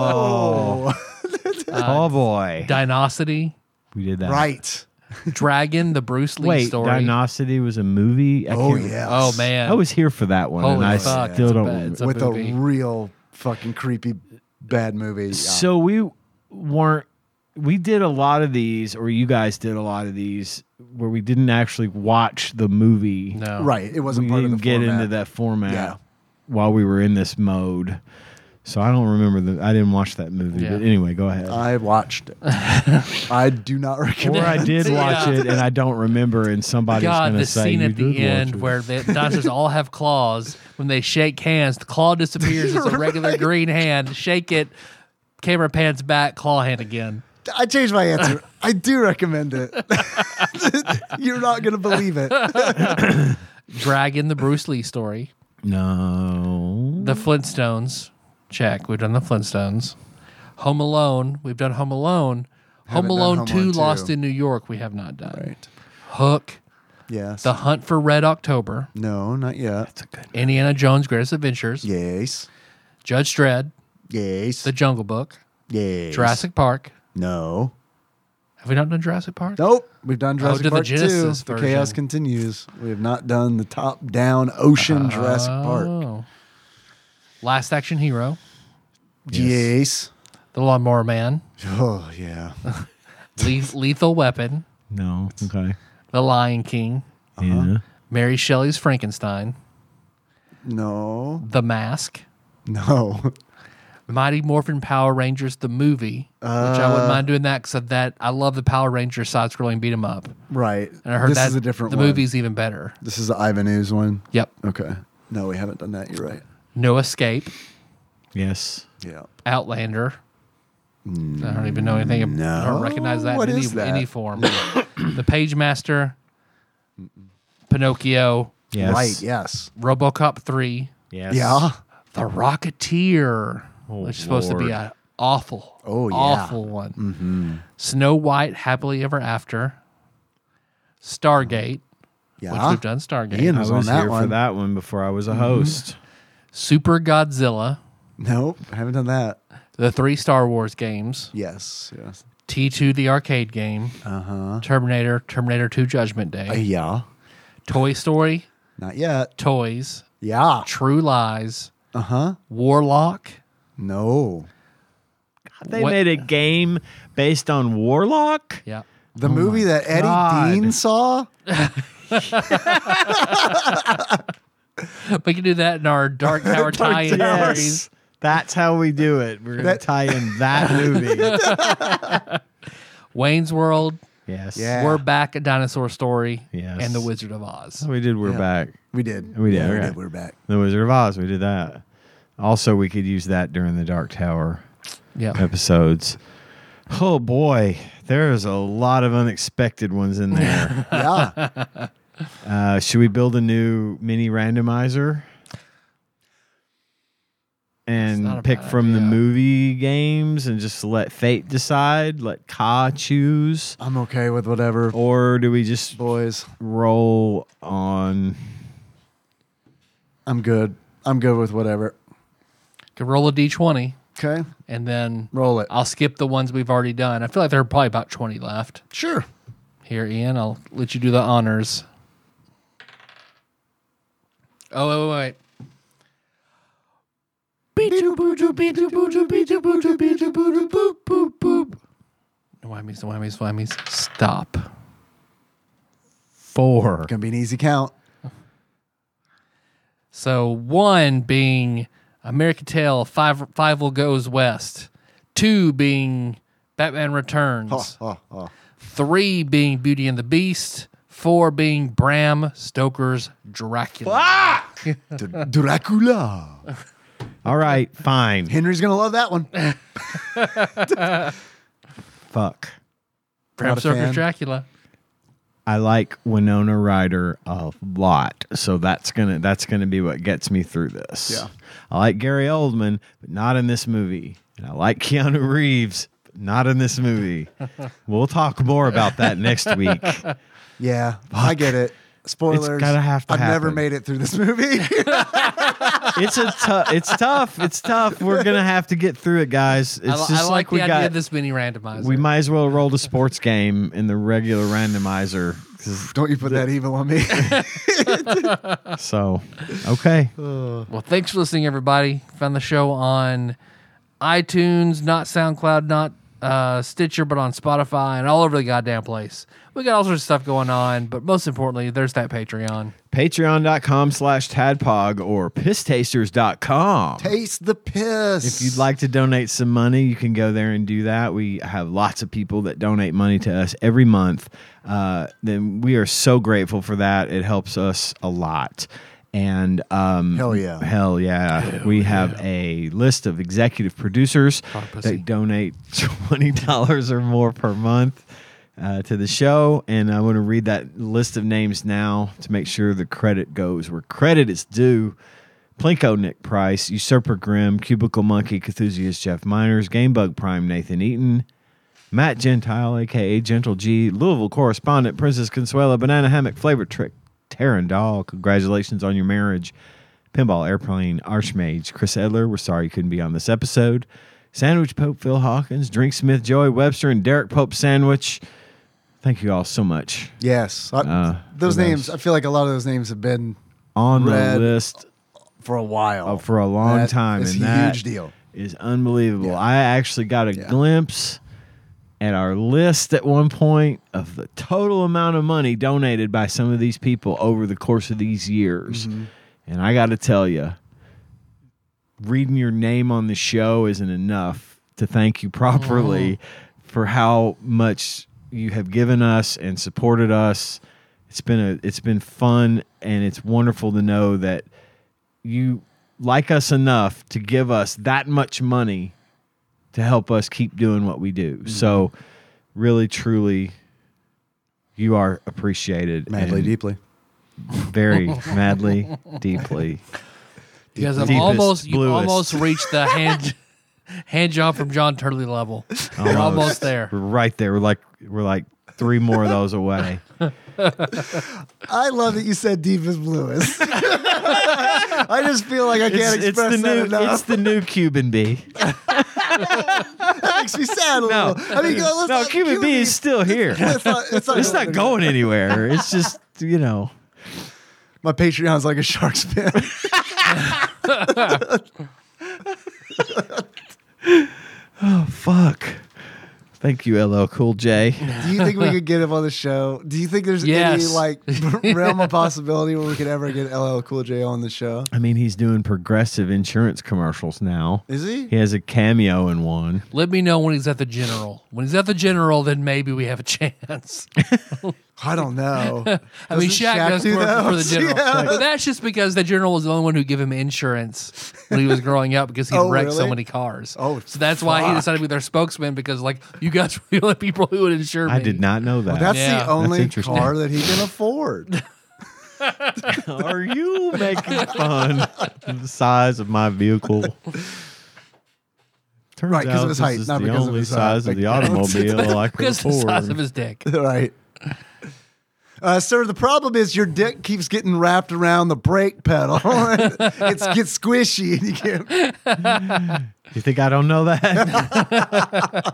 S3: Whoa!
S2: oh boy,
S1: Dinosity.
S2: we did that
S3: right.
S1: Dragon, the Bruce Lee
S2: Wait,
S1: story.
S2: Dinosity was a movie. I
S3: Oh
S2: can't-
S3: yeah.
S1: oh, man.
S2: I was here for that one,
S1: Holy
S2: and I
S1: fuck,
S2: still
S1: it's a
S2: don't.
S1: bad-
S2: remember.
S1: it's a
S3: With
S1: movie.
S3: a real fucking creepy bad movie. Yeah.
S2: So we weren't. We did a lot of these, or you guys did a lot of these, where we didn't actually watch the movie.
S1: no.
S3: right, it wasn't
S2: we
S3: part
S2: didn't
S3: of the
S2: get
S3: format.
S2: into that format
S3: Yeah.
S2: while we were in this mode. So I don't remember the. I didn't watch that movie,
S1: Yeah.
S2: but anyway, go ahead.
S3: I watched it. I do not recommend.
S2: or I did watch
S1: Yeah.
S2: it and I don't remember, and somebody's
S1: God,
S2: going to
S1: the
S2: say
S1: scene
S2: you
S1: at the
S2: did watch
S1: end
S2: it."
S1: where the dinosaurs all have claws. When they shake hands, the claw disappears. It's a regular green hand. Shake it. Camera pans back. Claw hand again.
S3: I changed my answer. I do recommend it. You're not gonna believe it.
S1: Dragon, the Bruce Lee story.
S2: no,
S1: The Flintstones. Check. We've done the Flintstones. Home Alone. We've done Home Alone. Home
S3: Haven't done
S1: Alone
S3: Home
S1: 2
S3: Alone
S1: Lost
S3: 2.
S1: in New York. We have not done. Hook.
S3: Yes.
S1: The Hunt for Red October.
S3: no, not yet.
S1: Indiana Jones' Greatest Adventures.
S3: Yes.
S1: Judge Dredd.
S3: Yes.
S1: The Jungle Book.
S3: yes.
S1: Jurassic Park.
S3: No.
S1: Have we not done Jurassic Park?
S3: Nope. We've done Jurassic
S1: to Oh, the
S3: Park
S1: Genesis
S3: 2. The chaos
S1: version.
S3: continues. We have not done the top down ocean Jurassic Park.
S1: Oh. Last Action Hero.
S3: Yes.
S1: The Lawnmower Man.
S3: Oh, yeah.
S1: Le- Lethal Weapon.
S2: no, okay,
S1: The Lion King.
S3: Uh-huh.
S2: yeah.
S1: Mary Shelley's Frankenstein.
S3: No.
S1: The Mask.
S3: No.
S1: Mighty Morphin Power Rangers the movie, which I
S3: Uh,
S1: wouldn't mind doing that because of that. I love the Power Rangers side-scrolling beat 'em up,
S3: Right.
S1: and I heard
S3: this
S1: that
S3: is a different
S1: the
S3: one.
S1: movie's even better.
S3: This is the Ivanews one.
S1: Yep,
S3: Okay. No, we haven't done that. You're right.
S1: No Escape,
S2: yes.
S3: Yeah.
S1: Outlander. I don't even know anything. I
S3: No.
S1: don't recognize that
S3: What
S1: in any,
S3: is that?
S1: any form. the Page Master, Pinocchio,
S2: Yes.
S3: Right. Yes.
S1: RoboCop three,
S2: Yes.
S3: Yeah.
S1: The Rocketeer, which is supposed to be
S2: Lord.
S1: an awful,
S3: Oh, yeah. Mm-hmm.
S1: awful one. Snow White, Happily Ever After, Stargate, which
S3: Yeah.
S1: we've done Stargate,
S3: Ian
S2: I
S3: was
S2: was,
S3: on that
S2: here for
S3: one. Mm-hmm.
S2: that one before I was a host.
S1: Super Godzilla,
S3: Nope. I haven't done that.
S1: the three Star Wars games,
S3: Yes. Yes.
S1: T2 the arcade game,
S3: Uh-huh.
S1: Terminator, Terminator 2 Judgment Day,
S3: Uh, yeah.
S1: Toy Story,
S3: Not yet.
S1: Toys,
S3: Yeah.
S1: True Lies, uh
S3: Uh-huh.
S1: huh, Warlock,
S3: No.
S2: They
S1: What-
S2: made a game based on Warlock.
S1: yeah,
S3: The movie that
S2: Oh
S3: Eddie
S2: God.
S3: Dean saw?
S1: we can do that in our Dark Tower tie-in
S2: Yes.
S1: series.
S2: That's how we do it. We're going to
S3: That-
S2: tie in that movie.
S1: Wayne's World,
S2: yes.
S3: Yeah.
S1: We're Back, A Dinosaur Story,
S2: Yes.
S1: and The Wizard of Oz.
S2: So we did We're Back.
S3: We did.
S2: We did,
S3: Yeah, we
S2: okay.
S3: did. We're back.
S2: The Wizard of Oz. We did that. Also, we could use that during the Dark Tower
S1: Yeah.
S2: episodes. Oh, boy. There's a lot of unexpected ones in there.
S3: Yeah.
S2: uh, should we build a new mini randomizer?
S1: not a
S2: And pick
S1: bad
S2: from the
S1: idea.
S2: movie games and just let fate decide, let Ka choose.
S3: I'm okay with whatever.
S2: Or do we just
S3: Boys,
S2: roll on.
S3: I'm good. I'm good with whatever.
S1: Could roll a d20
S3: Okay.
S1: and then
S3: Roll it.
S1: I'll skip the ones we've already done. I feel like there are probably about 20 left.
S3: Sure.
S1: Here, Ian, I'll let you do the honors. Oh, wait, wait, wait. The whammies, the whammies, whammies. Stop.
S2: Four.
S3: Gonna be an easy count.
S1: So one being American Tail, Five Five Will Goes West. Two being Batman Returns.
S3: Oh, oh, oh.
S1: Three being Beauty and the Beast. for being Bram Stoker's Dracula.
S2: Ah!
S3: D- Dracula.
S2: All right, fine.
S3: Henry's gonna love that one.
S2: Fuck.
S1: Bram
S3: Not a
S1: Stoker's
S3: fan.
S1: Dracula.
S2: I like Winona Ryder a lot, so that's gonna that's gonna be what gets me through this.
S3: Yeah.
S2: I like Gary Oldman, but not in this movie, and I like Keanu Reeves, but not in this movie. we'll talk more about that next week.
S3: Yeah, I get it. Spoilers.
S2: gotta have to
S3: I've never
S2: happen.
S3: made it through this movie.
S2: It's a tou- it's tough, it's tough. We're gonna have to get through it, guys. It's
S1: I, li-
S2: just
S1: I like,
S2: like
S1: the
S2: we
S1: idea
S2: got
S1: of this mini randomizer.
S2: We might as well roll the sports game in the regular randomizer. 'cause-
S3: Don't you put that evil on me.
S2: So, okay.
S1: Well, thanks for listening, everybody. Found the show on iTunes, not SoundCloud, not uh, Stitcher, but on Spotify and all over the goddamn place. We got all sorts of stuff going on, but most importantly, there's that Patreon.
S2: Patreon.com slash tadpog or pisstasters.com.
S3: Taste the piss.
S2: If you'd like to donate some money, you can go there and do that. We have lots of people that donate money to us every month. Uh, then we are so grateful for that. It helps us a lot. And um,
S3: Hell yeah.
S2: hell yeah, we have a list of executive producers
S1: pussy.
S2: that donate twenty dollars or more per month. Uh, to the show, and I want to read that list of names now to make sure the credit goes where credit is due. Plinko Nick Price, Usurper Grimm, Cubicle Monkey, Cthusiast Jeff Miners, Gamebug Prime Nathan Eaton, Matt Gentile, aka Gentle G, Louisville correspondent Princess Consuela, Banana Hammock Flavor Trick, Taryn Dahl, congratulations on your marriage, Pinball Airplane, Archmage, Chris Edler, we're sorry you couldn't be on this episode, Sandwich Pope Phil Hawkins, Drink Smith Joey Webster, and Derek Pope Sandwich. Thank you all so much.
S3: yes, I,
S2: Uh,
S3: those
S2: who knows?
S3: names. I feel like a lot of those names have been
S2: On
S3: Red-
S2: the list
S3: for a while,
S2: uh, for a long
S3: That
S2: time.
S3: is
S2: and
S3: a
S2: that
S3: huge deal.
S2: is unbelievable. I actually got a
S3: Yeah.
S2: glimpse at our list at one point of the total amount of money donated by some of these people over the course of these years.
S3: Mm-hmm.
S2: And I got to tell you, reading your name on the show isn't enough to thank you properly for how much you have given us and supported us. It's been a it's been fun and it's wonderful to know that you like us enough to give us that much money to help us keep doing what we do.
S3: Mm-hmm.
S2: So really truly you are appreciated
S3: Madly,
S2: and
S3: deeply.
S2: very madly deeply.
S1: You guys have
S2: Deepest,
S1: almost you
S2: bluest.
S1: almost reached the hand hand job from John Turley level. You're almost there.
S2: We're right there. We're like we're like three more of those away.
S3: I love that you said deepest bluest. I just feel like I
S2: it's,
S3: can't
S2: it's
S3: express
S2: the
S3: that
S2: new
S3: enough.
S2: it's the new Cuban B.
S3: that makes me sad a
S2: No.
S3: little. I mean, let's
S2: No,
S3: not-
S2: Cuban B is still here.
S3: It's not, it's not,
S2: It's not going anywhere. It's just you know.
S3: My Patreon's like a shark's fin.
S2: Fuck. Thank you, LL Cool J.
S3: Do you think we could get him on the show? Do you think there's
S1: Yes.
S3: any like realm of possibility where we could ever get LL Cool J on the show?
S2: I mean, he's doing progressive insurance commercials now.
S3: Is he?
S2: He has a cameo in one.
S1: Let me know when he's at the general. When he's at the general, then maybe we have a chance.
S3: I don't know.
S1: I mean,
S3: Doesn't
S1: Shaq,
S3: Shaq
S1: goes
S3: do
S1: to work for the
S3: those?
S1: general,
S3: Yeah.
S1: but that's just because the general was the only one who gave him insurance when he was growing up because he
S3: Oh,
S1: wrecked so
S3: really?
S1: many cars.
S3: Oh,
S1: so that's why he
S3: fuck.
S1: decided to be their spokesman because like you guys were the only people who would insure me.
S2: I did not know that.
S3: That's
S1: Yeah.
S3: the only
S2: interesting.
S3: car that he can afford.
S2: Are you making fun of the size of my vehicle? Turns
S3: Right, 'cause of
S2: out
S3: his
S2: this
S3: height,
S2: is
S3: not
S2: the
S3: because of
S2: only
S3: his height.
S2: size of
S3: Like,
S2: the automobile I can
S1: because the size
S2: afford.
S1: of his dick.
S3: right. Uh, sir, the problem is your dick keeps getting wrapped around the brake pedal. it gets squishy and you can't.
S2: You think I don't know that?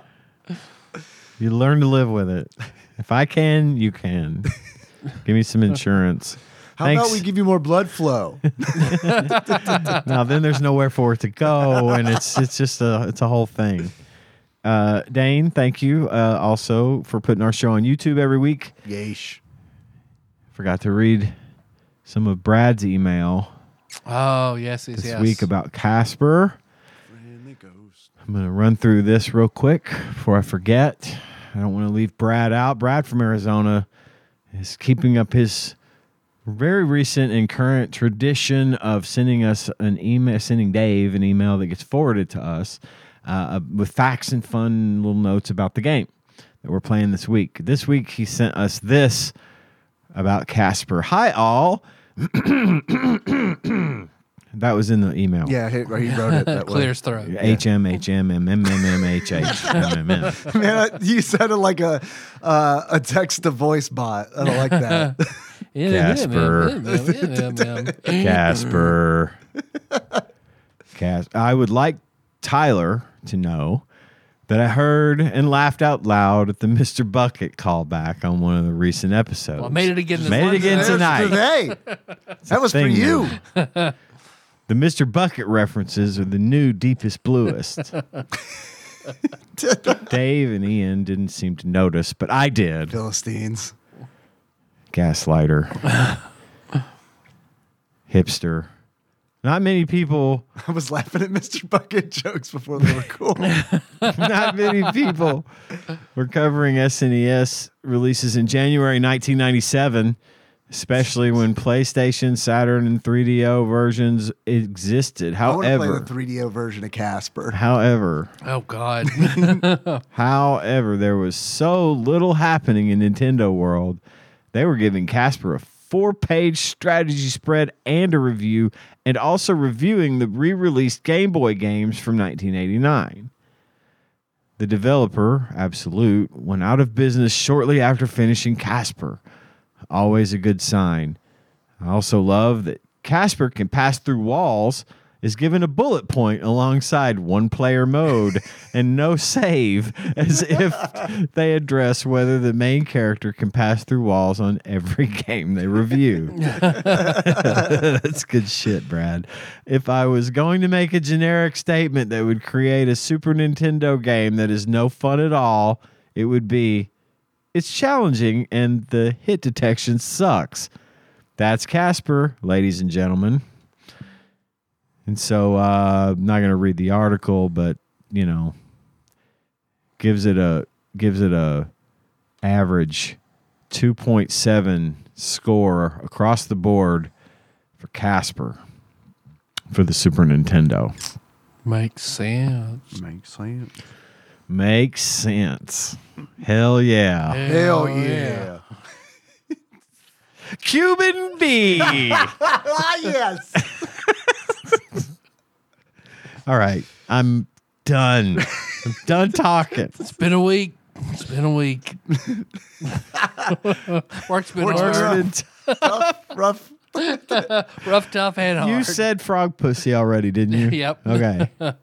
S2: you learn to live with it. If I can, you can. Give me some insurance.
S3: How
S2: Thanks.
S3: about we give you more blood flow?
S2: now then, there's nowhere for it to go, and it's it's just a it's a whole thing. Uh, Dane, thank you uh, also for putting our show on YouTube every week.
S3: Yeesh.
S2: Forgot to read some of Brad's email.
S1: Oh yes, yes,
S2: this
S1: yes.
S2: week about Casper. I'm going to run through this real quick before I forget. I don't want to leave Brad out. Brad from Arizona is keeping up his very recent and current tradition of sending us an email, sending Dave an email that gets forwarded to us uh, with facts and fun little notes about the game that we're playing this week. This week, he sent us this about Casper. Hi, all. that was in the email.
S3: Yeah, he, he wrote it that way.
S1: Clears throat.
S2: H M H M M M M M H H M M M.
S3: Man, you sounded like a uh, a text to voice bot. I don't like that.
S1: Yeah, yeah,
S2: Casper.
S1: man, yeah, man, yeah, man.
S2: Casper. Cas- I would like Tyler to know that I heard and laughed out loud at the Mr. Bucket callback on one of the recent episodes.
S1: Well, I made it again this
S2: Made it
S1: Monday.
S2: again tonight.
S3: hey, that was for
S2: thing,
S3: you.
S2: man. The Mr. Bucket references are the new deepest bluest. Dave and Ian didn't seem to notice, but I did.
S3: Philistines.
S2: Gaslighter. Hipster. Not many people
S3: I was laughing at Mr. Bucket jokes before they were cool.
S2: not many people were covering SNES releases in January 1997, especially when PlayStation, Saturn, and 3DO versions existed.
S3: I want to play the
S2: However,
S3: 3DO version of Casper.
S2: however,
S1: Oh God.
S2: however, there was so little happening in Nintendo World, they were giving Casper a four-page strategy spread and a review, and also reviewing the re-released Game Boy games from 1989. The developer, Absolute, went out of business shortly after finishing Casper. Always a good sign. I also love that Casper can pass through walls, is given a bullet point alongside one player mode and no save, as if they address whether the main character can pass through walls on every game they review. That's good shit, Brad. If I was going to make a generic statement that would create a Super Nintendo game that is no fun at all, it would be it's challenging and the hit detection sucks. That's Casper, ladies and gentlemen. And so uh, I'm not going to read the article, but you know, gives it a gives it a average 2.7 score across the board for Casper for the Super Nintendo.
S1: Makes sense.
S3: Makes sense.
S2: Makes sense. Hell yeah.
S3: Hell yeah.
S2: Cuban B.
S3: Ah, yes.
S2: All right. I'm done. I'm done talking.
S1: It's been a week. It's been a week. Work's been
S3: Work's
S1: hard.
S3: been Rough.
S1: Rough, tough, and hard.
S2: You said frog pussy already, didn't you?
S1: Yep.
S2: Okay. I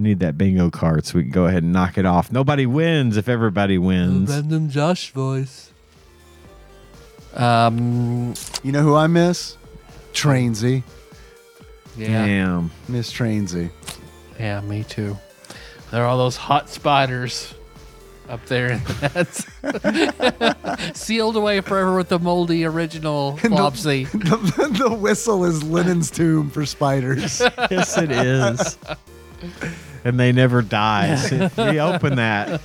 S2: need that bingo card so we can go ahead and knock it off. Nobody wins if everybody wins.
S1: Random Josh voice. Um.
S3: You know who I miss? Trainsy.
S1: Yeah. Yeah,
S2: Damn.
S3: Miss Trainsy.
S1: me too. There are all those hot spiders up there, and that's sealed away forever with the moldy original Flopsy.
S3: The, the whistle is Lennon's tomb for spiders.
S2: Yes, it is. And they never die. So if we open that,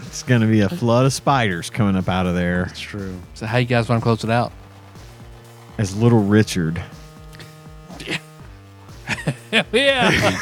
S2: it's going to be a flood of spiders coming up out of there.
S3: True.
S1: So, how you guys want to close it out?
S2: As little Richard.
S1: yeah.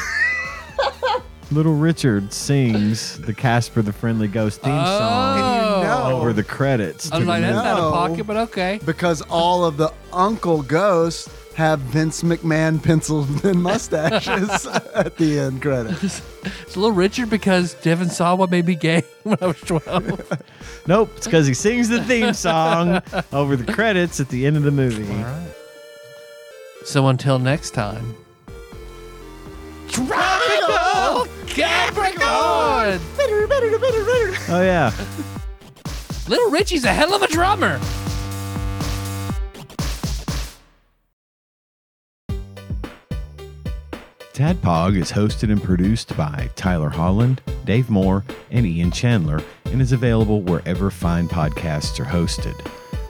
S2: Little Richard sings the Casper the Friendly Ghost theme song over the credits.
S1: I was
S2: to the
S1: Oh. like, that's
S2: movie.
S1: out
S3: No.
S1: of pocket, but okay.
S3: Because all of the uncle ghosts have Vince McMahon pencil and mustaches at the end credits.
S1: It's a little Richard because Devin saw what made me gay when I was 12.
S2: Nope, it's because he sings the theme song over the credits at the end of the movie.
S1: so until next time. Tropical Capricorn!
S2: Oh, yeah.
S1: Little Richie's a hell of a drummer!
S2: Tadpog is hosted and produced by Tyler Holland, Dave Moore, and Ian Chandler, and is available wherever fine podcasts are hosted.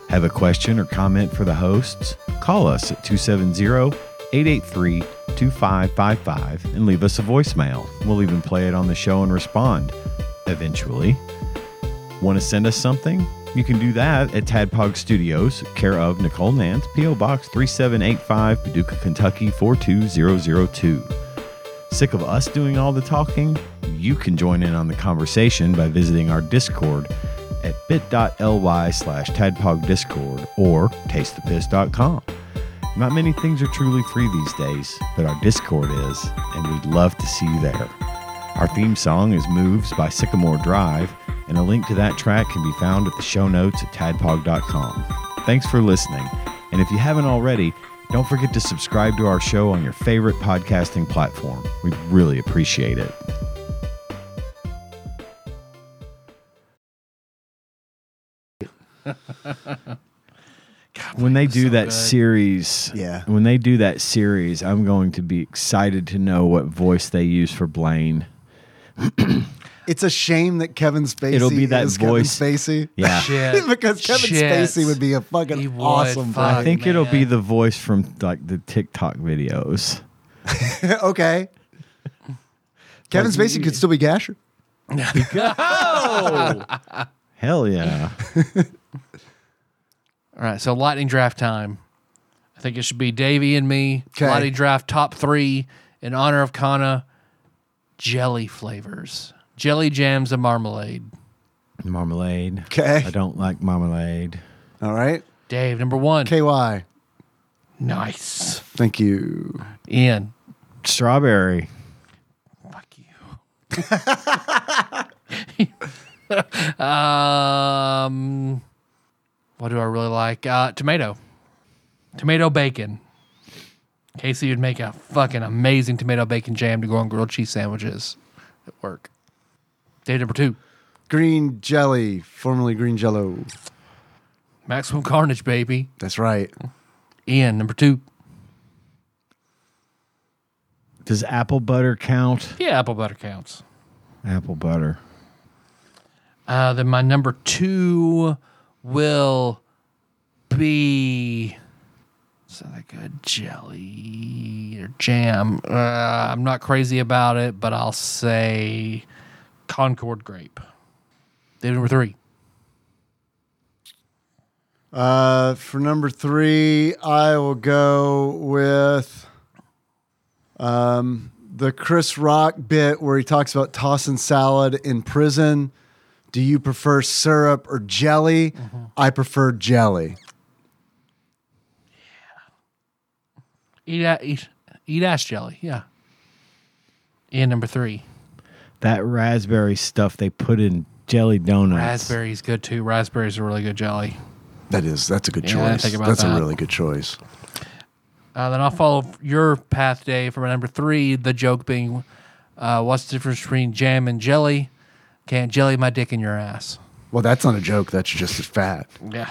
S2: Have a question or comment for the hosts? Call us at 270 883 2555 and leave us a voicemail. We'll even play it on the show and respond eventually. Want to send us something? You can do that at Tadpog Studios, care of Nicole Nance, P.O. Box 3785, Paducah, Kentucky 42002. Sick of us doing all the talking? You can join in on the conversation by visiting our Discord at bit.ly slash tadpogdiscord or tastethepiss.com. Not many things are truly free these days, but our Discord is, and we'd love to see you there. Our theme song is Moves by Sycamore Drive, and a link to that track can be found at the show notes at tadpog.com. Thanks for listening, and if you haven't already, don't forget to subscribe to our show on your favorite podcasting platform. We really appreciate it. when they do that
S1: good.
S2: series,
S3: Yeah.
S2: when they do that series, I'm going to be excited to know what voice they use for Blaine.
S3: It's a shame that Kevin Spacey
S2: It'll be that
S3: is
S2: voice.
S3: Kevin Spacey.
S2: Yeah.
S1: Shit.
S3: because Kevin
S1: Shit.
S3: Spacey would be a
S1: He
S3: fucking
S1: would,
S3: awesome
S1: fuck.
S2: I think it'll be
S1: man.
S2: the voice from like the TikTok videos.
S3: okay. Kevin Spacey could still be Gasher.
S2: Hell yeah.
S1: All right, so lightning draft time. I think it should be Davey and me.
S3: 'Kay.
S1: Lightning draft top three in honor of Kana. Jelly flavors, jelly jams, and marmalade.
S2: marmalade.
S3: 'Kay.
S2: I don't like marmalade.
S3: All right.
S1: Dave, number one.
S3: KY.
S1: Nice.
S3: Thank you.
S1: Ian.
S2: Strawberry.
S1: Fuck you. um, what do I really like? Uh, tomato. Tomato bacon. Casey would make a fucking amazing tomato bacon jam to go on grilled cheese sandwiches at work. Day number two.
S3: Green jelly, formerly green jello.
S1: Maximum carnage, baby.
S3: That's right.
S1: Ian, number two.
S2: Does apple butter count?
S1: Yeah, apple butter counts.
S2: Apple butter.
S1: Uh, then my number two will be so like a jelly or jam. Uh, I'm not crazy about it, but I'll say Concord grape. Dave number three.
S3: Uh, for number three, I will go with um, the Chris Rock bit where he talks about tossing salad in prison. Do you prefer syrup or jelly? I prefer jelly.
S1: Eat a- eat eat ass jelly. Yeah. Ian number three.
S2: That raspberry stuff they put in jelly donuts.
S1: Raspberries good too. Raspberries are really good jelly.
S3: That is, that's a good
S1: Yeah, I didn't think about that.
S3: good choice.
S1: Uh, then I'll follow your path, Dave, for my number three. The joke being, uh, what's the difference between jam and jelly? Can't jelly my dick in your ass.
S3: Well, that's not a joke. That's just a fact.
S1: Yeah.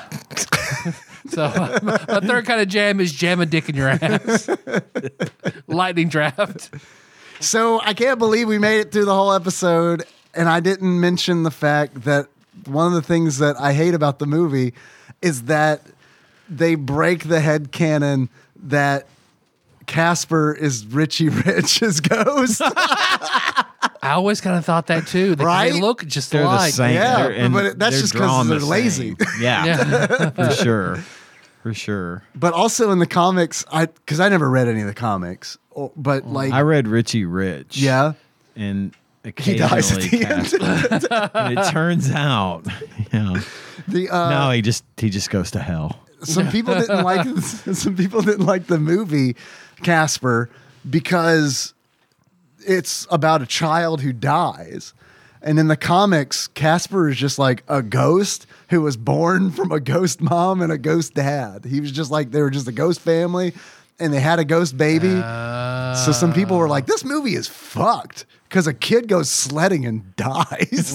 S1: so uh, my third kind of jam is jam a dick in your ass. Lightning draft.
S3: So I can't believe we made it through the whole episode, and I didn't mention the fact that one of the things that I hate about the movie is that they break the head canon that Casper is Richie Rich's ghost.
S1: I always kind of thought that too. They,
S3: Right?
S1: They look just
S2: They're
S1: alike.
S2: the same.
S3: yeah,
S2: They're- and
S3: but it- that's
S2: they're
S3: just 'cause
S2: drawn the
S3: they're lazy.
S2: same. Yeah,
S1: Yeah.
S2: for sure. For sure.
S3: but also in the comics, I because I never read any of the comics, or- but like
S2: Oh, I read Richie Rich.
S3: yeah,
S2: And
S3: he
S2: occasionally
S3: dies at the
S2: Cas-
S3: end.
S2: and it turns out, yeah.
S3: the, uh,
S2: no, he just he just goes to hell.
S3: some people didn't like some people didn't like the movie Casper because it's about a child who dies. And in the comics, Casper is just like a ghost who was born from a ghost mom and a ghost dad. He was just like they were just a ghost family and they had a ghost baby. so some people were like this movie is fucked cuz a kid goes sledding and dies.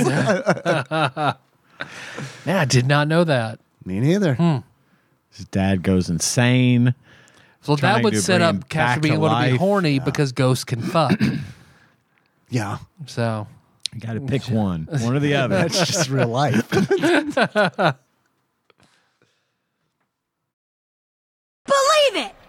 S1: yeah, I did not know that.
S3: Me neither.
S2: His dad goes insane.
S1: So that
S2: Trying
S1: would
S2: to
S1: set
S2: bring him
S1: up Casper
S2: back
S1: being
S2: to
S1: able to be
S2: life.
S1: horny because ghosts can fuck.
S3: Yeah.
S1: so
S2: You got to pick one, one or the other.
S3: That's just real life.
S5: Believe it!